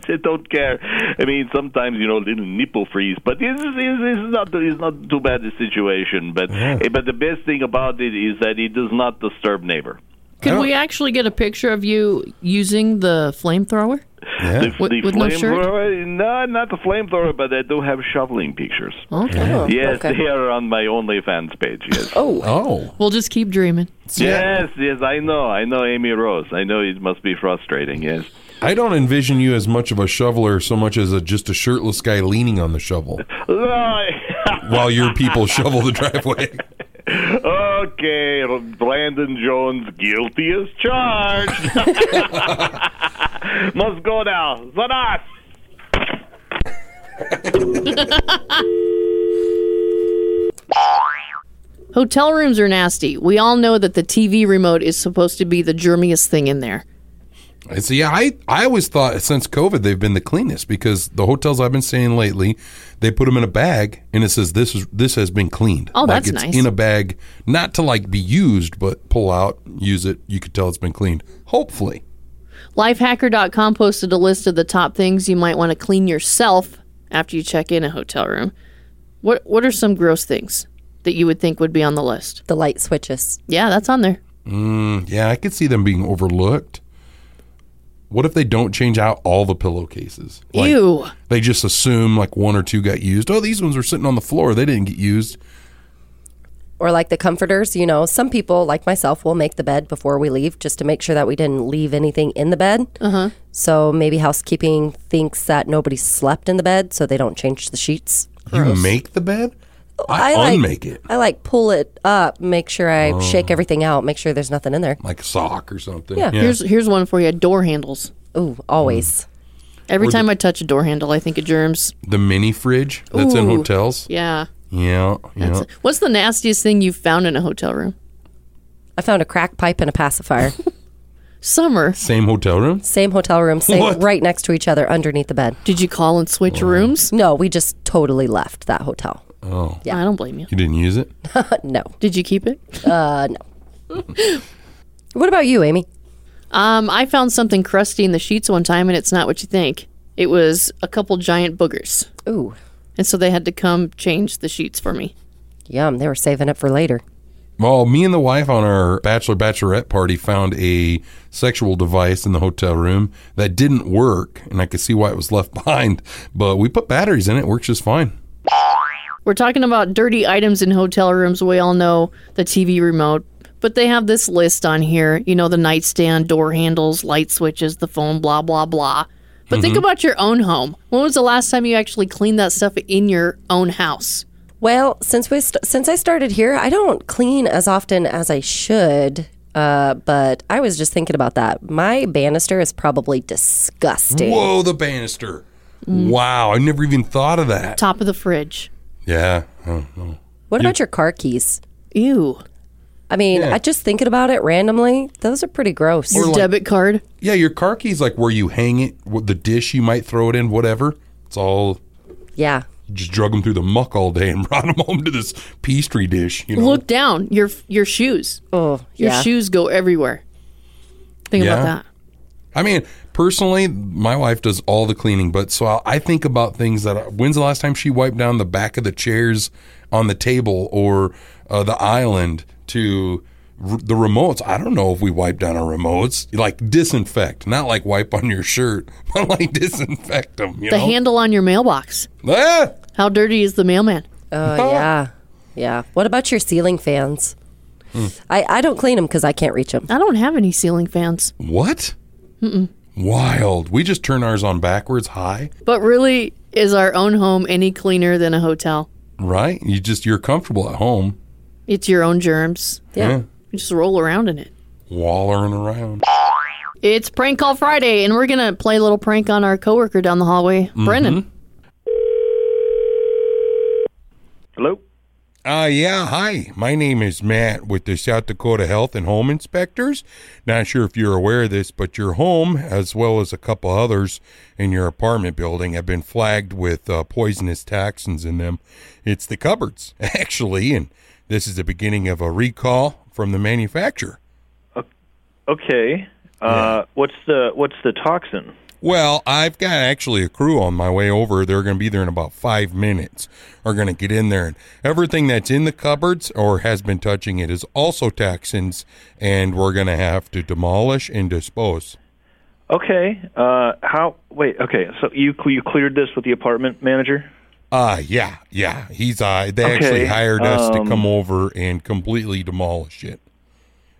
Speaker 22: they don't care. I mean, sometimes you know little nipple freeze, but it's, it's, it's not it's not too bad the situation. But eh, but the best thing about it is that it does not disturb neighbor.
Speaker 2: Can we actually get a picture of you using the flamethrower?
Speaker 22: The,
Speaker 2: With-
Speaker 22: the
Speaker 2: with no shirt?
Speaker 22: flamethrower? No, not the flamethrower, but I do have shoveling pictures.
Speaker 2: Okay. Oh,
Speaker 22: yes,
Speaker 2: okay.
Speaker 22: they are on my OnlyFans page. Yes.
Speaker 4: Oh.
Speaker 3: Oh.
Speaker 2: We'll just keep dreaming.
Speaker 22: Yes, yes, I know. I know Amy Rose. I know it must be frustrating. Yes.
Speaker 3: I don't envision you as much of a shoveler so much as a, just a shirtless guy leaning on the shovel while your people shovel the driveway.
Speaker 22: okay, Brandon Jones, guilty as charged. [laughs] must go now. Zanas.
Speaker 2: Hotel rooms are nasty. We all know that the TV remote is supposed to be the germiest thing in there.
Speaker 3: And so yeah, I I always thought since COVID they've been the cleanest because the hotels I've been staying lately, they put them in a bag and it says this is this has been cleaned.
Speaker 2: Oh,
Speaker 3: Like,
Speaker 2: that's
Speaker 3: it's
Speaker 2: nice.
Speaker 3: In a bag, not to like be used, but pull out, use it. You could tell it's been cleaned. Hopefully,
Speaker 2: Lifehacker.com posted a list of the top things you might want to clean yourself after you check in a hotel room. What what are some gross things that you would think would be on the list?
Speaker 4: The light switches.
Speaker 2: Yeah, that's on there.
Speaker 3: mm, yeah, I could see them being overlooked. What if they don't change out all the pillowcases? Like,
Speaker 2: Ew.
Speaker 3: They just assume like one or two got used. Oh, these ones were sitting on the floor. They didn't get used.
Speaker 4: Or like the comforters, you know, some people like myself will make the bed before we leave just to make sure that we didn't leave anything in the bed. Uh-huh. So maybe housekeeping thinks that nobody slept in the bed, so they don't change the sheets.
Speaker 3: You make the bed. I,
Speaker 4: I like-
Speaker 3: unmake it
Speaker 4: I like pull it up, make sure I
Speaker 3: Oh.
Speaker 4: shake everything out, make sure there's nothing in there.
Speaker 3: like a sock or something.
Speaker 4: Yeah.
Speaker 2: Here's here's one for you. Door handles.
Speaker 4: Ooh, always.
Speaker 2: Mm. Every
Speaker 3: Or
Speaker 2: time I touch a door handle, I think of germs.
Speaker 3: the mini fridge that's in
Speaker 2: Ooh.
Speaker 3: hotels.
Speaker 2: Yeah.
Speaker 3: Yeah, yeah.
Speaker 2: What's the nastiest thing you've found in a hotel room?
Speaker 4: I found a crack pipe and a pacifier.
Speaker 2: [laughs] Summer.
Speaker 3: Same hotel room.
Speaker 4: Same hotel room, same
Speaker 2: What?
Speaker 4: right next to each other underneath the bed.
Speaker 2: Did you call and switch rooms?
Speaker 4: No, we just totally left that hotel. [laughs]
Speaker 3: Oh,
Speaker 4: Yeah.
Speaker 2: I don't blame you.
Speaker 3: you didn't use it.
Speaker 4: no.
Speaker 2: Did you keep it?
Speaker 4: Uh no. what about you, Amy?
Speaker 2: Um, I found something crusty in the sheets one time, and it's not what you think. It was a couple giant boogers.
Speaker 4: Ooh.
Speaker 2: And so they had to come change the sheets for me.
Speaker 4: Yum, they were saving it for later.
Speaker 3: Well, me and the wife on our bachelor bachelorette party found a sexual device in the hotel room that didn't work, and I could see why it was left [laughs] behind. But we put batteries in it; worked just fine.
Speaker 2: We're talking about dirty items in hotel rooms. We all know the TV remote, but they have this list on here. You know, the nightstand, door handles, light switches, the phone, blah, blah, blah. But think
Speaker 3: Mm-hmm.
Speaker 4: Mhm.
Speaker 2: about your own home. When was the last time you actually cleaned that stuff in your own house?
Speaker 4: Well, since we st- since I started here, I don't clean as often as I should. Uh, but I was just thinking about that. My banister is probably disgusting.
Speaker 3: Whoa, the banister! Wow, I never even thought of that.
Speaker 2: Top of the fridge.
Speaker 3: Yeah. Oh, oh.
Speaker 4: What
Speaker 3: You-
Speaker 4: about your car keys?
Speaker 2: Ew.
Speaker 4: I mean,
Speaker 3: Yeah.
Speaker 4: I just thinking about it randomly. Those are pretty gross.
Speaker 3: Your Or like- debit
Speaker 2: card?
Speaker 3: Yeah, your car keys, like where you hang it, wh- the dish you might throw it in, whatever. It's all.
Speaker 4: Yeah.
Speaker 3: You just drug them through the muck all day and [laughs] brought them home to this pastry dish. You know.
Speaker 2: Look down. Your your shoes.
Speaker 4: Oh,
Speaker 2: your
Speaker 3: yeah.
Speaker 2: shoes go everywhere. Think about
Speaker 3: Yeah.
Speaker 2: that.
Speaker 3: I mean, personally, my wife does all the cleaning, but so I, I think about things that. When's the last time she wiped down the back of the chairs on the table or uh, the island to r- the remotes? I don't know if we wipe down our remotes. Like disinfect, not like wipe on your shirt, [laughs] but like disinfect them. You
Speaker 2: the
Speaker 3: know?
Speaker 2: handle on your mailbox.
Speaker 3: Ah!
Speaker 2: How dirty is the mailman?
Speaker 3: [laughs]
Speaker 4: Oh yeah, yeah. What about your ceiling fans?
Speaker 3: Hmm.
Speaker 4: I I don't clean them because I can't reach them.
Speaker 2: I don't have any ceiling fans.
Speaker 3: What?
Speaker 2: Mm-mm.
Speaker 3: Wild. We just turn ours on backwards high,
Speaker 2: But really, is our own home any cleaner than a hotel?
Speaker 3: right? You just you're comfortable at home.
Speaker 2: It's your own germs.
Speaker 3: Yeah. Yeah.
Speaker 2: You just roll around in it.
Speaker 3: wallering around.
Speaker 2: It's Prank Call Friday, and we're going to play a little prank on our coworker down the hallway, Brennan.
Speaker 3: Hello? Uh, yeah, hi. My name is Matt with the South Dakota Health and Home Inspectors. Not sure if you're aware of this, but your home, as well as a couple others in your apartment building, have been flagged with uh, poisonous toxins in them. It's the cupboards, [laughs] actually, and This is the beginning of a recall from the manufacturer.
Speaker 1: Okay. Uh, What's the what's the toxin?
Speaker 3: Well, I've got actually a crew on my way over. They're going to be there in about five minutes. Are going to get in there, and everything that's in the cupboards or has been touching it is also toxins, and we're going to have to demolish and dispose.
Speaker 1: Okay. Uh, how? Wait. Okay. So you you cleared this with the apartment manager?
Speaker 3: Ah, yeah, yeah. He's uh, they actually
Speaker 1: Okay,
Speaker 3: hired us
Speaker 1: um,
Speaker 3: to come over and completely demolish it.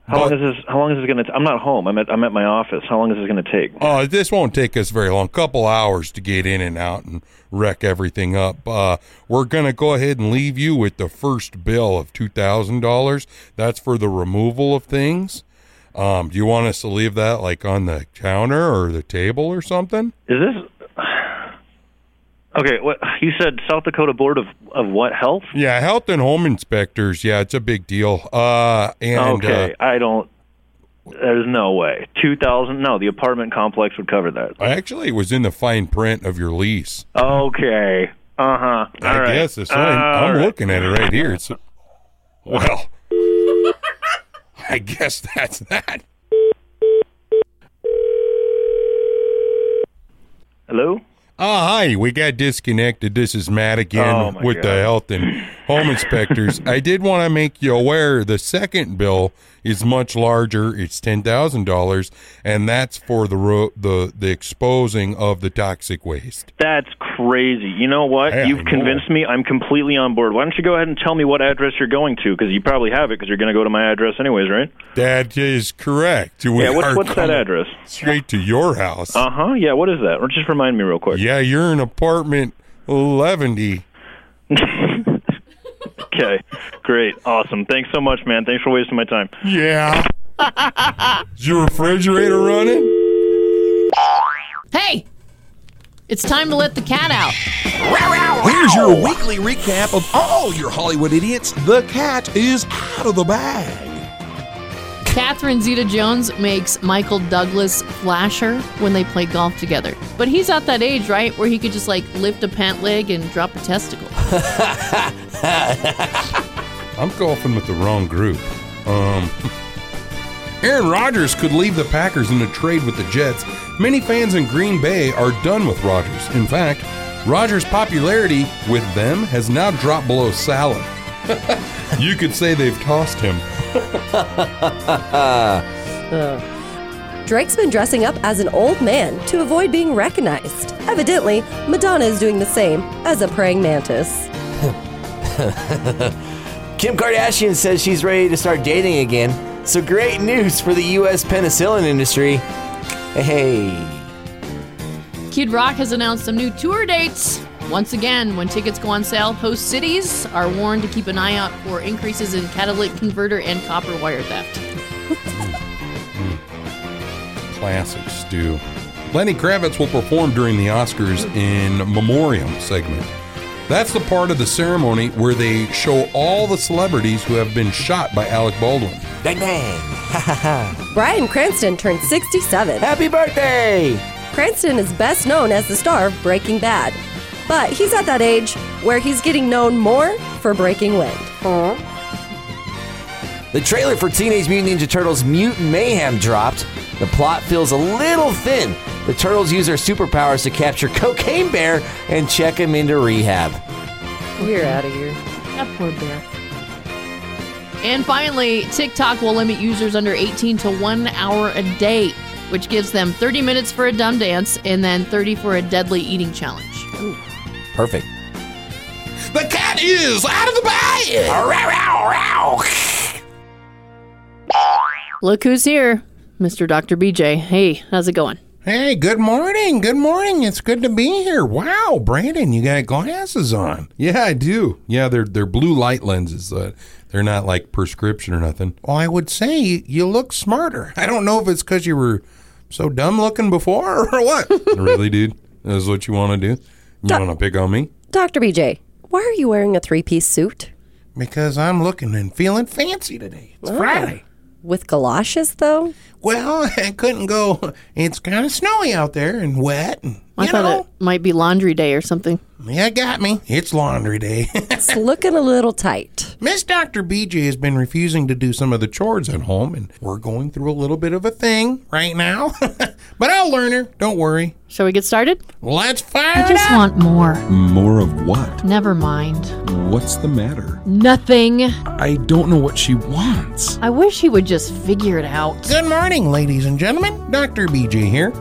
Speaker 1: How long is this? How long is this going to? I'm not home. I'm at I'm at my office. How long is this going to take?
Speaker 3: Uh, this won't take us very long. Couple hours to get in and out and wreck everything up. Uh, we're gonna go ahead and leave you with the first bill of two thousand dollars. That's for the removal of things. Um, do you want us to leave that like on the counter or the table or something?
Speaker 1: Is this? Okay. What you said? South Dakota Board of of what health?
Speaker 3: Yeah, health and home inspectors. Yeah, it's a big deal. Uh, and
Speaker 1: okay.
Speaker 3: uh,
Speaker 1: I don't. There's no way. Two thousand? No, the apartment complex would cover that.
Speaker 3: actually, it was in the fine print of your lease.
Speaker 1: Okay. Uh huh.
Speaker 3: I guess it's. I'm looking at it right here. It's well. Oh. I guess that's that.
Speaker 1: Hello.
Speaker 3: Oh, hi. We got disconnected. This is Matt again
Speaker 1: Oh, my
Speaker 3: with the
Speaker 1: God.
Speaker 3: health and home inspectors. I did want to make you aware the second bill is much larger. It's ten thousand dollars, and that's for the ro- the the exposing of the toxic waste.
Speaker 1: That's crazy. You know what?
Speaker 3: Yeah, I
Speaker 1: You've
Speaker 3: know.
Speaker 1: convinced me. I'm completely on board. Why don't you go ahead and tell me what address you're going to? Because you probably have it. Because you're going to go to my address
Speaker 3: [laughs]
Speaker 1: anyways, right?
Speaker 3: That is correct. We
Speaker 1: yeah. What's
Speaker 3: are
Speaker 1: what's that
Speaker 3: coming
Speaker 1: address?
Speaker 3: Straight to your house.
Speaker 1: Uh huh. Yeah. What is that? Or Just remind me real quick.
Speaker 3: Yeah, you're in apartment eleventy.
Speaker 1: [laughs] Okay. Great. Awesome. Thanks so much, man. Thanks for wasting my time.
Speaker 3: Yeah. is your refrigerator running?
Speaker 2: Hey, it's time to let the cat out.
Speaker 6: Here's your weekly recap of all your Hollywood idiots. The cat is out of the bag.
Speaker 2: Catherine Zeta Jones makes Michael Douglas flash her when they play golf together. But he's at that age, right, where he could just like lift a pant leg and drop a testicle.
Speaker 3: [laughs] I'm golfing with the wrong group. Um, [laughs] Aaron Rodgers could leave the Packers in a trade with the Jets. Many fans in Green Bay are done with Rodgers. In fact, Rodgers' popularity with them has now dropped below salad. [laughs] you could say they've tossed him.
Speaker 4: Drake's been dressing up as an old man to avoid being recognized. Evidently, Madonna is doing the same as a praying mantis.
Speaker 12: Kim Kardashian says she's ready to start dating again. So great news for the U.S. penicillin industry. Hey.
Speaker 2: Kid Rock has announced some new tour dates. Once again, when tickets go on sale, host cities are warned to keep an eye out for increases in catalytic converter and copper wire theft.
Speaker 3: Classic stew. Lenny Kravitz will perform during the Oscars in memoriam segment. That's the part of the ceremony where they show all the celebrities who have been shot by Alec Baldwin.
Speaker 12: Bang bang.
Speaker 4: Brian Cranston turned 67.
Speaker 12: Happy birthday!
Speaker 4: Cranston is best known as the star of Breaking Bad, but he's at that age where he's getting known more for breaking wind.
Speaker 12: The trailer for Teenage Mutant Ninja Turtles Mutant Mayhem dropped. The plot feels a little thin. The turtles use their superpowers to capture Cocaine Bear and check him into rehab.
Speaker 4: We're out of here.
Speaker 2: That poor bear. And finally, TikTok will limit users under 18 to one hour a day, which gives them 30 minutes for a dumb dance and then 30 for a deadly eating challenge.
Speaker 12: [laughs] Perfect.
Speaker 6: The cat is out of the bag.
Speaker 2: Look who's here, Mr. Dr. BJ. Hey, how's it going?
Speaker 8: Hey, good morning. Good morning. It's good to be here. Wow, Brandon, you got glasses on.
Speaker 3: Yeah, I do. Yeah, they're they're blue light lenses. Uh, they're not like prescription or nothing.
Speaker 8: Well, I would say you, you look smarter. I don't know if it's because you were so dumb looking before [laughs] or what.
Speaker 3: really, dude? That's what you want to do? You want to pick on me?
Speaker 4: Dr. BJ, why are you wearing a three piece suit?
Speaker 8: because I'm looking and feeling fancy today. It's Friday.
Speaker 4: With galoshes, though?
Speaker 8: Well, [laughs] I couldn't go. [laughs] It's kind of snowy out there and wet. And,
Speaker 2: I thought it might be laundry day or something.
Speaker 8: yeah, it got me. It's laundry day. [laughs]
Speaker 4: it's looking a little tight.
Speaker 8: Miss Dr. BJ has been refusing to do some of the chores at home, and we're going through a little bit of a thing right now. [laughs] but I'll learn her. Don't worry.
Speaker 2: Shall we get started?
Speaker 8: Let's
Speaker 2: I
Speaker 8: fire it
Speaker 2: just
Speaker 8: up.
Speaker 2: want more.
Speaker 6: More of what?
Speaker 2: Never mind.
Speaker 6: What's the matter?
Speaker 2: Nothing.
Speaker 6: I don't know what she wants.
Speaker 2: I wish he would just figure it out.
Speaker 8: Good morning, ladies and gentlemen. Dr. BJ here.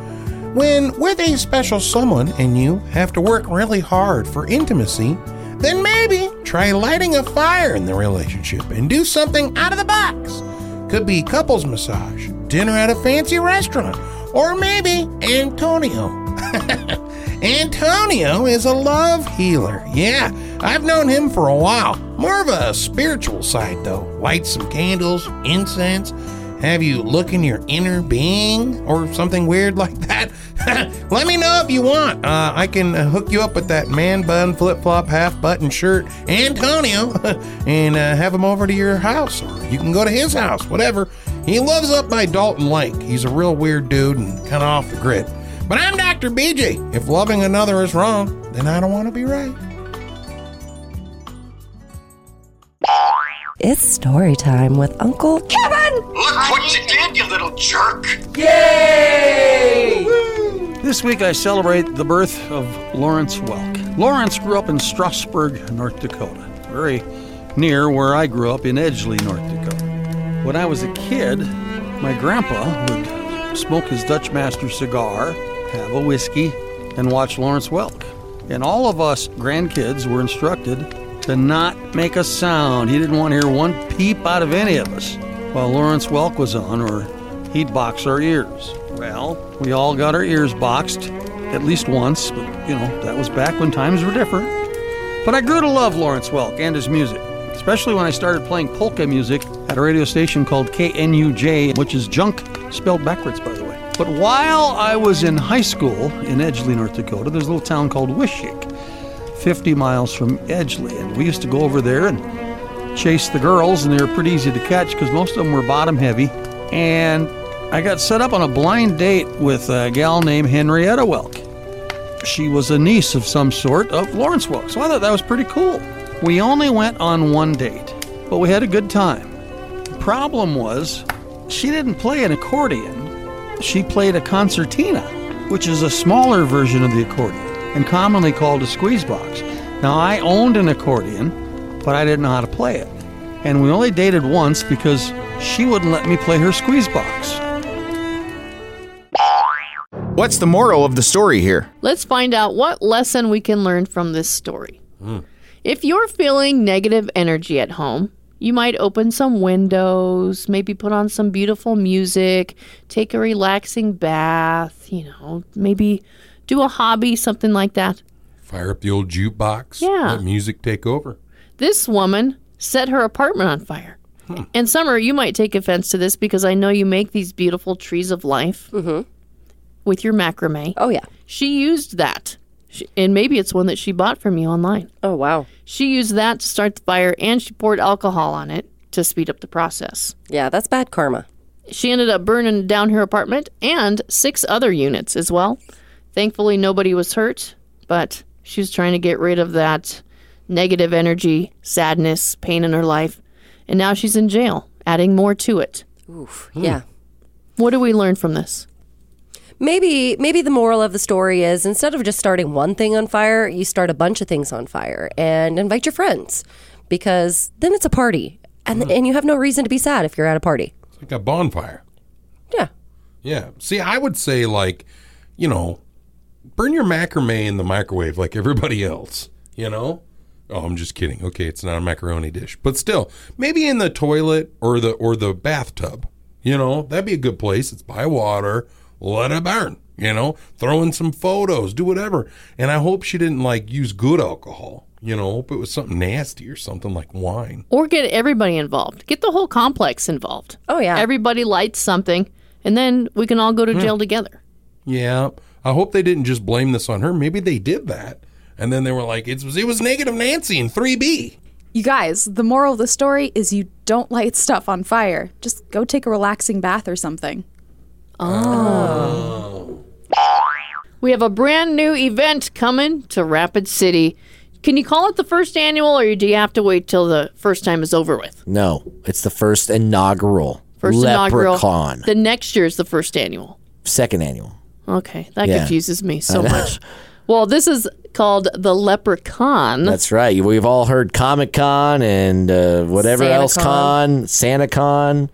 Speaker 8: When with a special someone and you have to work really hard for intimacy, then maybe try lighting a fire in the relationship and do something out of the box. Could be couples massage, dinner at a fancy restaurant, or maybe Antonio. Antonio is a love healer. Yeah, I've known him for a while. More of a spiritual side, though. Light some candles, incense, have you look in your inner being or something weird like that. [laughs] Let me know if you want. Uh, I can uh, hook you up with that man bun, flip flop, half button shirt, Antonio, [laughs] and uh, have him over to your house. Or you can go to his house, whatever. He lives up by Dalton Lake. He's a real weird dude and kind of off the grid. But I'm Dr. BJ. If loving another is wrong, then I don't want to be right.
Speaker 4: It's story time with Uncle Kevin.
Speaker 7: Look what you did, you little jerk!
Speaker 9: Yay! This week I celebrate the birth of Lawrence Welk. Lawrence grew up in Strasburg, North Dakota, very near where I grew up in Edgeley, North Dakota. When I was a kid, my grandpa would smoke his Dutch Master cigar, have a whiskey, and watch Lawrence Welk. And all of us grandkids were instructed to not make a sound. He didn't want to hear one peep out of any of us while Lawrence Welk was on, or he'd box our ears. Well, we all got our ears boxed at least once, but you know, that was back when times were different. But I grew to love Lawrence Welk and his music, especially when I started playing polka music at a radio station called KNUJ, which is junk spelled backwards, by the way. But while I was in high school in Edgeley, North Dakota, there's a little town called Wishick, 50 miles from Edgeley, and we used to go over there and chase the girls, and they were pretty easy to catch because most of them were bottom heavy. And I got set up on a blind date with a gal named Henrietta Welk. She was a niece of some sort of Lawrence Welk, so I thought that was pretty cool. We only went on one date, but we had a good time. The problem was, she didn't play an accordion, she played a concertina, which is a smaller version of the accordion and commonly called a squeeze box. Now, I owned an accordion, but I didn't know how to play it. And we only dated once because she wouldn't let me play her squeeze box.
Speaker 17: What's the moral of the story here?
Speaker 2: Let's find out what lesson we can learn from this story.
Speaker 19: Hmm.
Speaker 2: If you're feeling negative energy at home, you might open some windows, maybe put on some beautiful music, take a relaxing bath, you know, maybe do a hobby, something like that.
Speaker 3: Fire up the old jukebox.
Speaker 2: Yeah.
Speaker 3: Let music take over.
Speaker 2: This woman set her apartment on fire. And Summer, you might take offense to this because I know you make these beautiful trees of life with your macrame.
Speaker 4: Oh, yeah.
Speaker 2: She used that. She, and maybe it's one that she bought from you online.
Speaker 4: Oh, wow.
Speaker 2: She used that to start the fire and she poured alcohol on it to speed up the process.
Speaker 4: Yeah, that's bad karma.
Speaker 2: She ended up burning down her apartment and six other units as well. Thankfully, nobody was hurt, but she's trying to get rid of that negative energy, sadness, pain in her life. And now she's in jail, adding more to it. Hmm.
Speaker 4: Oof. Yeah.
Speaker 2: What do we learn from this?
Speaker 4: Maybe maybe the moral of the story is instead of just starting one thing on fire, you start a bunch of things on fire and invite your friends because then it's a party and and you have no reason to be sad if you're at a party.
Speaker 3: It's like a bonfire.
Speaker 4: Yeah.
Speaker 3: Yeah. See, I would say like, you know, burn your macrame in the microwave like everybody else. You know. Oh, I'm just kidding. Okay, it's not a macaroni dish, but still, maybe in the toilet or the or the bathtub. You know, that'd be a good place. It's by water. Let it burn. You know, throw in some photos, do whatever. And I hope she didn't like use good alcohol. You know, hope it was something nasty or something like wine.
Speaker 2: Or get everybody involved. Get the whole complex involved.
Speaker 4: Oh, yeah.
Speaker 2: Everybody lights something, and then we can all go to jail together.
Speaker 3: Yeah. I hope they didn't just blame this on her. Maybe they did that. And then they were like, it was, it was negative Nancy in 3B.
Speaker 5: You guys, the moral of the story is you don't light stuff on fire. Just go take a relaxing bath or something.
Speaker 2: We have a brand new event coming to Rapid City. Can you call it the first annual, or do you have to wait till the first time is over with?
Speaker 12: No, it's the first inaugural.
Speaker 2: First
Speaker 12: Leprechaun.
Speaker 2: inaugural. The next year is the first annual.
Speaker 12: Second annual.
Speaker 2: Okay, that
Speaker 12: Yeah.
Speaker 2: confuses me
Speaker 12: I
Speaker 2: so
Speaker 12: know.
Speaker 2: much. Well, this is called the Leprechaun.
Speaker 12: That's right. We've all heard Comic Con and uh, whatever
Speaker 2: Santa
Speaker 12: else con, Santa Con.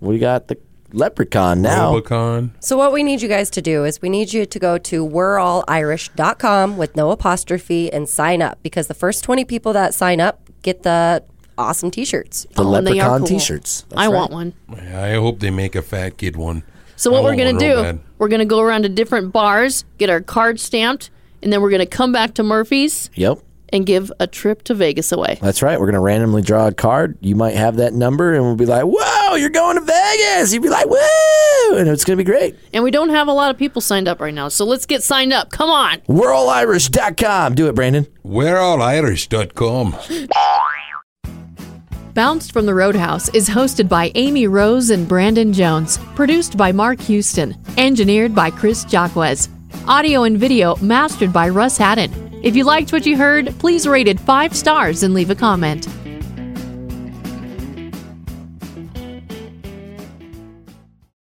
Speaker 12: We got the Leprechaun now.
Speaker 3: Robocon.
Speaker 4: So what we need you guys to do is we need you to go to we'reallirish.com with no apostrophe and sign up because the first 20 people that sign up get the awesome t-shirts.
Speaker 12: The
Speaker 4: Oh,
Speaker 2: Oh,
Speaker 4: and they are
Speaker 12: Leprechaun
Speaker 4: cool.
Speaker 12: t-shirts.
Speaker 2: I want one.
Speaker 3: I hope they make a fat kid one.
Speaker 2: So what
Speaker 3: I
Speaker 2: we're
Speaker 3: want
Speaker 2: gonna
Speaker 3: one
Speaker 2: do?
Speaker 3: Oh, real bad.
Speaker 2: We're gonna go around to different bars, get our card stamped, and then we're gonna come back to Murphy's
Speaker 12: Yep.
Speaker 2: and give a trip to Vegas away.
Speaker 12: That's right. We're going to randomly draw a card. You might have that number, and we'll be like, whoa, Oh, you're going to Vegas. You'd be like, woo. And it's going to be great.
Speaker 2: And we don't have a lot of people signed up right now, so let's get signed up. Come on.
Speaker 12: We'reAllIrish.com. Do it, Brandon.
Speaker 2: [laughs]
Speaker 3: We'reAllIrish.com.
Speaker 2: Bounced from the Roadhouse is hosted by Amy Rose and Brandon Jones, produced by Mark Houston, engineered by Chris Jacques. Audio and video mastered by Russ Haddon. If you liked what you heard, please rate it five stars and leave a comment.